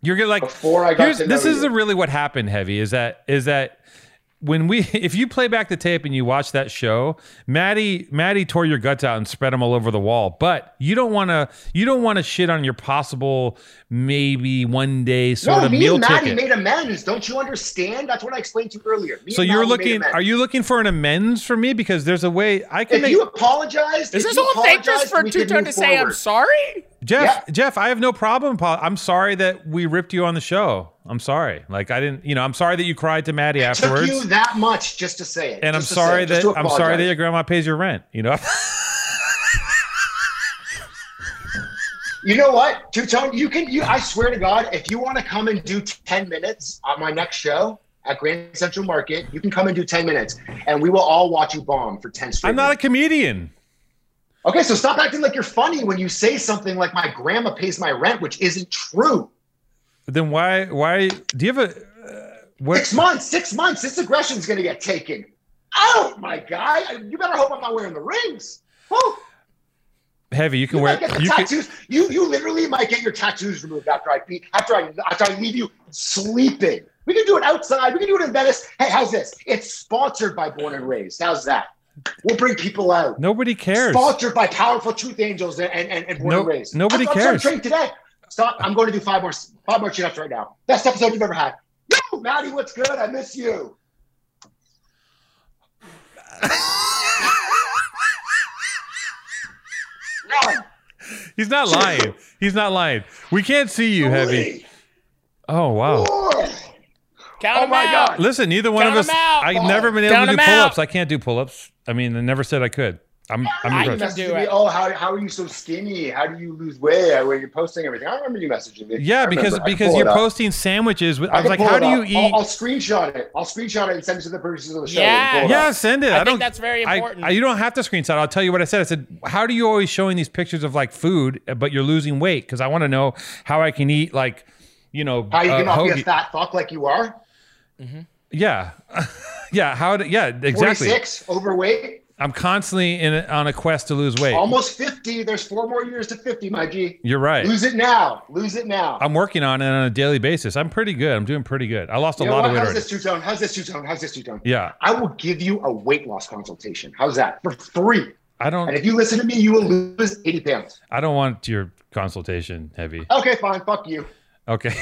Speaker 4: You're gonna like
Speaker 5: Before I got
Speaker 4: here's-
Speaker 5: to know
Speaker 4: this is
Speaker 5: you.
Speaker 4: really what happened. Heavy is that is that when we if you play back the tape and you watch that show, Maddie Maddie tore your guts out and spread them all over the wall. But you don't want to you don't want to shit on your possible maybe one day sort
Speaker 5: no,
Speaker 4: of
Speaker 5: me
Speaker 4: meal
Speaker 5: and Maddie
Speaker 4: ticket.
Speaker 5: made amends. Don't you understand? That's what I explained to you earlier. Me
Speaker 4: so
Speaker 5: and
Speaker 4: you're
Speaker 5: Maddie made
Speaker 4: looking
Speaker 5: amends.
Speaker 4: are you looking for an amends for me because there's a way I can
Speaker 5: If
Speaker 4: make
Speaker 5: you
Speaker 3: is
Speaker 5: apologized, if
Speaker 3: this
Speaker 5: you
Speaker 3: whole thing just
Speaker 5: apologized,
Speaker 3: for
Speaker 5: we
Speaker 3: Two
Speaker 5: could
Speaker 3: Tone
Speaker 5: move
Speaker 3: to say I'm
Speaker 5: forward.
Speaker 3: sorry?
Speaker 4: Jeff,
Speaker 5: Yeah.
Speaker 4: Jeff, I have no problem. Paul. I'm sorry that we ripped you on the show. I'm sorry. Like I didn't, you know, I'm sorry that you cried to Maddie
Speaker 5: Took
Speaker 4: afterwards,
Speaker 5: you that much just to say it.
Speaker 4: and I'm
Speaker 5: just to say
Speaker 4: sorry
Speaker 5: it, just
Speaker 4: that
Speaker 5: to
Speaker 4: I'm sorry that
Speaker 5: apologize.
Speaker 4: your grandma pays your rent. You know,
Speaker 5: You know what, Two Tone? You can. You, I swear to God, if you want to come and do ten minutes on my next show at Grand Central Market, you can come and do ten minutes, and we will all watch you bomb for ten straight.
Speaker 4: I'm not a
Speaker 5: minutes.
Speaker 4: comedian.
Speaker 5: okay, so stop acting like you're funny when you say something like "my grandma pays my rent," which isn't true.
Speaker 4: Then why? Why do you have a? Uh, what?
Speaker 5: Six months, six months. This aggression's gonna get taken. Oh my guy! You better hope I'm not wearing the rings. Whew.
Speaker 4: Heavy. You can
Speaker 5: You
Speaker 4: wear.
Speaker 5: might get the
Speaker 4: You can,
Speaker 5: tattoos. You you literally might get your tattoos removed after I beat after I after I leave you sleeping. We can do it outside. We can do it in Venice. Hey, how's this? It's sponsored by Born and Raised. How's that? We'll bring people out.
Speaker 4: nobody cares.
Speaker 5: Sponsored by Powerful Truth Angels and and, and Born
Speaker 4: No-
Speaker 5: and Raised.
Speaker 4: nobody
Speaker 5: I'm, I'm
Speaker 4: cares.
Speaker 5: starting today. Stop. I'm going to do five more five more chin-ups right now. Best episode you've ever had. Yo, Maddie, what's good? I miss you. None.
Speaker 4: He's not lying. He's not lying. We can't see you, Heavy.
Speaker 5: Three,
Speaker 4: Oh wow.
Speaker 5: four.
Speaker 3: Count
Speaker 5: Oh
Speaker 3: them
Speaker 5: my
Speaker 3: out.
Speaker 5: God.
Speaker 4: Listen, neither one
Speaker 3: Count
Speaker 4: of us.
Speaker 3: him out,
Speaker 4: I've
Speaker 5: Paul.
Speaker 4: never been able
Speaker 3: Count
Speaker 4: to do
Speaker 3: him out.
Speaker 4: pull-ups. I can't do pull-ups. I mean, I never said I could. I'm I'm
Speaker 3: I
Speaker 4: impressed.
Speaker 3: can do
Speaker 5: messaging me,
Speaker 3: it.
Speaker 5: oh, how, how are you so skinny? How do you lose weight? I- When you're posting everything, I remember you messaging me. I
Speaker 4: Yeah,
Speaker 5: remember.
Speaker 4: because
Speaker 5: I can
Speaker 4: because
Speaker 5: pull
Speaker 4: you're
Speaker 5: it up.
Speaker 4: posting sandwiches. With, I, was
Speaker 5: can
Speaker 4: like,
Speaker 5: pull
Speaker 4: how
Speaker 5: it
Speaker 4: do you
Speaker 5: up.
Speaker 4: eat?
Speaker 5: I'll, I'll screenshot it. I'll screenshot it and send it to the producers of the show.
Speaker 3: Yeah.
Speaker 5: Pull it up.
Speaker 4: yeah, send it.
Speaker 3: I,
Speaker 4: I,
Speaker 3: think
Speaker 4: don't.
Speaker 3: that's very
Speaker 4: I,
Speaker 3: important.
Speaker 4: I, you don't have to screenshot. I'll tell you what I said. I said, "How do you always showing these pictures of like food, but you're losing weight?" Because I want to know how I can eat like, you know,
Speaker 5: How you
Speaker 4: uh,
Speaker 5: can not be a
Speaker 4: hoagie.
Speaker 5: fat fuck like you are?
Speaker 4: yeah, yeah. How? Do, yeah, exactly.
Speaker 5: 46, overweight,
Speaker 4: I'm constantly in a, on a quest to lose weight.
Speaker 5: almost 50. There's four more years to 50, my G.
Speaker 4: You're right.
Speaker 5: Lose it now. Lose it now.
Speaker 4: I'm working on it on a daily basis. I'm pretty good. I'm doing pretty good. I lost
Speaker 5: You
Speaker 4: a
Speaker 5: know
Speaker 4: lot
Speaker 5: what?
Speaker 4: of weight
Speaker 5: How's
Speaker 4: already.
Speaker 5: this two tone? How's this two tone? How's this two tone?
Speaker 4: Yeah,
Speaker 5: I will give you a weight loss consultation. How's that? For free.
Speaker 4: I
Speaker 5: And
Speaker 4: don't.
Speaker 5: if you listen to me, you will lose 80 pounds.
Speaker 4: I don't want your consultation heavy.
Speaker 5: Okay, fine. Fuck you.
Speaker 4: Okay.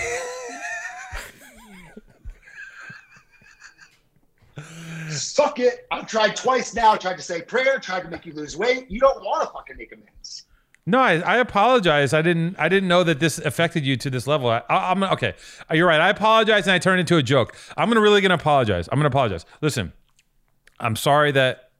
Speaker 5: Suck it. I've tried twice now. Tried to say prayer. Tried to make you lose weight. You don't want to fucking make amends.
Speaker 4: No, I, I apologize. I didn't. I didn't know that this affected you to this level. I, I, am okay. You're right. I apologize, and I turned into a joke. I'm gonna really gonna apologize. I'm gonna apologize. Listen, I'm sorry that.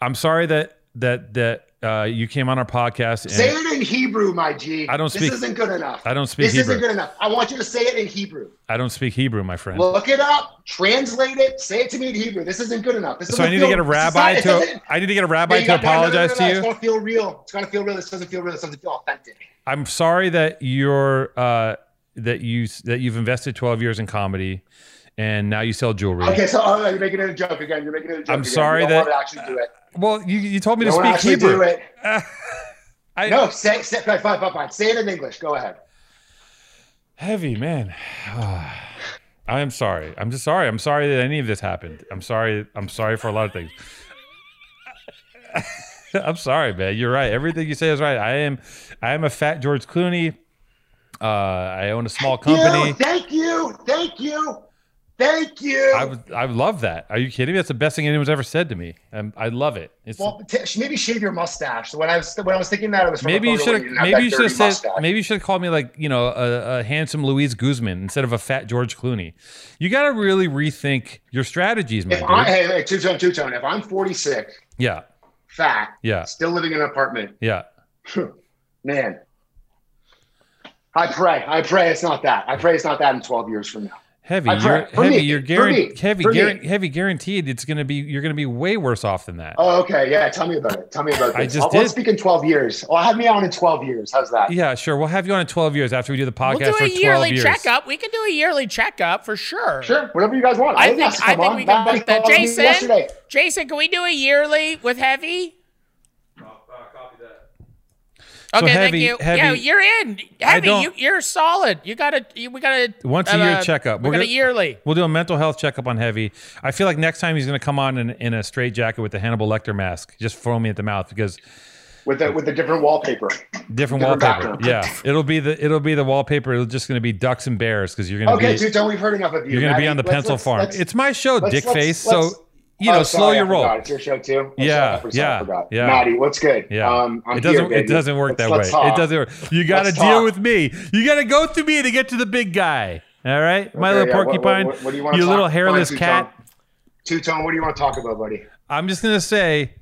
Speaker 4: I'm sorry that that that uh, you came on our podcast. And
Speaker 5: Say it in Hebrew, my G.
Speaker 4: I don't speak-
Speaker 5: This isn't good enough.
Speaker 4: I don't speak
Speaker 5: This isn't
Speaker 4: Hebrew.
Speaker 5: good enough. I want you to say it in Hebrew.
Speaker 4: I don't speak Hebrew, my friend.
Speaker 5: Look it up. Translate it. Say it to me in Hebrew. This isn't good enough. This
Speaker 4: so
Speaker 5: doesn't
Speaker 4: I need to
Speaker 5: feel-
Speaker 4: get a
Speaker 5: this is
Speaker 4: rabbi
Speaker 5: not- it
Speaker 4: to.
Speaker 5: doesn't-
Speaker 4: I need to get a rabbi
Speaker 5: No,
Speaker 4: to
Speaker 5: no, no, no, no,
Speaker 4: apologize
Speaker 5: no,
Speaker 4: to
Speaker 5: It's
Speaker 4: you.
Speaker 5: gonna feel real. It's gonna feel real. This doesn't feel real. This doesn't feel authentic.
Speaker 4: I'm sorry that you're uh, that you that you've invested 12 years in comedy, and now you sell jewelry.
Speaker 5: Okay, so oh, no, you're making it a joke again. You're making it a joke.
Speaker 4: I'm
Speaker 5: again.
Speaker 4: sorry
Speaker 5: you
Speaker 4: that-
Speaker 5: don't want to actually do it.
Speaker 4: Well, you, you told me
Speaker 5: You
Speaker 4: to
Speaker 5: don't
Speaker 4: speak
Speaker 5: want to actually
Speaker 4: Hebrew.
Speaker 5: do it.
Speaker 4: I-
Speaker 5: No, say, say fine, fine, fine, fine. Say it in English. Go ahead.
Speaker 4: Heavy man. I am sorry. I'm just sorry. I'm sorry that any of this happened. I'm sorry. I'm sorry for a lot of things. I'm sorry, man. You're right. Everything you say is right. I am. I am a fat George Clooney. Uh, I own a small company.
Speaker 5: You, thank you. Thank you. Thank you.
Speaker 4: I would. I love that. Are you kidding me? That's the best thing anyone's ever said to me. Um, I love it. It's
Speaker 5: well, t- maybe shave your mustache. When I was when I was thinking that, it was from
Speaker 4: maybe
Speaker 5: a
Speaker 4: you
Speaker 5: photo
Speaker 4: should
Speaker 5: where
Speaker 4: have
Speaker 5: didn't
Speaker 4: maybe you
Speaker 5: that
Speaker 4: should have
Speaker 5: dirty
Speaker 4: said
Speaker 5: mustache.
Speaker 4: maybe you should have called me like you know a, a handsome Louise Guzman instead of a fat George Clooney. You got to really rethink your strategies, man.
Speaker 5: If I,
Speaker 4: dude.
Speaker 5: hey, hey, two tone, two tone. If I'm 46,
Speaker 4: yeah,
Speaker 5: fat,
Speaker 4: yeah,
Speaker 5: still living in an apartment,
Speaker 4: yeah.
Speaker 5: man. I pray. I pray it's not that. I pray it's not that in 12 years from now.
Speaker 4: Heavy,
Speaker 5: I
Speaker 4: you're,
Speaker 5: try- for
Speaker 4: heavy,
Speaker 5: me,
Speaker 4: you're
Speaker 5: for me,
Speaker 4: guaranteed, heavy,
Speaker 5: for me.
Speaker 4: guaran- heavy, guaranteed. It's gonna be you're gonna be way worse off than that.
Speaker 5: Oh, okay. Yeah. Tell me about it. Tell me about
Speaker 4: I
Speaker 5: this.
Speaker 4: just
Speaker 5: I'll, I'll
Speaker 4: did.
Speaker 5: speak in 12 years. Well, have me on in 12 years. How's that?
Speaker 4: yeah, sure. We'll have you on in 12 years after we do the podcast
Speaker 3: we'll do
Speaker 4: for
Speaker 3: a
Speaker 4: 12
Speaker 3: yearly
Speaker 4: years.
Speaker 3: checkup. We can do a yearly checkup for sure.
Speaker 5: Sure. Whatever you guys want.
Speaker 3: I
Speaker 5: didn't
Speaker 3: think-
Speaker 5: ask to
Speaker 3: I
Speaker 5: come
Speaker 3: think
Speaker 5: on.
Speaker 3: we can
Speaker 5: My buddy
Speaker 3: book that.
Speaker 5: called me
Speaker 3: Jason?
Speaker 5: Yesterday.
Speaker 3: Jason, can we do a yearly with Heavy? Okay, thank
Speaker 4: Heavy-
Speaker 3: you.
Speaker 4: Heavy-
Speaker 3: yeah, you're in. Heavy,
Speaker 4: don't-
Speaker 3: you, you're solid. You got to. We got to
Speaker 4: Once a year checkup.
Speaker 3: We're
Speaker 4: We're
Speaker 3: gonna
Speaker 4: gonna-
Speaker 3: yearly.
Speaker 4: We'll do a mental health checkup on Heavy. I feel like next time he's gonna come on in, in a straight jacket with the Hannibal Lecter mask, just throw me at the mouth because
Speaker 5: With the, with the different wallpaper.
Speaker 4: different
Speaker 5: Different
Speaker 4: wallpaper.
Speaker 5: background.
Speaker 4: Yeah, it'll be the it'll be the wallpaper. It's just gonna be ducks and bears because you're gonna
Speaker 5: Okay,
Speaker 4: be
Speaker 5: dude, don't we've heard enough of you.
Speaker 4: you're gonna be
Speaker 5: Maddie.
Speaker 4: on the
Speaker 5: Let's-
Speaker 4: pencil
Speaker 5: let's-
Speaker 4: farm.
Speaker 5: let's-
Speaker 4: it's my show,
Speaker 5: let's-
Speaker 4: dick
Speaker 5: let's-
Speaker 4: face.
Speaker 5: let's-
Speaker 4: so you know,
Speaker 5: Oh,
Speaker 4: slow
Speaker 5: sorry,
Speaker 4: your
Speaker 5: I
Speaker 4: roll.
Speaker 5: forgot. It's your show too. I'm
Speaker 4: Yeah,
Speaker 5: sorry, I forgot-
Speaker 4: yeah,
Speaker 5: I forgot.
Speaker 4: yeah.
Speaker 5: Maddie, what's good?
Speaker 4: Yeah,
Speaker 5: Um, I'm
Speaker 4: it doesn't.
Speaker 5: here, baby.
Speaker 4: it doesn't work
Speaker 5: Let's-
Speaker 4: that
Speaker 5: let's
Speaker 4: way.
Speaker 5: talk.
Speaker 4: It doesn't. Work. You got to
Speaker 5: Let's
Speaker 4: deal
Speaker 5: talk.
Speaker 4: with me. You got to go through me to get to the big guy. All right, my
Speaker 5: Okay,
Speaker 4: little
Speaker 5: yeah, what- what-
Speaker 4: porcupine.
Speaker 5: what- what do you wanna talk-
Speaker 4: little
Speaker 5: fine,
Speaker 4: hairless
Speaker 5: two-tone.
Speaker 4: cat.
Speaker 5: Two tone. What do you want to talk about, buddy?
Speaker 4: I'm just gonna say,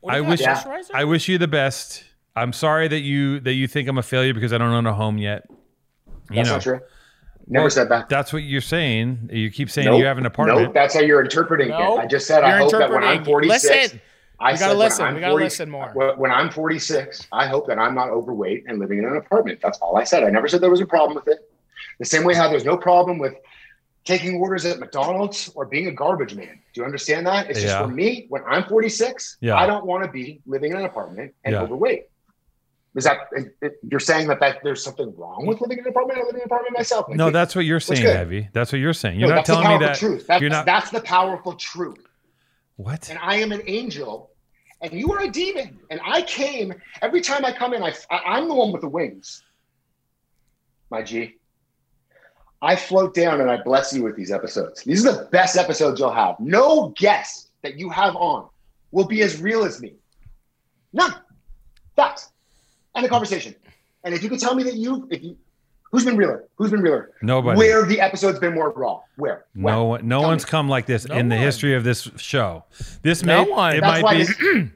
Speaker 3: What do
Speaker 4: I
Speaker 3: you got,
Speaker 4: wish-
Speaker 5: Yeah.
Speaker 3: moisturizer?
Speaker 4: I wish you the best. I'm sorry that you that you think I'm a failure because I don't own a home yet. You
Speaker 5: That's
Speaker 4: know,
Speaker 5: not true. Never said that.
Speaker 4: that's what you're saying. You keep saying
Speaker 5: Nope.
Speaker 4: you have an apartment.
Speaker 5: Nope, that's how you're interpreting
Speaker 3: Nope.
Speaker 5: it. I just said
Speaker 3: You're
Speaker 5: I hope that when I'm
Speaker 3: interpreting.
Speaker 5: 46,
Speaker 3: Listen.
Speaker 5: I
Speaker 3: We
Speaker 5: said
Speaker 3: gotta
Speaker 5: when
Speaker 3: listen.
Speaker 5: I'm
Speaker 3: We gotta listen more.
Speaker 5: When when I'm 46, I hope that I'm not overweight and living in an apartment. That's all I said. I never said there was a problem with it. The same way how there's no problem with taking orders at McDonald's or being a garbage man. Do you understand that? It's just
Speaker 4: Yeah.
Speaker 5: for me when I'm 46,
Speaker 4: Yeah.
Speaker 5: I don't want to be living in an apartment and
Speaker 4: Yeah.
Speaker 5: overweight. Is that it- it- you're saying that, that there's something wrong with living in an apartment? I live in an apartment myself.
Speaker 4: No, that's what you're saying,
Speaker 5: good?
Speaker 4: Heavy. That's what you're saying. You're
Speaker 5: No,
Speaker 4: not
Speaker 5: that's the
Speaker 4: telling me
Speaker 5: powerful
Speaker 4: that.
Speaker 5: Truth. That's,
Speaker 4: you're not-
Speaker 5: that's the powerful truth
Speaker 4: What?
Speaker 5: and I am an angel, and you are a demon. And I came every time I come in, I, I am the one with the wings. My G. I float down and I bless you with these episodes. These are the best episodes you'll have. No guest that you have on will be as real as me. None. Facts. And a conversation. And if you could tell me that you, if you, who's been realer? Who's been realer?
Speaker 4: Nobody.
Speaker 5: Where have the episode's been more raw? Where? When?
Speaker 4: No one, no
Speaker 5: Tell
Speaker 4: one's
Speaker 5: me.
Speaker 4: come like this
Speaker 3: No
Speaker 4: in the
Speaker 3: one.
Speaker 4: history of this show. This
Speaker 3: No
Speaker 4: may,
Speaker 3: one.
Speaker 4: It
Speaker 5: That's
Speaker 4: might
Speaker 5: why
Speaker 4: be.
Speaker 5: this-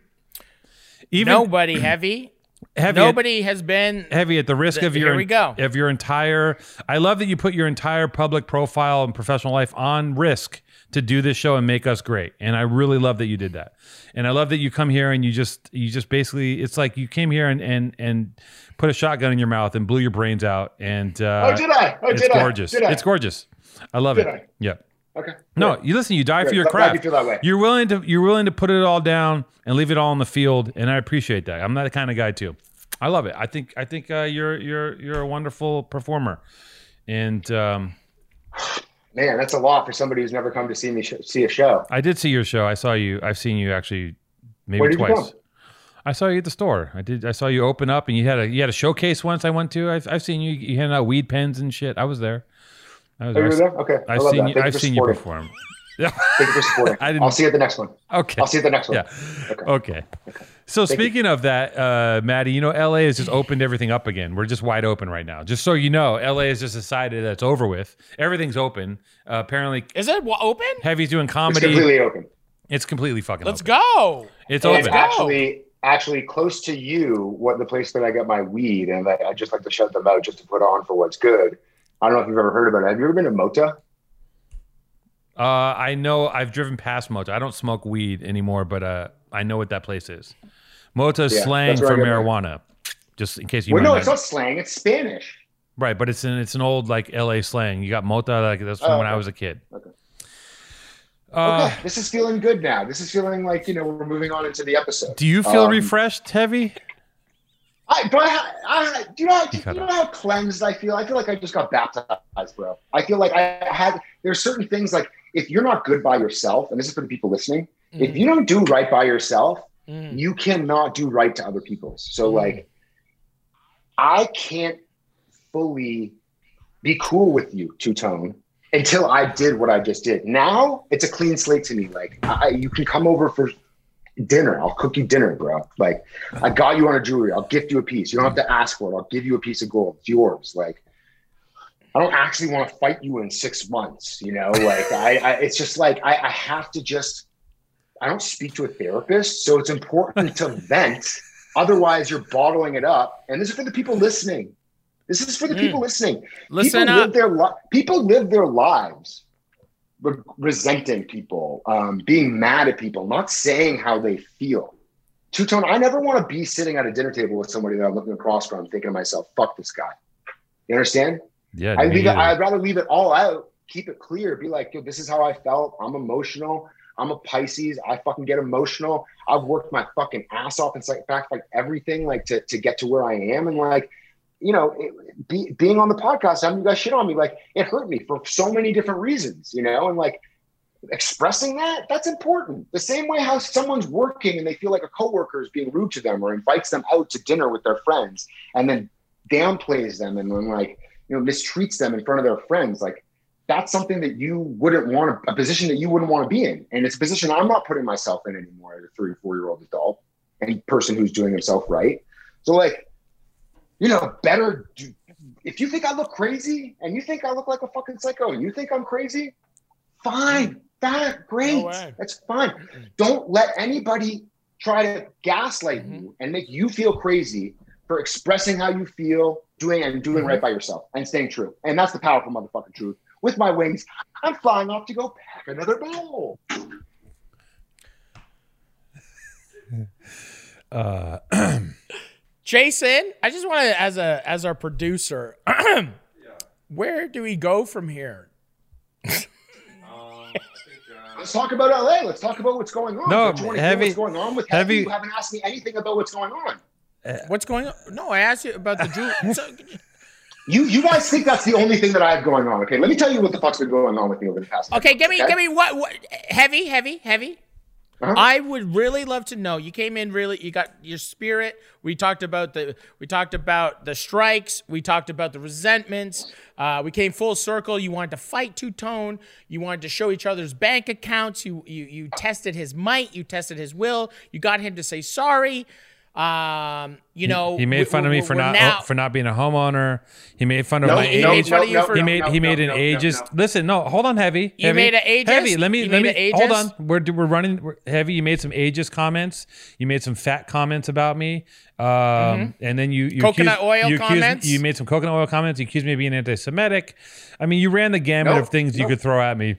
Speaker 4: Even
Speaker 3: nobody heavy.
Speaker 4: heavy,
Speaker 3: Nobody has been.
Speaker 4: heavy at the risk
Speaker 3: Th-
Speaker 4: of your
Speaker 3: here we go.
Speaker 4: of your entire. I love that you put your entire public profile and professional life on risk to do this show and make us great. And I really love that you did that. And I love that you come here and you just you just basically it's like you came here and and and put a shotgun in your mouth and blew your brains out. And uh,
Speaker 5: oh, did I? Oh,
Speaker 4: it's
Speaker 5: did
Speaker 4: gorgeous.
Speaker 5: I? Did I?
Speaker 4: It's gorgeous. I love
Speaker 5: Did
Speaker 4: it.
Speaker 5: I?
Speaker 4: Yeah.
Speaker 5: Okay.
Speaker 4: No, you listen. You die for
Speaker 5: Good.
Speaker 4: your
Speaker 5: Glad- glad you
Speaker 4: craft.
Speaker 5: feel that way.
Speaker 4: You're willing to you're willing to put it all down and leave it all on the field, and I appreciate that. I'm that kind of guy too. I love it. I think I think uh, you're you're you're a wonderful performer, and um,
Speaker 5: Man, that's a lot for somebody who's never come to see me sh- see a show.
Speaker 4: I did see your show. I saw you. I've seen you actually maybe
Speaker 5: Where did you
Speaker 4: twice.
Speaker 5: come?
Speaker 4: I saw you at the store. I did. I saw you open up, and you had a you had a showcase once. I went to. I've, I've seen you. You handed out weed pens and shit. I was there. I was
Speaker 5: Oh, you were
Speaker 4: there.
Speaker 5: there? Okay. I
Speaker 4: I've
Speaker 5: love
Speaker 4: seen
Speaker 5: that.
Speaker 4: you.
Speaker 5: Thank
Speaker 4: I've
Speaker 5: you for
Speaker 4: seen you
Speaker 5: supporting.
Speaker 4: perform.
Speaker 5: Thank you for supporting.
Speaker 4: I
Speaker 5: I
Speaker 4: didn't-
Speaker 5: didn't. I'll see you at the next one.
Speaker 4: Okay.
Speaker 5: I'll see you at the next one.
Speaker 4: Yeah.
Speaker 5: Okay.
Speaker 4: Okay. So speaking of that, uh, Maddie, you know, LA has just opened everything up again. We're just wide open right now. Just so you know, LA has just decided that it's over with. Everything's open. Uh, apparently,
Speaker 3: Is it wa- open?
Speaker 4: Heavy's doing
Speaker 5: It's
Speaker 4: comedy.
Speaker 5: completely open.
Speaker 4: It's completely fucking
Speaker 3: Let's
Speaker 4: open.
Speaker 3: go.
Speaker 4: It's
Speaker 5: And It's
Speaker 4: open.
Speaker 3: go.
Speaker 5: actually actually close to you. What the place that I get my weed, and I, I just like to shut them out just to put on for what's good. I don't know if you've ever heard about it. Have you ever been to Mota?
Speaker 4: Uh, I know. I've driven past Mota. I don't smoke weed anymore, but uh, I know what that place is. Mota is
Speaker 5: Yeah,
Speaker 4: slang
Speaker 5: that's where
Speaker 4: for
Speaker 5: I get mine.
Speaker 4: marijuana. Just in case you
Speaker 5: well,
Speaker 4: might
Speaker 5: no,
Speaker 4: not-
Speaker 5: it's not slang. It's Spanish.
Speaker 4: right, but it's an it's an old like LA slang. You got Mota like that's from
Speaker 5: Oh,
Speaker 4: when I
Speaker 5: okay.
Speaker 4: was a kid.
Speaker 5: Okay.
Speaker 4: Uh,
Speaker 5: okay, this is feeling good now. This is feeling like you know we're moving on into the episode.
Speaker 4: Do you feel
Speaker 5: Um,
Speaker 4: refreshed, Heavy?
Speaker 5: I, but I, ha- I do you know, how- do
Speaker 4: You cut
Speaker 5: you know how cleansed I feel? I feel like I just got baptized, bro. I feel like I had there's certain things like if you're not good by yourself, and this is for the people listening, if you don't do right by yourself,
Speaker 3: Mm,
Speaker 5: you cannot do right to other people. So
Speaker 3: Mm.
Speaker 5: like I can't fully be cool with you, two tone, until I did what I just did. Now it's a clean slate to me. Like I, you can come over for dinner. I'll cook you dinner, bro. Like I got you on a jewelry. I'll gift you a piece. You don't have to ask for it. I'll give you a piece of gold. It's yours. Like I don't actually want to fight you in six months. You know, like I, I it's just like I, I have to just. I don't speak to a therapist, so it's important to vent. Otherwise, you're bottling it up. And this is for the people listening. This is for the
Speaker 3: Mm.
Speaker 5: people listening.
Speaker 3: Listen
Speaker 5: people
Speaker 3: up.
Speaker 5: Live their li- people live their lives re- resenting people, um, being mad at people, not saying how they feel. Two tone, I never want to be sitting at a dinner table with somebody that I'm looking across from thinking to myself, fuck this guy. You understand?
Speaker 4: Yeah,
Speaker 5: I
Speaker 4: me
Speaker 5: leave it,
Speaker 4: either.
Speaker 5: I'd rather leave it all out, keep it clear, be like, yo, this is how I felt. I'm emotional. I'm a Pisces. I fucking get emotional. I've worked my fucking ass off and like back like everything like to, to get to where I am. And like, you know, it, be, being on the podcast, I mean, you guys shit on me. Like it hurt me for so many different reasons, you know, and like expressing that that's important. The same way how someone's working and they feel like a coworker is being rude to them or invites them out to dinner with their friends and then downplays them and then like you know mistreats them in front of their friends like that's something that you wouldn't want to, a position that you wouldn't want to be in and it's a position i'm not putting myself in anymore as a three or four year old adult and person who's doing himself right so like you know better do, if you think i look crazy and you think i look like a fucking psycho and you think i'm crazy fine that great
Speaker 3: way.
Speaker 5: that's fine don't let anybody try to gaslight you and make you feel crazy for expressing how you feel, doing and doing right by yourself and staying true. And that's the powerful motherfucking truth. With my wings, I'm flying off to go pack another bowl.
Speaker 4: Uh,
Speaker 3: Jason, I just want to, as a as our producer, where do we go from here?
Speaker 5: Let's talk about LA. Let's talk about what's going on.
Speaker 4: No,
Speaker 5: Don't you wanna hear
Speaker 4: heavy-
Speaker 5: what's going on with
Speaker 4: heavy-
Speaker 5: heavy. You haven't asked me anything about what's going on.
Speaker 3: What's going on? No, I asked you about the Jew. so,
Speaker 5: You you guys think that's the only thing that I have going on? Okay, let me tell you what the fuck's been going on with me over the past.
Speaker 3: okay, give me, give me what, what? Heavy, heavy, heavy.
Speaker 5: Uh-huh.
Speaker 3: I would really love to know. You came in really. You got your spirit. We talked about the. We talked about the strikes. We talked about the resentments. Uh, we came full circle. You wanted to fight two tone. You wanted to show each other's bank accounts. You you you tested his might. You tested his will. You got him to say sorry. Um, you know,
Speaker 4: he made
Speaker 3: we-
Speaker 4: fun of me
Speaker 3: we're-
Speaker 4: for
Speaker 3: we're
Speaker 4: not oh,
Speaker 3: now-
Speaker 4: for not being a homeowner. He made fun of
Speaker 5: No,
Speaker 4: my
Speaker 5: no,
Speaker 4: age.
Speaker 5: no,
Speaker 3: made fun of you
Speaker 5: no,
Speaker 3: for-
Speaker 5: no,
Speaker 4: he made
Speaker 5: no,
Speaker 4: he made
Speaker 5: no,
Speaker 4: an
Speaker 5: no, no,
Speaker 4: aegis.
Speaker 5: no.
Speaker 4: Listen, no, hold on, heavy.
Speaker 3: You
Speaker 4: heavy,
Speaker 3: made an ageist?
Speaker 4: Heavy, let me
Speaker 3: You
Speaker 4: let
Speaker 3: made
Speaker 4: me
Speaker 3: an
Speaker 4: hold
Speaker 3: ageist?
Speaker 4: on. We're we're running we're, heavy. You made some aegis comments. You made some fat comments about me. Um, and then you, you
Speaker 3: Mm-hmm. Coconut
Speaker 4: accused-
Speaker 3: oil
Speaker 4: you accused-
Speaker 3: comments?
Speaker 4: You made some coconut oil comments. You accused me of being anti-Semitic. I mean, you ran the gamut
Speaker 5: Nope,
Speaker 4: of things you
Speaker 5: nope.
Speaker 4: could throw at me.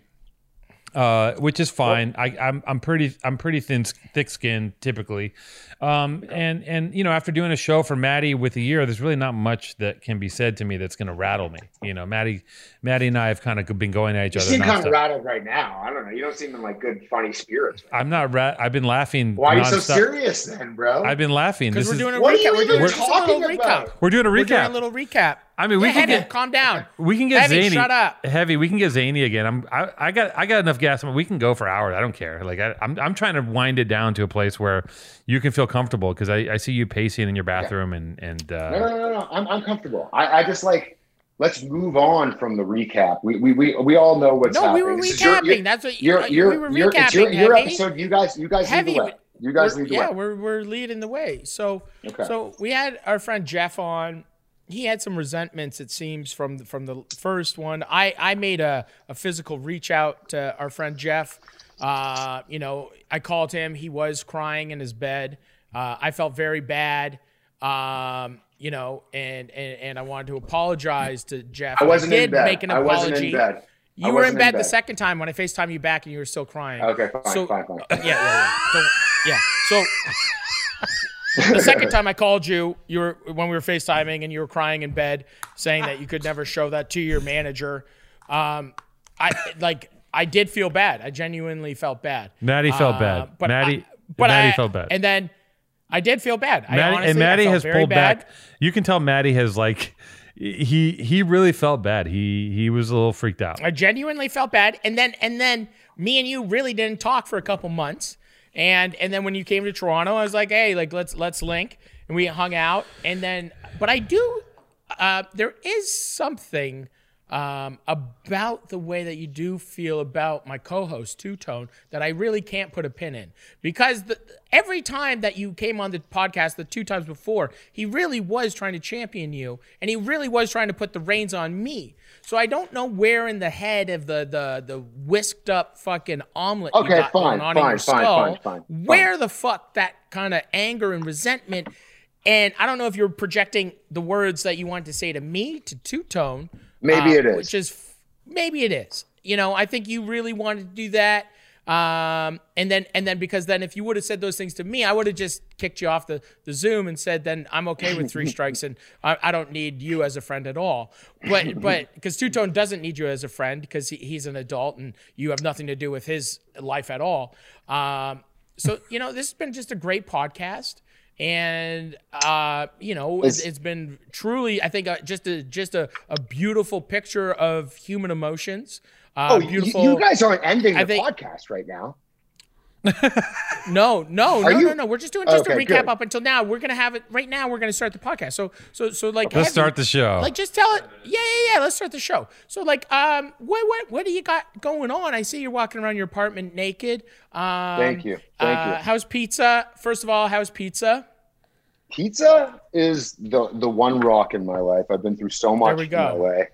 Speaker 4: Uh, which is fine. I, I'm I'm pretty I'm pretty thin thick skinned typically, um, and and you know after doing a show for Maddie with a year, there's really not much that can be said to me that's going to rattle me. You know, Maddie, Maddie and I have kind of been going at each
Speaker 5: You
Speaker 4: other.
Speaker 5: seem kind
Speaker 4: nonstop.
Speaker 5: of rattled right now. I don't know. You don't seem in like good, funny spirits.
Speaker 4: I'm not rat. I've been laughing.
Speaker 5: Why are you so
Speaker 4: nonstop.
Speaker 5: serious then, bro?
Speaker 4: I've been laughing.
Speaker 3: because
Speaker 4: This
Speaker 3: we're
Speaker 4: is,
Speaker 3: doing a
Speaker 5: What are
Speaker 3: recap.
Speaker 5: you
Speaker 3: We're doing
Speaker 5: even
Speaker 3: just a little
Speaker 5: talking
Speaker 3: recap.
Speaker 5: about?
Speaker 4: we're doing a recap.
Speaker 3: We're doing a little recap.
Speaker 4: I mean, we
Speaker 3: Yeah,
Speaker 4: can
Speaker 3: Henry,
Speaker 4: get-
Speaker 3: calm down.
Speaker 4: we can get
Speaker 3: Heavy,
Speaker 4: zany.
Speaker 3: shut up.
Speaker 4: Heavy. We can get zany again. I'm. I, I got. I got enough gas. I mean, we can go for hours. I don't care. Like I, I'm. I'm trying to wind it down to a place where you can feel comfortable because I, I see you pacing in your bathroom and and uh,
Speaker 5: No, no, no, no. I'm, I'm comfortable. I, I just like let's move on from the recap. We we we, we all know what's
Speaker 3: No, we
Speaker 5: happening.
Speaker 3: were
Speaker 5: This is your-
Speaker 3: recapping.
Speaker 5: your-
Speaker 3: That's what
Speaker 5: Your
Speaker 3: uh,
Speaker 5: your
Speaker 3: we were
Speaker 5: your,
Speaker 3: recapping.
Speaker 5: it's your, your
Speaker 3: Heavy.
Speaker 5: episode. You guys, you guys lead
Speaker 3: Heavy.
Speaker 5: the way. You guys
Speaker 3: We're-
Speaker 5: lead the
Speaker 3: yeah,
Speaker 5: way.
Speaker 3: we're we're leading the way. So
Speaker 5: Okay.
Speaker 3: so we had our friend Jeff on. He had some resentments, it seems, from the, from the first one. I I made a a physical reach out to our friend Jeff. Uh, you know, I called him. He was crying in his bed. Uh, I felt very bad. Um, you know, and, and and I wanted to apologize to Jeff.
Speaker 5: I wasn't
Speaker 3: did
Speaker 5: in bed.
Speaker 3: make an
Speaker 5: I wasn't
Speaker 3: apology.
Speaker 5: in bed. I
Speaker 3: You were in
Speaker 5: wasn't
Speaker 3: bed, the second time when I FaceTime you back and you were still crying.
Speaker 5: Okay, fine,
Speaker 3: So- uh,
Speaker 5: fine, fine.
Speaker 3: Yeah, yeah, yeah. Don't- yeah. So the second time I called you, you were when we were FaceTiming and you were crying in bed saying that you could never show that to your manager. Um, I like I did feel bad. I genuinely felt bad.
Speaker 4: Maddie felt
Speaker 3: Uh,
Speaker 4: bad.
Speaker 3: But
Speaker 4: Maddie.
Speaker 3: I, but
Speaker 4: Maddie
Speaker 3: I,
Speaker 4: felt bad.
Speaker 3: And then I did feel bad. I
Speaker 4: Maddie,
Speaker 3: honestly,
Speaker 4: and Maddie
Speaker 3: I felt
Speaker 4: has
Speaker 3: very
Speaker 4: pulled
Speaker 3: bad.
Speaker 4: back. You can tell Maddie has like he he really felt bad. He he was a little freaked out.
Speaker 3: I genuinely felt bad, and then and then me and you really didn't talk for a couple months, and and then when you came to Toronto, I was like, hey, like let's let's link, and we hung out, and then but I do, uh, there is something um, about the way that you do feel about my co-host Two Tone that I really can't put a pin in because the, every time that you came on the podcast, the two times before, he really was trying to champion you, and he really was trying to put the reins on me. So I don't know where in the head of the the the whisked up fucking omelet you
Speaker 5: Okay,
Speaker 3: got going
Speaker 5: fine,
Speaker 3: on in
Speaker 5: fine,
Speaker 3: your
Speaker 5: fine,
Speaker 3: skull,
Speaker 5: fine, fine, fine.
Speaker 3: where the fuck that kind of anger and resentment. And I don't know if you're projecting the words that you wanted to say to me to Two Tone.
Speaker 5: Maybe it is.
Speaker 3: Um, Which is maybe it is. You know, I think you really wanted to do that. Um, and then and then because then if you would have said those things to me, I would have just kicked you off the, the Zoom and said then I'm okay with three strikes and I, I don't need you as a friend at all. But but because Two Tone doesn't need you as a friend because he, he's an adult and you have nothing to do with his life at all. Um, so you know this has been just a great podcast and uh, you know it's,
Speaker 5: It's-
Speaker 3: it's been truly i think uh, just a just a, a beautiful picture of human emotions uh,
Speaker 5: Oh, you,
Speaker 3: beautiful
Speaker 5: you guys aren't ending
Speaker 3: I
Speaker 5: the
Speaker 3: think-
Speaker 5: podcast right now.
Speaker 3: no no no
Speaker 5: Are you-
Speaker 3: no no we're just doing just a
Speaker 5: Okay,
Speaker 3: recap
Speaker 5: good.
Speaker 3: up until now we're gonna have it right now we're gonna start the podcast so so so like
Speaker 4: Let's
Speaker 3: have
Speaker 4: start
Speaker 3: you-
Speaker 4: the show.
Speaker 3: like just tell it yeah yeah yeah let's start the show so like um what what what do you got going on i see you're walking around your apartment naked um
Speaker 5: Thank you, thank
Speaker 3: uh,
Speaker 5: you.
Speaker 3: how's pizza first of all how's pizza
Speaker 5: Pizza is the the one rock in my life. I've been through so much
Speaker 3: we
Speaker 5: in
Speaker 3: go.
Speaker 5: my way.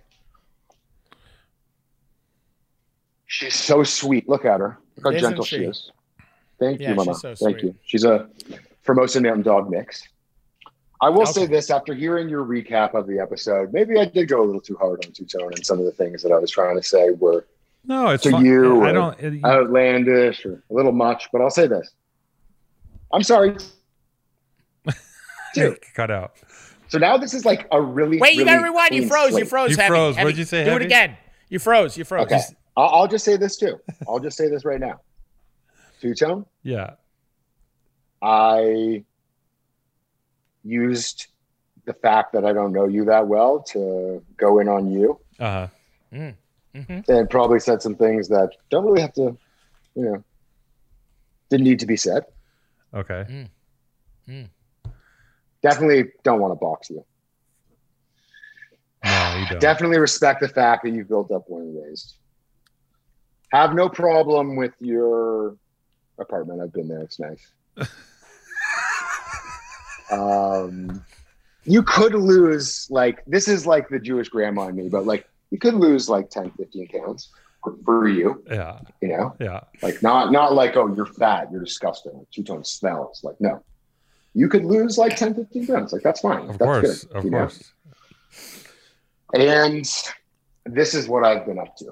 Speaker 5: She's so sweet. Look at her. Look how
Speaker 3: Isn't
Speaker 5: gentle
Speaker 3: she?
Speaker 5: she? is. Thank
Speaker 3: Yeah,
Speaker 5: you,
Speaker 3: she's
Speaker 5: Mama.
Speaker 3: so
Speaker 5: Thank
Speaker 3: sweet.
Speaker 5: you. She's a Formosa Mountain Dog mix. I will say
Speaker 3: Okay.
Speaker 5: this after hearing your recap of the episode, maybe I did go a little too hard on Two Tone, and some of the things that I was trying to say were
Speaker 4: no, it's
Speaker 5: to
Speaker 4: fine.
Speaker 5: you,
Speaker 4: I
Speaker 5: uh,
Speaker 4: don't.
Speaker 3: Mm.
Speaker 5: outlandish or a little much, but I'll say this. I'm sorry.
Speaker 4: you-
Speaker 5: Two.
Speaker 4: cut out.
Speaker 5: So now this is like a really
Speaker 3: Wait, you
Speaker 5: really
Speaker 3: gotta rewind. You
Speaker 5: clean
Speaker 3: froze. You
Speaker 5: slate.
Speaker 3: froze.
Speaker 4: You
Speaker 3: heavy.
Speaker 4: froze.
Speaker 3: Heavy.
Speaker 4: What'd you say,
Speaker 3: Do
Speaker 4: Heavy?
Speaker 3: it again. You froze. You froze.
Speaker 5: Okay. I'll, I'll just say this too. I'll just say this right now. Two tone.
Speaker 4: Yeah.
Speaker 5: I used the fact that I don't know you that well to go in on you,
Speaker 4: Uh huh.
Speaker 5: and probably said some things that don't really have to, you know, didn't need to be said.
Speaker 4: Okay.
Speaker 5: Definitely don't want to box you.
Speaker 4: No, you don't.
Speaker 5: Definitely respect the fact that you've built up one raised. Have no problem with your apartment. I've been there. It's nice. Um, you could lose like this is like the Jewish grandma in me, but like you could lose like 10, 15 pounds for, for you.
Speaker 4: Yeah,
Speaker 5: You know,
Speaker 4: yeah.
Speaker 5: like not not like oh you're fat, you're disgusting, like two tone smells. Like no, you could lose like 10, 15 pounds. Like that's fine.
Speaker 4: Of
Speaker 5: that's
Speaker 4: course,
Speaker 5: good,
Speaker 4: of
Speaker 5: you know?
Speaker 4: course.
Speaker 5: And this is what I've been up to.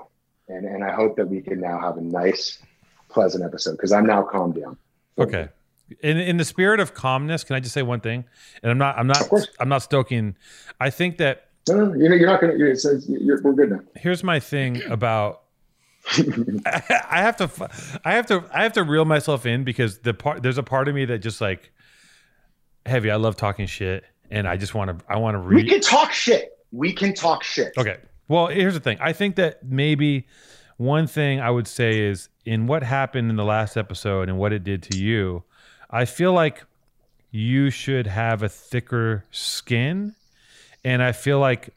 Speaker 5: And, and I hope that we can now have a nice, pleasant episode because I'm now calmed down.
Speaker 4: Okay. In in the spirit of calmness, can I just say one thing? And I'm not I'm not
Speaker 5: Of course.
Speaker 4: I'm not stoking. I think that
Speaker 5: No, no, you're, you're not going to, you're, it's- it's- you're, we're good now.
Speaker 4: here's my thing about I have to f- I have to I have to reel myself in because the part there's a part of me that just like heavy I love talking shit and I just want to I want to
Speaker 5: We
Speaker 4: read
Speaker 5: can talk shit. We can talk shit.
Speaker 4: Okay. Well, here's the thing. I think that maybe one thing I would say is in what happened in the last episode and what it did to you, I feel like you should have a thicker skin. And I feel like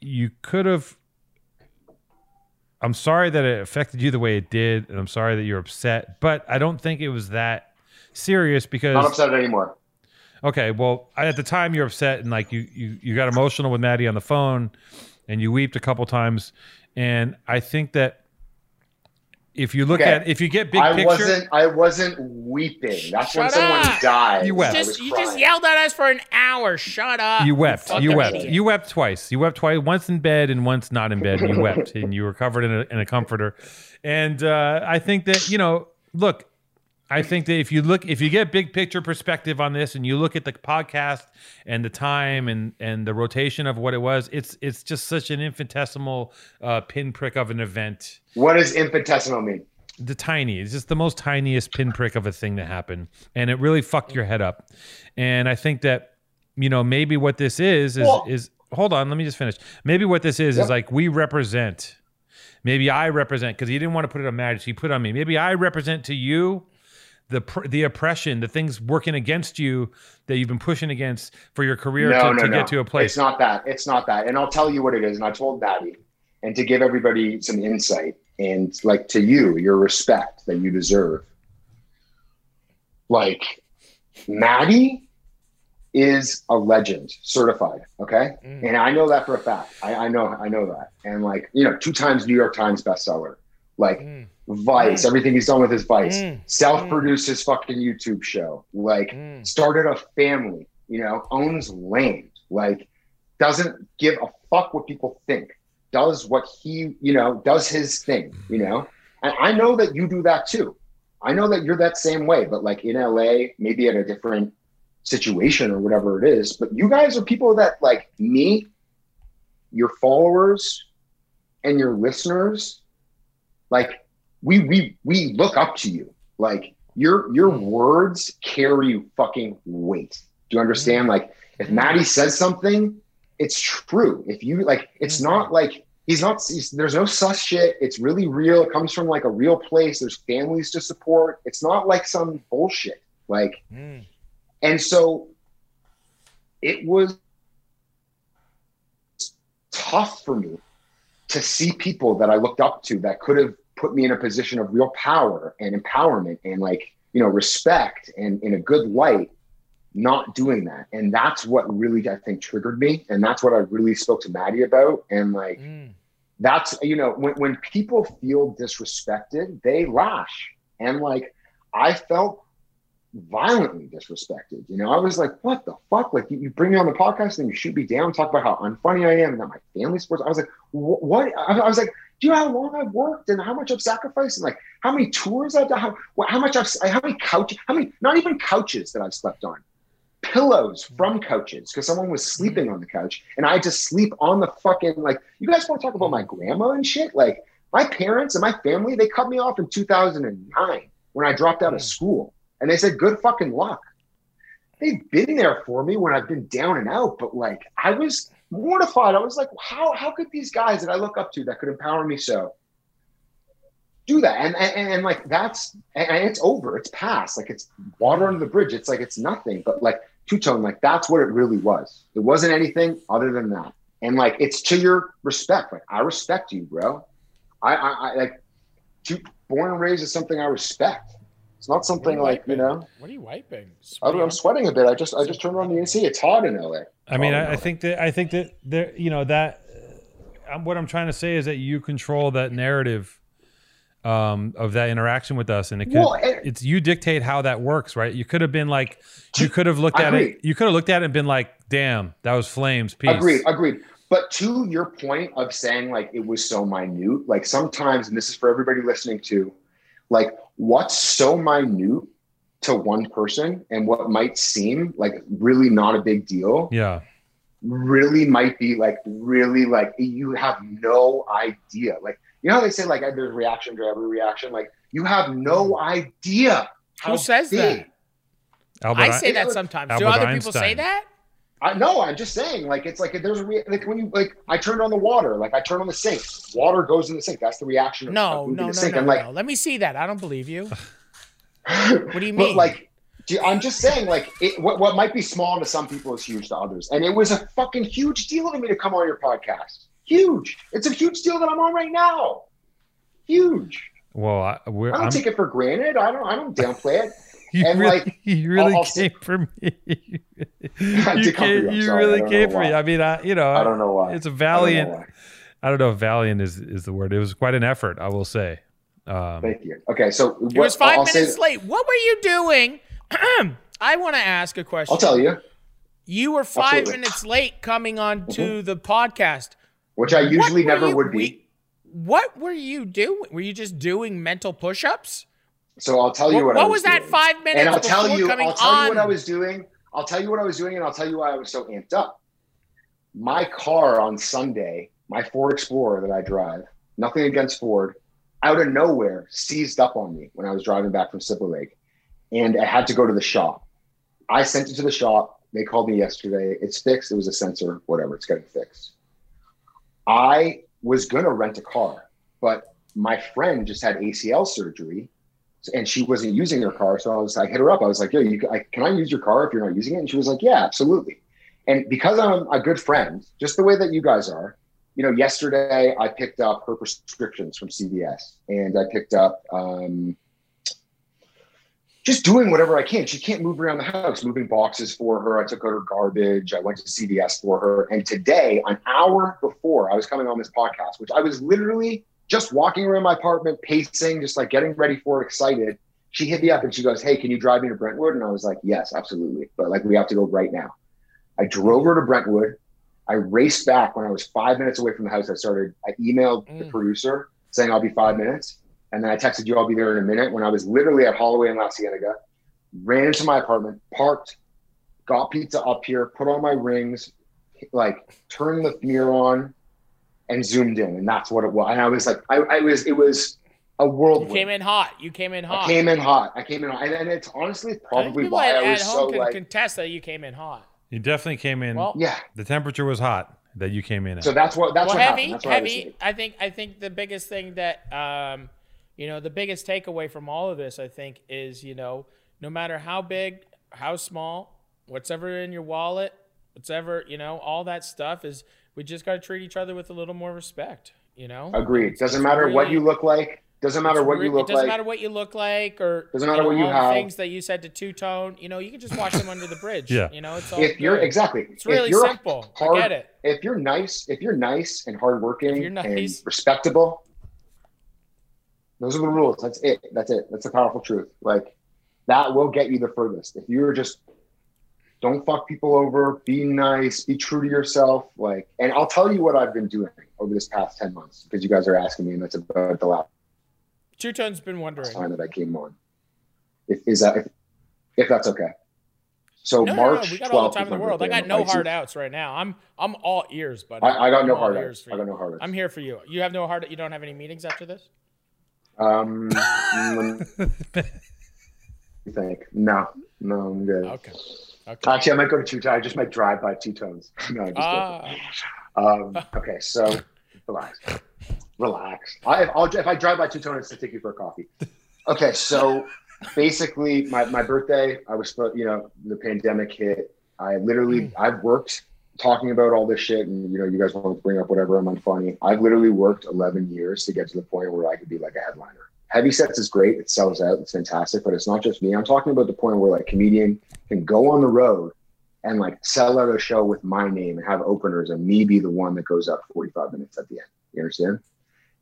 Speaker 4: you could have. I'm sorry that it affected you the way it did. And I'm sorry that you're upset. But I don't think it was that serious because.
Speaker 5: Not upset anymore.
Speaker 4: Okay, well, I- at the time you're upset and like you you you got emotional with Maddie on the phone, and you weeped a couple times, and I think that if you look
Speaker 5: Okay.
Speaker 4: at if you get big
Speaker 5: I
Speaker 4: picture,
Speaker 5: wasn't, I wasn't weeping. That's when
Speaker 3: Shut
Speaker 5: someone
Speaker 3: up.
Speaker 5: died.
Speaker 4: You wept.
Speaker 5: I was
Speaker 3: Just, you
Speaker 5: crying.
Speaker 3: just yelled at us for an hour. Shut up.
Speaker 4: you wept, you
Speaker 3: fucking
Speaker 4: wept,
Speaker 3: idiot.
Speaker 4: you wept twice. You wept twice, once in bed and once not in bed. And you wept, and you were covered in a, in a comforter. And uh, I think that you know, look, I think that if you look, if you get big picture perspective on this, and you look at the podcast and the time and and the rotation of what it was, it's it's just such an infinitesimal uh, pinprick of an event.
Speaker 5: What does infinitesimal mean?
Speaker 4: The tiny, it's just the most tiniest pinprick of a thing that happened, and it really fucked your head up. And I think that you know maybe what this is is
Speaker 5: Well-
Speaker 4: is hold on, let me just finish. Maybe what this is is like we represent. Maybe I represent because he didn't want to put it on Magic, he put it on me. Maybe I represent to you the pr- the oppression, the things working against you that you've been pushing against for your career
Speaker 5: no,
Speaker 4: to,
Speaker 5: no,
Speaker 4: to
Speaker 5: no.
Speaker 4: get to a
Speaker 5: It's
Speaker 4: place.
Speaker 5: not that. It's not that. And I'll tell you what it is. And I told Maddie, and to give everybody some insight and like to you, your respect that you deserve. Like, Maddie is a legend, certified. Okay,
Speaker 3: Mm.
Speaker 5: and I know that for a fact. I, I know, I know that. And like, you know, two times New York Times bestseller. Like,
Speaker 3: Mm,
Speaker 5: Vice, everything he's done with his Vice,
Speaker 3: Mm.
Speaker 5: self-produced his fucking YouTube show. Like,
Speaker 3: mm.
Speaker 5: started a family, you know, owns land, like doesn't give a fuck what people think, does what he, you know, does his thing, you know. And I know that you do that too. I know that you're that same way, but like in LA, maybe at a different situation or whatever it is. But you guys are people that like me, your followers, and your listeners, like we we we look up to you. Like your your words carry fucking weight. Do you understand? Like if
Speaker 3: Mm.
Speaker 5: Maddie says something, it's true. If you like, it's
Speaker 3: Mm.
Speaker 5: not like he's not. He's, there's no sus shit. It's really real. It comes from like a real place. There's families to support. It's not like some bullshit. Like
Speaker 3: Mm.
Speaker 5: and so it was tough for me to see people that I looked up to that could have put me in a position of real power and empowerment and like, you know, respect and in a good light, not doing that. And that's what really, I think, triggered me. And that's what I really spoke to Maddie about. And like,
Speaker 3: Mm.
Speaker 5: that's you know when, when people feel disrespected they lash and like i felt violently disrespected you know i was like what the fuck like you, you bring me on the podcast and you shoot me down talk about how unfunny i am and that my family sports i was like wh- what I, I was like do you know how long i've worked and how much i've sacrificed and like how many tours i've done how, wh- how much i've s- how many couch how many not even couches that i've slept on pillows from couches because someone was sleeping on the couch and I had to sleep on the fucking like you guys want to talk about my grandma and shit? Like my parents and my family, they cut me off in 2009 when I dropped out of
Speaker 3: Mm.
Speaker 5: school and they said, good fucking luck. They've been there for me when I've been down and out, but like I was mortified. I was like, how, how could these guys that I look up to that could empower me so do that? And, and, and like that's, and, and it's over, it's past. Like it's water under the bridge. It's like it's nothing, but like two tone, like that's what it really was. It wasn't anything other than that. And like it's to your respect. Like I respect you, bro. I I, I like two, born and raised is something I respect. It's not something like you know.
Speaker 3: What are you wiping?
Speaker 5: I don't, I'm sweating a bit. I just I just turned on the AC. It's hot in LA.
Speaker 4: I mean,
Speaker 5: Oh,
Speaker 4: I,
Speaker 5: no.
Speaker 4: I think that I think that there, you know, that uh, I'm, what I'm trying to say is that you control that narrative um, of that interaction with us, and it could,
Speaker 5: Well, and-
Speaker 4: it's you dictate how that works, right? You could have been like, you could have looked
Speaker 5: I
Speaker 4: at
Speaker 5: agree.
Speaker 4: it, you could have looked at it and been like, "Damn, that was flames." Peace.
Speaker 5: Agreed, agreed. But to your point of saying like it was so minute, like sometimes, and this is for everybody listening to, like what's so minute to one person and what might seem like really not a big deal
Speaker 4: Yeah,
Speaker 5: really might be like really like you have no idea. Like you know how they say like there's reaction to every reaction. Like you have no idea.
Speaker 3: Hmm. Who says that?
Speaker 4: Albert
Speaker 3: I
Speaker 4: Ein-
Speaker 3: say that sometimes. Do
Speaker 4: Albert
Speaker 3: other people say
Speaker 4: Einstein.
Speaker 3: that?
Speaker 5: I no, I'm just saying. Like it's like there's a re- like when you like I turned on the water. Like I turned on the sink. Water goes in the sink. That's the reaction. of-
Speaker 3: No,
Speaker 5: of moving
Speaker 3: no,
Speaker 5: the
Speaker 3: no,
Speaker 5: sink.
Speaker 3: no,
Speaker 5: I'm like,
Speaker 3: no. Let me see that. I don't believe you. What do you
Speaker 5: but
Speaker 3: mean?
Speaker 5: like. do- I'm just saying, like, it, what, what might be small to some people is huge to others. And it was a fucking huge deal to me to come on your podcast. Huge. It's a huge deal that I'm on right now. Huge.
Speaker 4: Well, I, we're,
Speaker 5: I don't
Speaker 4: I'm,
Speaker 5: take it for granted. I don't. I don't downplay it.
Speaker 4: you
Speaker 5: and,
Speaker 4: really,
Speaker 5: like,
Speaker 4: you really
Speaker 5: I'll- I'll
Speaker 4: came for me. you
Speaker 5: did come for you,
Speaker 4: came,
Speaker 5: I'm
Speaker 4: you
Speaker 5: sorry, I
Speaker 4: really
Speaker 5: don't know
Speaker 4: came for
Speaker 5: why.
Speaker 4: me. I mean, I, you know,
Speaker 5: I don't know why.
Speaker 4: It's a
Speaker 5: I don't know
Speaker 4: valiant.
Speaker 5: why.
Speaker 4: I don't know if valiant is, is the word. It was quite an effort, I will say. Um,
Speaker 5: Thank you. Okay, so
Speaker 3: It was 5 minutes late. What were you doing? I want to ask a question.
Speaker 5: I'll tell you,
Speaker 3: You were five
Speaker 5: Absolutely. Mm-hmm.
Speaker 3: minutes late coming on to the podcast.
Speaker 5: which I usually
Speaker 3: What were
Speaker 5: never
Speaker 3: you-
Speaker 5: would be.
Speaker 3: we- What were you doing? Were you just doing mental push-ups?
Speaker 5: So I'll tell you
Speaker 3: What,
Speaker 5: what. I
Speaker 3: what
Speaker 5: was,
Speaker 3: was that
Speaker 5: doing.
Speaker 3: five minutes
Speaker 5: And I'll
Speaker 3: before
Speaker 5: tell you.
Speaker 3: coming
Speaker 5: I'll tell
Speaker 3: on?
Speaker 5: you what I was doing. I'll tell you what I was doing, and I'll tell you why I was so amped up. My car on Sunday, my Ford Explorer that I drive, nothing against Ford, out of nowhere seized up on me when I was driving back from Silver Lake, and I had to go to the shop. I sent it to the shop. They called me yesterday. It's fixed. It was a sensor, whatever. It's getting fixed. I was gonna rent a car, but my friend just had ACL surgery, and she wasn't using her car. So I was, I hit her up. I was like, "Yo, you, I, can I use your car if you're not using it?" And she was like, "Yeah, absolutely." And because I'm a good friend, just the way that you guys are, you know, yesterday I picked up her prescriptions from CVS, and I picked up um, just doing whatever I can. She can't move around the house, moving boxes for her. I took out her garbage. I went to CVS for her. And today, an hour before I was coming on this podcast, which I was literally just walking around my apartment, pacing, just like getting ready for it, excited. She hit me up and she goes, Hey, can you drive me to Brentwood? And I was like, Yes, absolutely. But like, we have to go right now. I drove her to Brentwood. I raced back when I was five minutes away from the house. I started, I emailed the
Speaker 3: Mm.
Speaker 5: producer saying, I'll be five minutes. And then I texted you, I'll be there in a minute. When I was literally at Holloway and La Cienega, ran into my apartment, parked, got pizza up here, put on my rings, like turned the mirror on, and zoomed in. And that's what it was. And I was like, I, I was, it was a
Speaker 3: you
Speaker 5: whirlwind.
Speaker 3: came in hot. You came in hot.
Speaker 5: I came in hot. I came in hot. And, and it's honestly
Speaker 3: I think
Speaker 5: probably
Speaker 3: people
Speaker 5: why
Speaker 3: at,
Speaker 5: I
Speaker 3: at
Speaker 5: was so
Speaker 3: home can
Speaker 5: like,
Speaker 3: contest that you came in hot.
Speaker 4: you definitely came in.
Speaker 3: Well,
Speaker 5: yeah.
Speaker 4: the temperature was hot that you came in at.
Speaker 5: So that's what, that's
Speaker 3: well,
Speaker 5: what
Speaker 3: heavy,
Speaker 5: happened. That's what I was
Speaker 3: heavy.
Speaker 5: thinking.
Speaker 3: I, think. I think the biggest thing that, um, you know, the biggest takeaway from all of this, I think, is you know, no matter how big, how small, whatever in your wallet, whatever you know, all that stuff is. We just got to treat each other with a little more respect. You know.
Speaker 5: Agreed.
Speaker 3: It's-
Speaker 5: Doesn't
Speaker 3: it's
Speaker 5: matter what
Speaker 3: really-
Speaker 5: you look like. Doesn't matter
Speaker 3: it's
Speaker 5: what
Speaker 3: re-
Speaker 5: you
Speaker 3: It
Speaker 5: look
Speaker 3: doesn't
Speaker 5: like.
Speaker 3: matter what you look like, or
Speaker 5: Doesn't matter
Speaker 3: you
Speaker 5: what you
Speaker 3: all the
Speaker 5: have.
Speaker 3: Things that you said to Two Tone, you know, you can just watch them under the bridge.
Speaker 4: Yeah.
Speaker 3: You know, it's all.
Speaker 5: if you're
Speaker 3: good.
Speaker 5: exactly,
Speaker 3: It's really
Speaker 5: if you're a
Speaker 3: simple.
Speaker 5: hard-
Speaker 3: I get it.
Speaker 5: if you're nice, if you're nice and hardworking
Speaker 3: If you're nice.
Speaker 5: and respectable, those are the rules. That's it. That's it. That's the powerful truth. Like that will get you the furthest. If you're just don't fuck people over, be nice, be true to yourself. Like, and I'll tell you what I've been doing over this past 10 months because you guys are asking me, and that's about the last
Speaker 3: Two Tone's been wondering.
Speaker 5: time that I came on. If is that if, if that's okay. So
Speaker 3: no,
Speaker 5: March
Speaker 3: no, no, we got
Speaker 5: 12th
Speaker 3: all the
Speaker 5: is
Speaker 3: time in
Speaker 5: my
Speaker 3: the world. I
Speaker 5: birthday.
Speaker 3: got no
Speaker 5: I'm
Speaker 3: hard outs right now. I'm I'm all ears, buddy.
Speaker 5: I, I got no
Speaker 3: I'm all
Speaker 5: hard
Speaker 3: ears
Speaker 5: outs.
Speaker 3: for
Speaker 5: I
Speaker 3: you.
Speaker 5: got no hard outs.
Speaker 3: I'm here for you. You have no hard. You don't have any meetings after this.
Speaker 5: Um, mm, you think? No, no, I'm good.
Speaker 3: Okay. Okay.
Speaker 5: Actually, I might go to two tones. I just might drive by two tones. No, I'm just
Speaker 3: Ah.
Speaker 5: joking. um, okay, so relax, relax. I, if, I'll, if I drive by two tones, to take you for a coffee. Okay, so basically, my, my birthday, I was, spo- you know, the pandemic hit. I literally,
Speaker 3: Hmm.
Speaker 5: I've worked talking about all this shit, and you know, you guys want to bring up whatever I'm unfunny. I've literally worked 11 years to get to the point where I could be like a headliner heavy sets is great. It sells out. It's fantastic. But it's not just me. I'm talking about the point where like comedian can go on the road and like sell out a show with my name and have openers and me be the one that goes up 45 minutes at the end. You understand?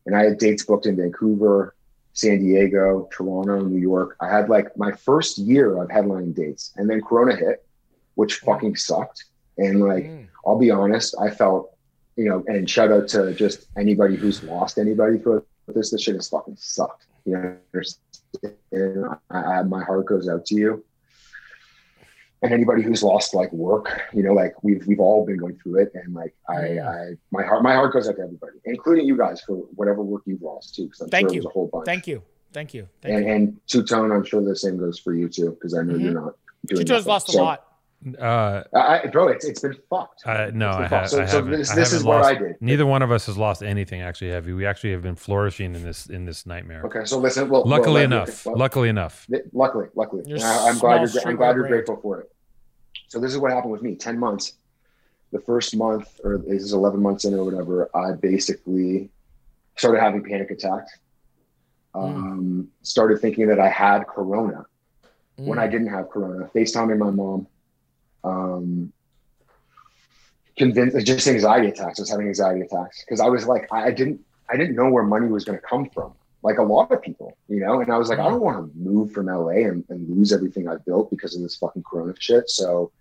Speaker 5: And I had dates booked in Vancouver, San Diego, Toronto, New York. I had like my first year of headlining dates, and then Corona hit, which fucking sucked. And like,
Speaker 3: Mm.
Speaker 5: I'll be honest, I felt, you know, and shout out to just anybody who's lost anybody for this. This shit has fucking sucked. You know, and I, I, my heart goes out to you. And anybody who's lost like work, you know, like we've we've all been going through it, and like I,
Speaker 3: Yeah.
Speaker 5: I my heart my heart goes out to everybody, including you guys for whatever work you've lost too. Because I'm
Speaker 3: Thank
Speaker 5: sure
Speaker 3: you.
Speaker 5: there's a whole bunch.
Speaker 3: Thank you. Thank you. Thank
Speaker 5: and
Speaker 3: you.
Speaker 5: and two tone, I'm sure the same goes for you too, because I know
Speaker 3: Mhm.
Speaker 5: you're not. doing
Speaker 3: Chito's
Speaker 5: nothing.
Speaker 3: lost a
Speaker 5: So-
Speaker 3: lot.
Speaker 4: Uh,
Speaker 5: I, I- bro, it's it's been fucked.
Speaker 4: uh, no,
Speaker 5: It's been
Speaker 4: I, ha-
Speaker 5: fucked. So-
Speaker 4: I
Speaker 5: so
Speaker 4: haven't.
Speaker 5: this-
Speaker 4: I
Speaker 5: this
Speaker 4: haven't
Speaker 5: is what
Speaker 4: lost,
Speaker 5: I did.
Speaker 4: Neither one of us has lost anything. Actually, heavy. We actually have been flourishing in this in this nightmare.
Speaker 5: Okay, so listen. Well,
Speaker 4: Luckily
Speaker 5: well,
Speaker 4: enough.
Speaker 5: well,
Speaker 4: luckily enough.
Speaker 5: th- luckily, luckily,
Speaker 3: You're
Speaker 5: And I, am glad
Speaker 3: small
Speaker 5: you're I'm
Speaker 3: street
Speaker 5: glad you're
Speaker 3: brand.
Speaker 5: grateful for it. So this is what happened with me. Ten months, the first month, or this is eleven months in or whatever. I basically started having panic attacks. Um, Started thinking that I had corona when I didn't have corona. FaceTiming my mom. Um, convinced just anxiety attacks. I was having anxiety attacks because I was like, I I didn't, I didn't know where money was going to come from. Like a lot of people, you know. And I was like, I don't want to move from LA and, and lose everything I built because of this fucking corona shit. So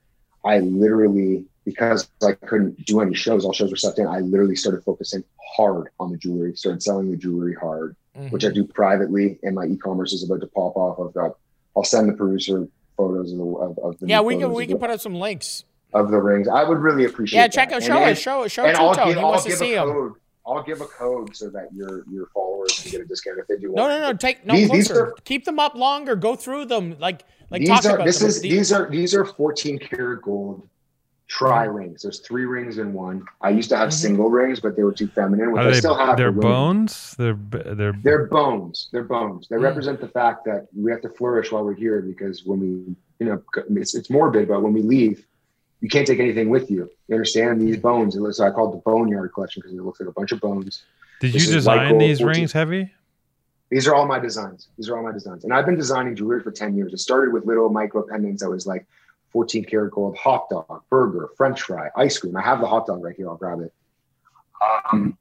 Speaker 5: I literally, because I couldn't do any shows, all shows were shut down. I literally started focusing hard on the jewelry. Started selling the jewelry hard
Speaker 3: Mhm.
Speaker 5: which I do privately, and my e-commerce is about to pop off. I've got, I'll send the producer photos of the of, of the
Speaker 3: yeah,
Speaker 5: new
Speaker 3: we can
Speaker 5: photos
Speaker 3: we
Speaker 5: of
Speaker 3: can
Speaker 5: the-
Speaker 3: put up some links.
Speaker 5: of the rings. I would really appreciate.
Speaker 3: Yeah, check
Speaker 5: that.
Speaker 3: out
Speaker 5: And-
Speaker 3: show
Speaker 5: and-
Speaker 3: us show show
Speaker 5: and I'll
Speaker 3: Tuto.
Speaker 5: give,
Speaker 3: He
Speaker 5: I'll
Speaker 3: wants to
Speaker 5: give
Speaker 3: see
Speaker 5: a
Speaker 3: him.
Speaker 5: code. I'll give a code so that your your followers can get a discount if they do.
Speaker 3: No,
Speaker 5: want
Speaker 3: no,
Speaker 5: it.
Speaker 3: no. Take no
Speaker 5: These- these
Speaker 3: closer.
Speaker 5: are-
Speaker 3: Keep them up longer. Go through them. Like like
Speaker 5: these
Speaker 3: talk
Speaker 5: are
Speaker 3: about
Speaker 5: this
Speaker 3: them.
Speaker 5: is
Speaker 3: The-
Speaker 5: these are these are 14 karat gold tri rings. There's three rings in one. I used to have
Speaker 3: Mhm.
Speaker 5: single rings, but they were too feminine, which
Speaker 4: Are
Speaker 5: I
Speaker 4: they?
Speaker 5: still have.
Speaker 4: They're
Speaker 5: for women.
Speaker 4: bones. They're b- they're.
Speaker 5: They're bones. They're bones. They
Speaker 3: Mm.
Speaker 5: represent the fact that we have to flourish while we're here because when we, you know, it's, it's morbid, but when we leave, you can't take anything with you. You understand these bones? It looks- So I called the boneyard collection because it looks like a bunch of bones.
Speaker 4: Did
Speaker 5: this
Speaker 4: you
Speaker 5: is
Speaker 4: design
Speaker 5: Michael
Speaker 4: these
Speaker 5: 14.
Speaker 4: rings, heavy?
Speaker 5: These are all my designs. These are all my designs. And I've been designing jewelry for 10 years. It started with little micro pendants that was like 14 karat gold, hot dog, burger, french fry, ice cream. I have the hot dog right here. I'll grab it. Um,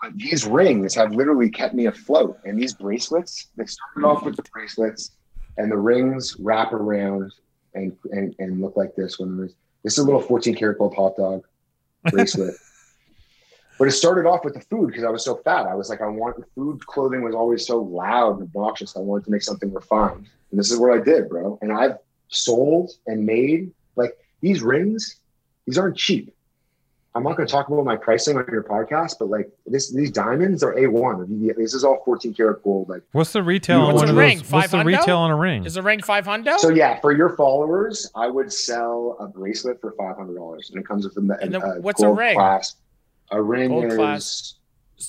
Speaker 5: but these rings have literally kept me afloat. And these bracelets, they started off with the bracelets and the rings wrap around and, and, and look like this one. This this is a little 14 karat gold hot dog bracelet. But it started off with the food because I was so fat. I was like, I want food clothing was always so loud and obnoxious. I wanted to make something refined. And this is what I did, bro. And I've sold and made like these rings, these aren't cheap. I'm not going to talk about my pricing on your podcast, but like this, these diamonds are A1. This is all 14 karat gold. Like,
Speaker 4: What's the retail
Speaker 5: No,
Speaker 4: on
Speaker 5: it's
Speaker 4: one
Speaker 5: a
Speaker 4: of
Speaker 3: ring,
Speaker 4: those? What's the
Speaker 3: 500?
Speaker 4: retail on a ring?
Speaker 3: is the ring five hundo?
Speaker 5: so yeah, for your followers, I would sell a bracelet for $500 and it comes with a,
Speaker 3: And then
Speaker 5: a
Speaker 3: what's a
Speaker 5: gold
Speaker 3: ring?
Speaker 5: clasp. A ring
Speaker 3: Gold
Speaker 5: is
Speaker 3: clasp.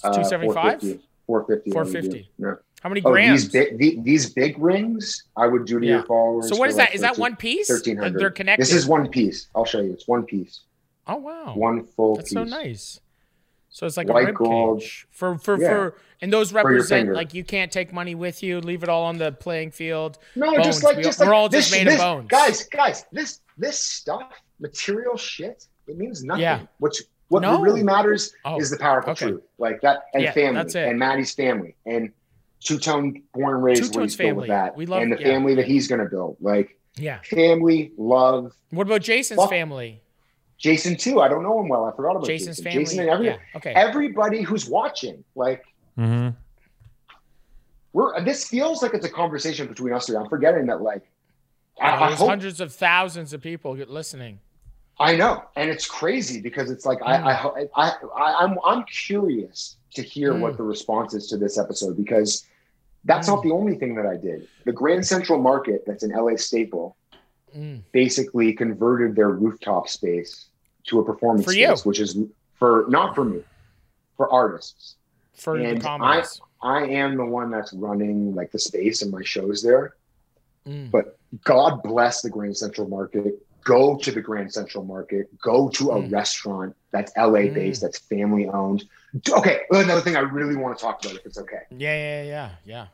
Speaker 5: uh,
Speaker 3: Two seventy five.
Speaker 5: 450. 450.
Speaker 3: 450.
Speaker 5: No.
Speaker 3: How many
Speaker 5: Oh,
Speaker 3: grams?
Speaker 5: these big the, these big rings I would do to
Speaker 3: Yeah.
Speaker 5: your followers.
Speaker 3: so what is
Speaker 5: for like
Speaker 3: that? Is that
Speaker 5: 13
Speaker 3: one piece?
Speaker 5: 1300.
Speaker 3: They're connected.
Speaker 5: This is one piece. I'll show you. It's one piece.
Speaker 3: Oh wow.
Speaker 5: One full
Speaker 3: That's
Speaker 5: piece.
Speaker 3: so nice. So it's like
Speaker 5: White
Speaker 3: a rib
Speaker 5: gold.
Speaker 3: cage for for
Speaker 5: Yeah.
Speaker 3: for, and those
Speaker 5: your
Speaker 3: represent
Speaker 5: finger.
Speaker 3: like you can't take money with you. Leave it all on the playing field.
Speaker 5: No,
Speaker 3: Bones.
Speaker 5: just like
Speaker 3: We-
Speaker 5: just
Speaker 3: we're
Speaker 5: like
Speaker 3: all
Speaker 5: this,
Speaker 3: just made of
Speaker 5: this,
Speaker 3: bones.
Speaker 5: Guys, guys, this this stuff, material shit, it means nothing.
Speaker 3: Yeah.
Speaker 5: What's what
Speaker 3: No.
Speaker 5: really matters
Speaker 3: Oh,
Speaker 5: is the powerful
Speaker 3: okay.
Speaker 5: truth. Like that and
Speaker 3: Yeah,
Speaker 5: family
Speaker 3: that's it.
Speaker 5: and Maddie's family and two tone born and raised what
Speaker 3: Two-Tone's
Speaker 5: he's built
Speaker 3: family.
Speaker 5: with that.
Speaker 3: We love-
Speaker 5: and the
Speaker 3: yeah.
Speaker 5: family that he's gonna build. Like
Speaker 3: yeah.
Speaker 5: family, love,
Speaker 3: What about Jason's
Speaker 5: Fuck.
Speaker 3: family?
Speaker 5: Jason too. I don't know him well. I forgot about
Speaker 3: Jason's
Speaker 5: Jason.
Speaker 3: family.
Speaker 5: Jason and everything.
Speaker 3: Yeah. Okay.
Speaker 5: everybody who's watching like
Speaker 4: hmm
Speaker 5: we're this feels like it's a conversation between us three i'm forgetting that like i,
Speaker 3: Yeah,
Speaker 5: I
Speaker 3: there's
Speaker 5: hope
Speaker 3: hundreds of thousands of people get- listening.
Speaker 5: i know and it's crazy because it's like
Speaker 3: Hmm.
Speaker 5: I I, ho- I I i'm i'm curious to hear
Speaker 3: Mm.
Speaker 5: what the response is to this episode because that's
Speaker 3: Mm.
Speaker 5: not the only thing that i did the grand central market that's an la staple
Speaker 3: Mm.
Speaker 5: basically converted their rooftop space to a performance
Speaker 3: For you.
Speaker 5: space which is for not for me for artists
Speaker 3: For the
Speaker 5: And
Speaker 3: comments.
Speaker 5: I am the one that's running like the space and my shows there.
Speaker 3: Mm.
Speaker 5: God bless the Grand Central Market. Go to the Grand Central Market. Go to a
Speaker 3: Mm.
Speaker 5: restaurant that's LA based, that's family owned. Do- Okay, another thing I really want to talk about if it's okay.
Speaker 3: Yeah, yeah, yeah, yeah.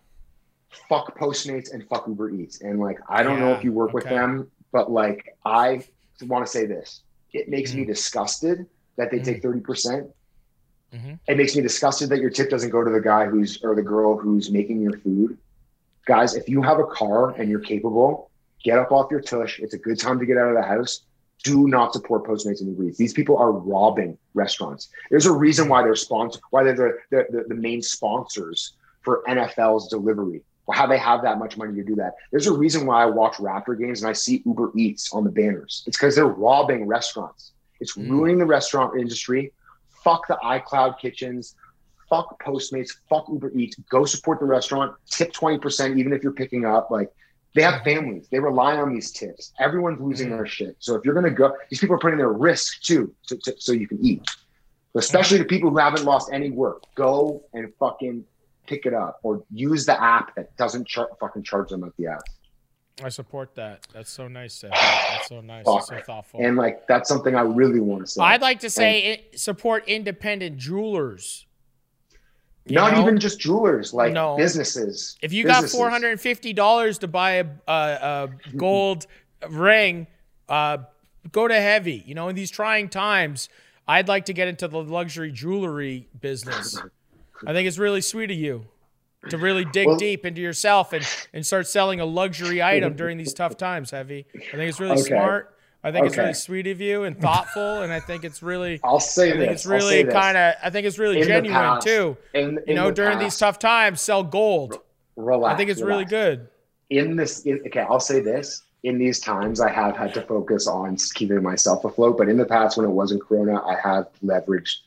Speaker 5: fuck Postmates and fuck Uber Eats. And like, I don't know
Speaker 3: Yeah,
Speaker 5: if you work with
Speaker 3: okay.
Speaker 5: them, but like, I want to say this. It makes
Speaker 3: Mm-hmm.
Speaker 5: me disgusted that they take 30%. percent
Speaker 3: Mhm.
Speaker 5: It makes me disgusted that your tip doesn't go to the guy who's or the girl who's making your food. Guys, if you have a car and you're capable, get up off your tush. It's a good time to get out of the house. Do not support Postmates and Uber Eats. These people are robbing restaurants. There's a reason why they're sponsor, why they're the, the, the, the main sponsors for NFL's delivery. How they have that much money to do that. There's a reason why I watch Raptor games and I see Uber Eats on the banners. It's because they're robbing restaurants. It's
Speaker 3: Mm.
Speaker 5: ruining the restaurant industry. Fuck the iCloud kitchens. Fuck Postmates. Fuck Uber Eats. Go support the restaurant. Tip 20%, even if you're picking up. Like they have families. They rely on these tips. Everyone's losing their shit. So if you're going to go, these people are putting their risk too, to, to, so you can eat. Especially the people who haven't lost any work. Go and fucking pick it up or use the app that doesn't char- fucking charge them at the app.
Speaker 3: I support that. That's so nice, Seth. That's so nice. That's so
Speaker 5: Fuck.
Speaker 3: thoughtful.
Speaker 5: And like that's something I really want to say.
Speaker 3: I'd like to say it, support independent jewelers. You
Speaker 5: Not
Speaker 3: know?
Speaker 5: even just jewelers, like
Speaker 3: No.
Speaker 5: businesses.
Speaker 3: If you
Speaker 5: Businesses.
Speaker 3: got four hundred and fifty dollars to buy a, a, a gold ring, uh, go to heavy. You know, in these trying times, I'd like to get into the luxury jewelry business. I think it's really sweet of you to really dig
Speaker 5: Well-
Speaker 3: deep into yourself and and start selling a luxury item during these tough times, heavy. I think it's really
Speaker 5: Okay.
Speaker 3: smart. I think it's
Speaker 5: Okay.
Speaker 3: really sweet of you and thoughtful, and I think it's really.
Speaker 5: I'll say
Speaker 3: I
Speaker 5: this.
Speaker 3: think it's
Speaker 5: I'll say
Speaker 3: really
Speaker 5: this.
Speaker 3: kind of. I think it's really
Speaker 5: In the
Speaker 3: genuine
Speaker 5: past,
Speaker 3: too.
Speaker 5: In-
Speaker 3: You
Speaker 5: in
Speaker 3: know,
Speaker 5: the
Speaker 3: during these
Speaker 5: past,
Speaker 3: tough times, sell gold.
Speaker 5: Relax,
Speaker 3: I think it's really
Speaker 5: relax.
Speaker 3: good.
Speaker 5: in this in, okay i'll say this in these times i have had to focus on keeping myself afloat but in the past when it wasn't corona i have leveraged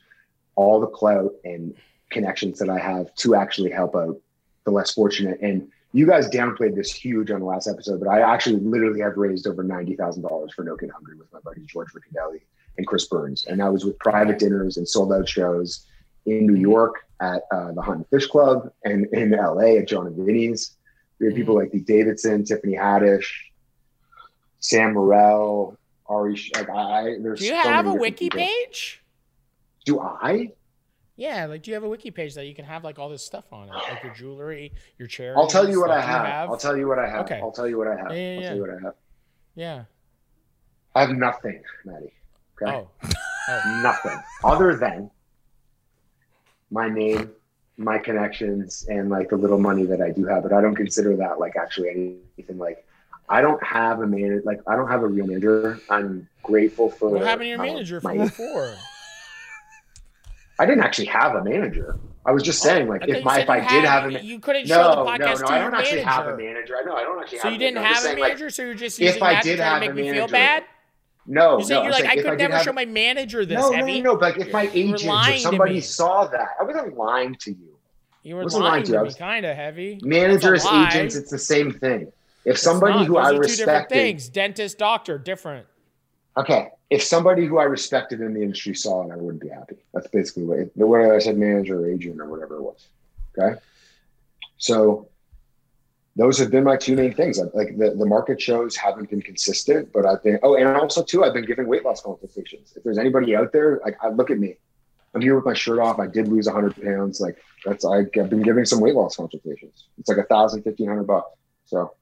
Speaker 5: all the clout and connections that i have to actually help out the less fortunate and you guys downplayed this huge on the last episode but i actually literally have raised over $90000 for no kid hungry with my buddies george Riccatelli and chris burns and that was with private dinners and sold out shows in new york at uh, the hunt and fish club and in la at john and vinny's we had
Speaker 3: Mm-hmm.
Speaker 5: people like Dee Davidson, Tiffany Haddish, Sam Morrell, Ari. Sh- Like I, there's
Speaker 3: Do you
Speaker 5: so
Speaker 3: have
Speaker 5: many
Speaker 3: a
Speaker 5: different
Speaker 3: wiki
Speaker 5: people.
Speaker 3: page?
Speaker 5: Do I?
Speaker 3: Yeah, like do you have a wiki page that you can have like all this stuff on it, like your jewelry, your chair?
Speaker 5: I'll tell you what I have. I'll tell you what I have.
Speaker 3: Okay.
Speaker 5: I'll tell you what I have.
Speaker 3: Yeah, yeah,
Speaker 5: I'll
Speaker 3: yeah.
Speaker 5: tell you what I have.
Speaker 3: yeah.
Speaker 5: I have nothing, Maddie. Okay.
Speaker 3: Oh,
Speaker 5: Nothing other than my name, my connections, and like the little money that I do have. But I don't consider that like actually anything. Like I don't have a manager. Like I don't have a real manager. I'm grateful for
Speaker 3: what happened to your
Speaker 5: um,
Speaker 3: manager
Speaker 5: my
Speaker 3: from before?
Speaker 5: I didn't actually have a manager. I was just saying, like,
Speaker 3: Oh, I thought
Speaker 5: if
Speaker 3: you
Speaker 5: my
Speaker 3: said
Speaker 5: if I
Speaker 3: you
Speaker 5: did
Speaker 3: had-
Speaker 5: have a ma-
Speaker 3: you couldn't show the
Speaker 5: no, no, no,
Speaker 3: podcast to
Speaker 5: I
Speaker 3: your
Speaker 5: don't actually
Speaker 3: manager.
Speaker 5: have a manager. I know I don't actually.
Speaker 3: So
Speaker 5: have
Speaker 3: you
Speaker 5: a
Speaker 3: didn't
Speaker 5: manager. I'm just
Speaker 3: have a
Speaker 5: saying, like,
Speaker 3: manager, so you're just
Speaker 5: if
Speaker 3: using
Speaker 5: I
Speaker 3: that to
Speaker 5: did
Speaker 3: try to
Speaker 5: have
Speaker 3: make
Speaker 5: a
Speaker 3: me feel
Speaker 5: manager-
Speaker 3: bad.
Speaker 5: no,
Speaker 3: You said
Speaker 5: no,
Speaker 3: you're
Speaker 5: I'm
Speaker 3: like,
Speaker 5: saying
Speaker 3: I
Speaker 5: if
Speaker 3: could
Speaker 5: did
Speaker 3: never
Speaker 5: have-
Speaker 3: show my manager this,
Speaker 5: No, no,
Speaker 3: Evie.
Speaker 5: no, no. But if my agent
Speaker 3: lying
Speaker 5: or
Speaker 3: to
Speaker 5: somebody
Speaker 3: me.
Speaker 5: saw that, I wasn't lying to you.
Speaker 3: You were
Speaker 5: Wasn't
Speaker 3: lying
Speaker 5: lying to you, I
Speaker 3: to me,
Speaker 5: was-
Speaker 3: kind of heavy.
Speaker 5: Managers,
Speaker 3: That's a lie.
Speaker 5: agents, it's the same thing. If
Speaker 3: It's
Speaker 5: somebody
Speaker 3: not.
Speaker 5: who
Speaker 3: Those are
Speaker 5: I
Speaker 3: two different
Speaker 5: respected,
Speaker 3: things. Dentist, doctor, different.
Speaker 5: okay, if somebody who I respected in the industry saw it, I wouldn't be happy. That's basically what. It, whether I said manager or agent or whatever it was. Okay, so those have been my two main things. I've- Like the, the market shows haven't been consistent, but I've been oh, and also too, I've been giving weight loss consultations. If there's anybody out there, like I look at me, I'm here with my shirt off. I did lose 100 pounds. Like that's I, I've been giving some weight loss consultations. It's like a thousand, fifteen hundred bucks. So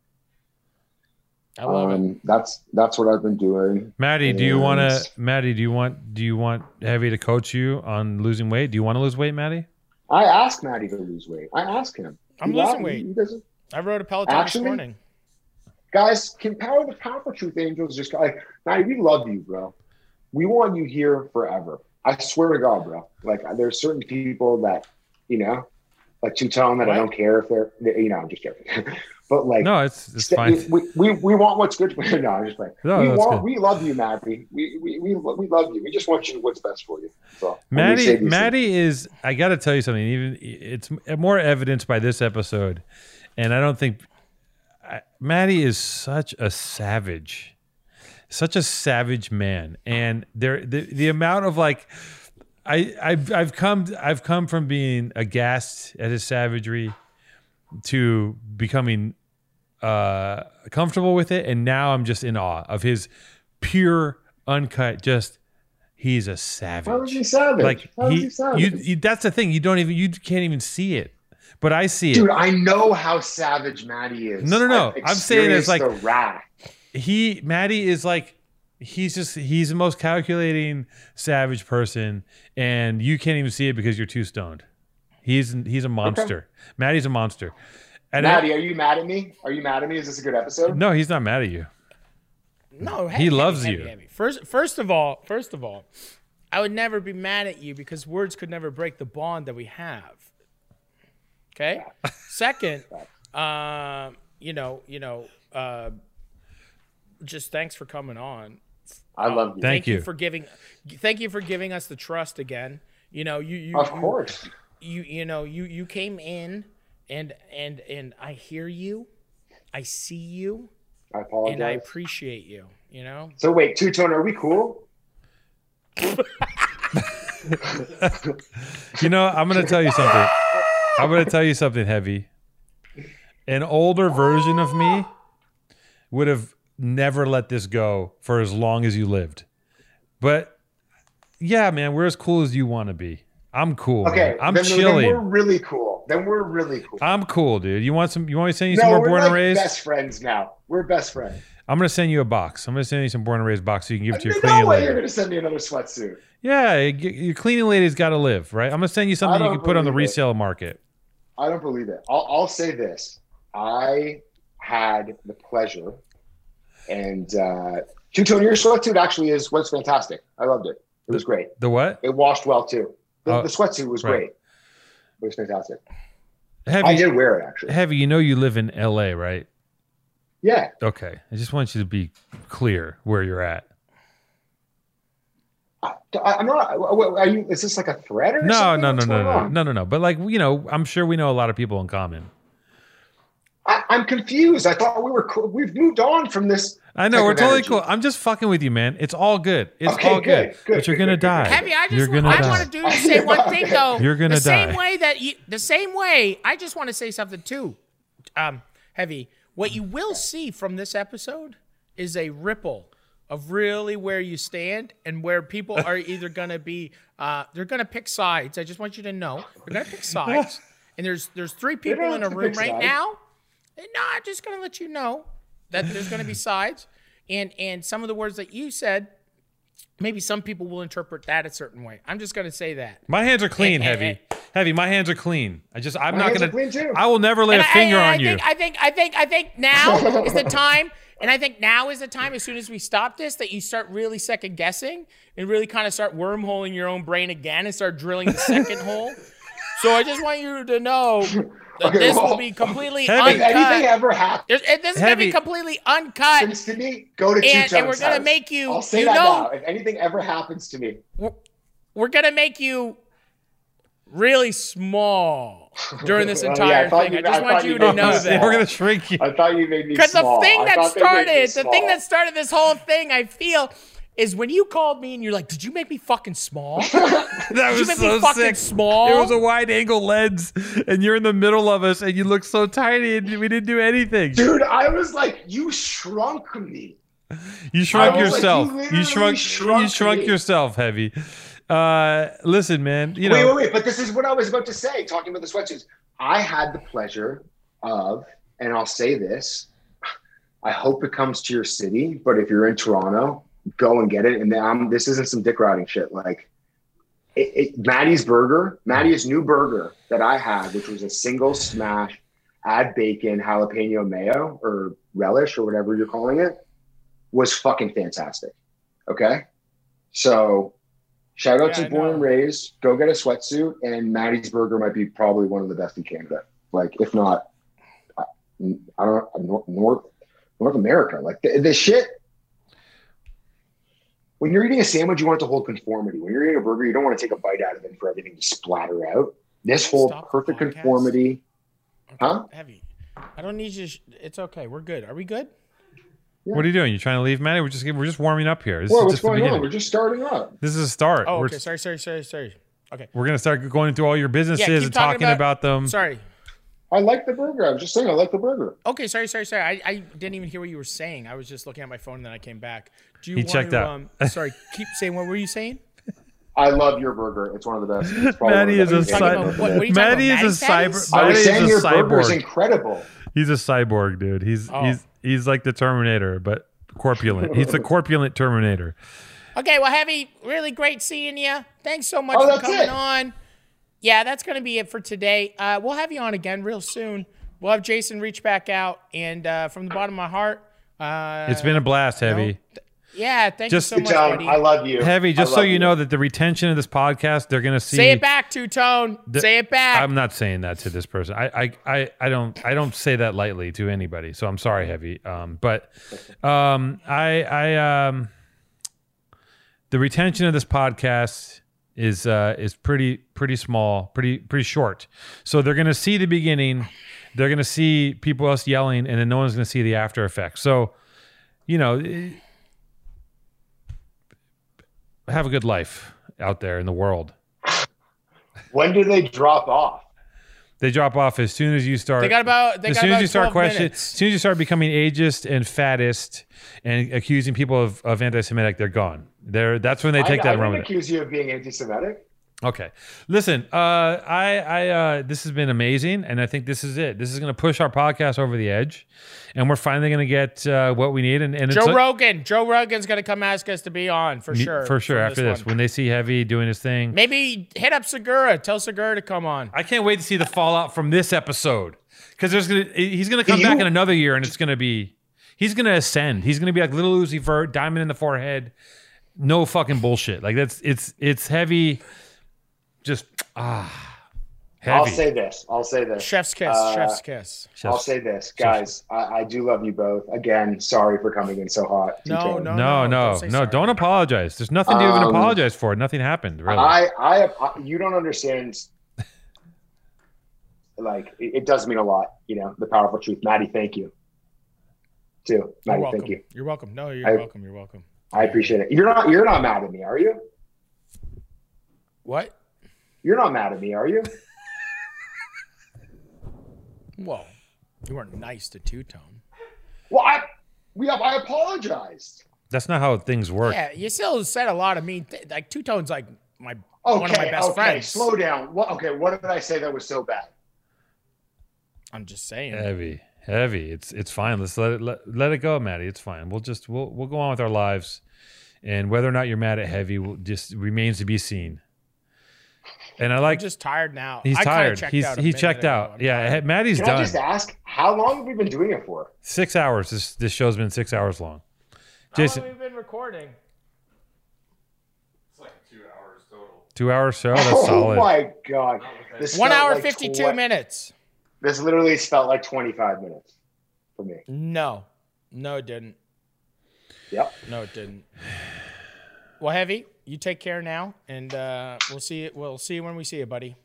Speaker 3: I love it.
Speaker 5: um, that's that's what I've been doing.
Speaker 4: Maddie, do you
Speaker 5: And-
Speaker 4: want to? Maddie, do you want? Do you want Heavy to coach you on losing weight? Do you want to lose weight, Maddie?
Speaker 5: I asked Maddie to lose weight. I asked him.
Speaker 3: I'm
Speaker 5: He-
Speaker 3: losing
Speaker 5: he-
Speaker 3: weight.
Speaker 5: he doesn't-
Speaker 3: I rode a Peloton
Speaker 5: Actually,
Speaker 3: this morning.
Speaker 5: guys, can Power the Powerful Truth Angels just like Maddie? We love you, bro. We want you here forever. I swear to God, bro. Like there's certain people that you know, like to tell them that I
Speaker 3: What?
Speaker 5: don't care if they're you know. I'm just joking, but like
Speaker 4: No, it's it's
Speaker 5: st-
Speaker 4: fine.
Speaker 5: We, we, we want what's good for you. No, I'm just like
Speaker 4: No,
Speaker 5: we
Speaker 4: that's
Speaker 5: want
Speaker 4: good.
Speaker 5: we love you, Maddie. We, we we we love you. We just want you what's best for you. So when
Speaker 4: Maddie,
Speaker 5: we say these things-
Speaker 4: Maddie is. I got to tell you something. Even it's more evidenced by this episode, and I don't think I, Maddie is such a savage, such a savage man. And there, the, the amount of like, I, I've, I've come, I've come from being aghast at his savagery to becoming uh, comfortable with it, and now I'm just in awe of his pure, uncut, just. He's a savage
Speaker 5: How is he savage?
Speaker 4: like
Speaker 5: How is
Speaker 4: he,
Speaker 5: he savage?
Speaker 4: you, you that's the thing you don't even you can't even see it but I see it.
Speaker 5: Dude, I know how savage Maddie is.
Speaker 4: No, no, no.
Speaker 5: I've
Speaker 4: I'm saying it's
Speaker 5: experienced
Speaker 4: like-
Speaker 5: the wrath.
Speaker 4: he Maddie is like he's just he's the most calculating savage person and you can't even see it because you're too stoned. He's he's a monster. Maddie's a monster. And I-
Speaker 5: Maddie, are you mad at me? Are you mad at me? Is this a good episode?
Speaker 4: no, he's not mad at you.
Speaker 3: No,
Speaker 4: He loves you.
Speaker 3: First, first of all, first of all, I would never be mad at you because words could never break the bond that we have. Okay. Second, um, you know, you know, uh, just thanks for coming on.
Speaker 5: I love you.
Speaker 4: Thank
Speaker 3: you.
Speaker 4: you.
Speaker 3: for giving. Thank you for giving us the trust again. You know, you you
Speaker 5: Of
Speaker 3: you-
Speaker 5: course.
Speaker 3: you you know you you came in and and and I hear you, I see you,
Speaker 5: I
Speaker 3: and I
Speaker 5: apologize.
Speaker 3: appreciate you. You know.
Speaker 5: so wait, two tone, are we cool?
Speaker 4: You know, I'm gonna tell you something. I'm gonna tell you something heavy. An older version of me would have never let this go for as long as you lived. But yeah, man, we're as cool as you want to be. I'm cool.
Speaker 5: Okay.
Speaker 4: man. I'm
Speaker 5: then, Then we're
Speaker 4: chilly.
Speaker 5: really cool. Then we're really cool.
Speaker 4: I'm cool, dude. You want some? You want me to send you some more
Speaker 5: we're
Speaker 4: born
Speaker 5: like
Speaker 4: and raised?
Speaker 5: best friends now. We're best friends.
Speaker 4: I'm gonna send you a box. I'm gonna send you some born and raised box so you can give it to your
Speaker 5: There's
Speaker 4: cleaning
Speaker 5: no way you're
Speaker 4: lady.
Speaker 5: going to send me another sweatsuit.
Speaker 4: Yeah, y- your cleaning lady's got to live, right? I'm gonna send you something you
Speaker 5: don't
Speaker 4: can put on the
Speaker 5: believe it.
Speaker 4: resale market.
Speaker 5: I don't believe it. I'll, I'll say this. I had the pleasure, and uh, two tone, your sweatsuit actually is was fantastic. I loved it. It was great.
Speaker 4: The what?
Speaker 5: It washed well too. The,
Speaker 4: Oh,
Speaker 5: the sweatsuit was
Speaker 4: right.
Speaker 5: great. It was fantastic. I
Speaker 4: Heavy,
Speaker 5: did wear it actually.
Speaker 4: heavy. You know you live in L.A., right?
Speaker 5: Yeah,
Speaker 4: Okay. I just want you to be clear where you're at.
Speaker 5: I, am not. Are you? Is this like a threat or
Speaker 4: No,
Speaker 5: something?
Speaker 4: no, no,
Speaker 5: What's
Speaker 4: no,
Speaker 5: going
Speaker 4: no,
Speaker 5: on?
Speaker 4: no, no, no. But like, you know, I'm sure we know a lot of people in common.
Speaker 5: I, I'm confused. I thought we were. Cool. We've moved on from this.
Speaker 4: I know
Speaker 5: Type
Speaker 4: we're
Speaker 5: of
Speaker 4: totally
Speaker 5: energy.
Speaker 4: cool. I'm just fucking with you, man. It's all good. It's
Speaker 5: Okay,
Speaker 4: all good.
Speaker 5: good, good,
Speaker 4: But you're
Speaker 5: good,
Speaker 4: gonna
Speaker 5: good, good,
Speaker 4: die.
Speaker 5: good.
Speaker 3: Heavy, I
Speaker 4: you're
Speaker 3: just
Speaker 4: gonna
Speaker 3: I
Speaker 4: die.
Speaker 3: want to do say one thing though.
Speaker 4: You're gonna
Speaker 3: the same
Speaker 4: die.
Speaker 3: way that you, the same way. I just want to say something too. Um, heavy. What you will see from this episode is a ripple of really where you stand and where people are either gonna be. Uh, they're gonna pick sides. I just want you to know they're gonna pick sides. And there's there's three people
Speaker 5: don't
Speaker 3: in a
Speaker 5: have to
Speaker 3: room
Speaker 5: pick
Speaker 3: right
Speaker 5: sides.
Speaker 3: now. And no, I'm just gonna let you know that there's gonna be sides. And and some of the words that you said maybe some people will interpret that a certain way. I'm just going to say that.
Speaker 4: My hands are clean,
Speaker 3: Eh, eh,
Speaker 4: heavy. Heavy, my hands are clean. I just I'm
Speaker 5: My
Speaker 4: not
Speaker 5: hands
Speaker 4: gonna
Speaker 5: are clean, too.
Speaker 4: I will never lay a
Speaker 3: I-
Speaker 4: finger
Speaker 3: I, I
Speaker 4: on you.
Speaker 3: think, I think, I think, I think now is the time, and I think now is the time. As soon as we stop this, that you start really second guessing and really kind of start wormholing your own brain again and start drilling the second hole. So I just want you to know that
Speaker 5: Okay,
Speaker 3: this
Speaker 5: well,
Speaker 3: will be completely
Speaker 4: Heavy.
Speaker 5: If anything
Speaker 3: uncut.
Speaker 5: ever happens
Speaker 3: There's, and this is going to
Speaker 4: Heavy.
Speaker 3: be completely uncut.
Speaker 5: to me, go to two
Speaker 3: And- and
Speaker 5: Tone's
Speaker 3: we're gonna
Speaker 5: house.
Speaker 3: make you-
Speaker 5: I'll say
Speaker 3: you
Speaker 5: that
Speaker 3: know-
Speaker 5: now. If anything ever happens to me,
Speaker 3: We're, we're going to make you really small during this
Speaker 5: Oh, yeah, I
Speaker 3: entire
Speaker 5: thought
Speaker 3: thing.
Speaker 5: you-
Speaker 3: I just
Speaker 5: I
Speaker 3: want
Speaker 5: thought
Speaker 3: you
Speaker 5: you
Speaker 3: to
Speaker 5: made me
Speaker 3: know
Speaker 5: small.
Speaker 3: that.
Speaker 4: We're gonna shrink you.
Speaker 5: I thought you made me
Speaker 3: Because the
Speaker 5: small.
Speaker 3: thing
Speaker 5: I
Speaker 3: that
Speaker 5: thought they made me
Speaker 3: started, the thing
Speaker 5: small.
Speaker 3: that started this whole thing, I feel, is when you called me and you're like, "Did you make me fucking small? Did
Speaker 4: That
Speaker 3: you
Speaker 4: was
Speaker 3: make
Speaker 4: so
Speaker 3: me fucking
Speaker 4: sick.
Speaker 3: small?"
Speaker 4: It was a wide angle lens, and you're in the middle of us, and you look so tiny, and we didn't do anything.
Speaker 5: dude, I was like, you shrunk me.
Speaker 4: You shrunk
Speaker 5: I was like,
Speaker 4: yourself.
Speaker 5: you
Speaker 4: you
Speaker 5: literally
Speaker 4: shrunk.
Speaker 5: shrunk
Speaker 4: you shrunk
Speaker 5: me.
Speaker 4: yourself, heavy. Uh, listen, man. You
Speaker 5: wait,
Speaker 4: know,
Speaker 5: wait, wait. But this is what I was about to say, talking about the sweatsuits. I had the pleasure of, and I'll say this, I hope it comes to your city, but if you're in Toronto, go and get it. And then I'm, this isn't some dick riding shit. Like, it, it, Maddie's burger,
Speaker 3: Mm.
Speaker 5: Maddie's new burger that I had, which was a single smash, add bacon, jalapeno mayo, or relish, or whatever you're calling it, was fucking fantastic. Okay. So Shout out
Speaker 3: Yeah, I
Speaker 5: to Born
Speaker 3: know.
Speaker 5: and Raised. Go get a sweatsuit, and Maddie's Burger might be probably one of the best in Canada. Like, if not, I, I don't know, North North America. Like the, the shit. When you're eating a sandwich, you want it to hold conformity. When you're eating a burger, you don't want to take a bite out of it for everything to splatter out. This whole
Speaker 3: Stop the
Speaker 5: perfect
Speaker 3: podcast.
Speaker 5: conformity. Huh?
Speaker 3: Heavy. I don't need you. to Sh- it's okay. We're good. Are we good?
Speaker 4: what are you doing? You trying to leave, Maddie? We're just we're just warming up here. This
Speaker 5: Whoa,
Speaker 4: is
Speaker 5: what's
Speaker 4: just the
Speaker 5: going on?
Speaker 4: beginning.
Speaker 5: We're just starting up.
Speaker 4: This is a start.
Speaker 3: Oh,
Speaker 4: we're,
Speaker 3: okay. Sorry, sorry, sorry, sorry. Okay.
Speaker 4: we're gonna start going through all your businesses
Speaker 3: keep
Speaker 4: and
Speaker 3: talking
Speaker 4: talking about,
Speaker 3: about-
Speaker 4: them.
Speaker 3: Sorry.
Speaker 5: I like the burger. I'm just saying, I like the burger.
Speaker 3: Okay. Sorry, sorry, sorry. I, I didn't even hear what you were saying. I was just looking at my phone and then I came back. Do you
Speaker 4: He
Speaker 3: want
Speaker 4: checked
Speaker 3: to,
Speaker 4: out.
Speaker 3: Um, sorry. Keep saying. What were you saying?
Speaker 5: I love your burger. It's one of the best. It's probably
Speaker 4: Matty
Speaker 5: one of the
Speaker 4: is a
Speaker 5: best
Speaker 3: Talking
Speaker 5: I've
Speaker 3: about-
Speaker 5: ever
Speaker 3: what- what are
Speaker 5: had.
Speaker 3: you talking
Speaker 4: Matty
Speaker 3: about,
Speaker 4: is a
Speaker 3: Matty Fatties?
Speaker 4: cyber-
Speaker 5: I was
Speaker 4: Matty
Speaker 5: saying
Speaker 4: is
Speaker 5: your
Speaker 4: a
Speaker 5: burger is
Speaker 4: cyborg.
Speaker 5: incredible.
Speaker 4: He's a cyborg, dude. He's
Speaker 3: Oh.
Speaker 4: he's he's like the Terminator, but corpulent. He's the corpulent Terminator.
Speaker 3: Okay, well, Heavy, really great seeing you. Thanks so much
Speaker 5: Oh,
Speaker 3: for
Speaker 5: that's
Speaker 3: coming
Speaker 5: it.
Speaker 3: on. Yeah, that's going to be it for today. Uh, we'll have you on again real soon. We'll have Jason reach back out. And uh, from the bottom of my heart, uh,
Speaker 4: It's been a blast, heavy.
Speaker 3: yeah, thank
Speaker 4: Just-
Speaker 3: you so
Speaker 5: Good
Speaker 3: much,
Speaker 5: job.
Speaker 3: buddy.
Speaker 5: I love you.
Speaker 4: Heavy,
Speaker 5: I
Speaker 4: just so
Speaker 5: love
Speaker 4: you, know that the retention of this podcast, they're gonna see
Speaker 3: Say it back, Two Tone.
Speaker 4: The-
Speaker 3: Say it back.
Speaker 4: I'm not saying that to this person. I, I, I, I don't I don't say that lightly to anybody. So I'm sorry, heavy. Um, but um, I I um, the retention of this podcast is uh, is pretty pretty small, pretty pretty short. So they're gonna see the beginning, they're gonna see people else yelling, and then no one's gonna see the after effects. So you know, eh, have a good life out there in the world.
Speaker 5: When do they drop off?
Speaker 4: They drop off as soon as you start.
Speaker 3: they got about, they
Speaker 4: as
Speaker 3: got
Speaker 4: soon
Speaker 3: about
Speaker 4: as you start
Speaker 3: 12
Speaker 4: question, as
Speaker 3: minutes.
Speaker 4: soon as you start becoming ageist and fattest and accusing people of, of anti-Semitic, they're gone. They're that's when they take
Speaker 5: I,
Speaker 4: that
Speaker 5: I
Speaker 4: and run
Speaker 5: didn't
Speaker 4: with it.
Speaker 5: accuse you of being anti-Semitic.
Speaker 4: Okay, listen, uh, I I uh, this has been amazing, and I think this is it. This is going to push our podcast over the edge, and we're finally going to get uh, what we need. And, and
Speaker 3: Joe
Speaker 4: it's,
Speaker 3: Rogan. Joe Rogan's going to come ask us to be on for sure.
Speaker 4: for sure.
Speaker 3: from
Speaker 4: After this,
Speaker 3: one.
Speaker 4: when they see Heavy doing his thing,
Speaker 3: Maybe hit up Segura. Tell Segura to come on.
Speaker 4: I can't wait to see the fallout from this episode because there's gonna he's gonna come
Speaker 5: you-
Speaker 4: back in another year and it's gonna be he's gonna ascend. He's gonna be like little Uzi Vert, diamond in the forehead, no fucking bullshit. Like that's it's it's heavy, just ah heavy.
Speaker 5: I'll say this. I'll say this.
Speaker 3: Chef's kiss.
Speaker 5: Uh,
Speaker 3: chef's kiss.
Speaker 5: I'll say this, guys. I, I do love you both. Again, sorry for coming in so hot.
Speaker 3: No, no,
Speaker 4: no, no,
Speaker 3: don't
Speaker 4: no,
Speaker 3: say
Speaker 4: don't,
Speaker 3: sorry.
Speaker 4: apologize. There's nothing to even
Speaker 5: Um,
Speaker 4: apologize for. Nothing happened, really.
Speaker 5: I, I, I, you don't understand. Like it, it does mean a lot, you know. The powerful truth, Maddie. Thank you. Too,
Speaker 3: You're
Speaker 5: Maddie.
Speaker 3: welcome.
Speaker 5: Thank you.
Speaker 3: You're welcome. No, you're
Speaker 5: I-
Speaker 3: welcome. You're welcome.
Speaker 5: I appreciate it. You're not. You're not mad at me, are you?
Speaker 3: What?
Speaker 5: You're not mad at me, are you?
Speaker 3: Whoa. You weren't nice to Two Tone.
Speaker 5: Well, I, we have. I apologized.
Speaker 4: that's not how things work.
Speaker 3: Yeah, you still said a lot of mean th- like Two Tone's like my
Speaker 5: Okay.
Speaker 3: one of my best
Speaker 5: okay.
Speaker 3: friends.
Speaker 5: Slow down. What, okay. What did I say that was so bad?
Speaker 3: I'm just saying.
Speaker 4: Heavy, heavy. It's it's fine. Let's let it let, let it go, Maddie. It's fine. We'll just we'll we'll go on with our lives, and whether or not you're mad at heavy will just remains to be seen. And I
Speaker 3: I'm
Speaker 4: like
Speaker 3: just tired now.
Speaker 4: he's
Speaker 3: I kinda
Speaker 4: tired.
Speaker 3: Checked
Speaker 4: He's
Speaker 3: out a
Speaker 4: he
Speaker 3: minute
Speaker 4: checked
Speaker 3: ago.
Speaker 4: out.
Speaker 3: I'm
Speaker 4: Yeah,
Speaker 3: tired.
Speaker 4: he- Maddie's
Speaker 5: Can I
Speaker 4: done.
Speaker 5: just ask how long have we been doing it for?
Speaker 4: Six hours. This this show's been six hours long. Jason,
Speaker 3: How long have we been recording?
Speaker 4: two hours show. That's
Speaker 5: oh
Speaker 4: solid.
Speaker 5: my god! This
Speaker 3: One
Speaker 5: felt
Speaker 3: hour
Speaker 5: like
Speaker 3: fifty two
Speaker 5: twen-
Speaker 3: minutes.
Speaker 5: This literally felt like twenty-five minutes for me.
Speaker 3: No. No, it didn't.
Speaker 5: Yep.
Speaker 3: No, it didn't. Well, Heavy, you take care now and uh, we'll see you we'll see you when we see you, buddy.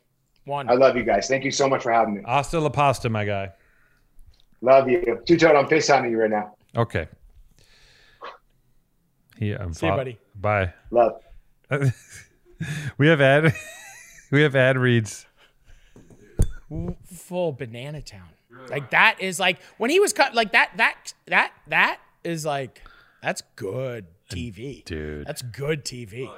Speaker 3: One.
Speaker 5: I love you guys. Thank you so much for having me.
Speaker 4: Hasta la pasta, my guy.
Speaker 5: Love you. Two Tone, I'm FaceTiming you right now.
Speaker 4: Okay. Yeah, I'm
Speaker 3: See you,
Speaker 4: fo-
Speaker 3: buddy.
Speaker 4: Bye.
Speaker 5: Love.
Speaker 4: We have ad. we have ad reads.
Speaker 3: full banana town. Like that is like when he was cut like that that that that is like that's good TV.
Speaker 4: Dude.
Speaker 3: That's good TV.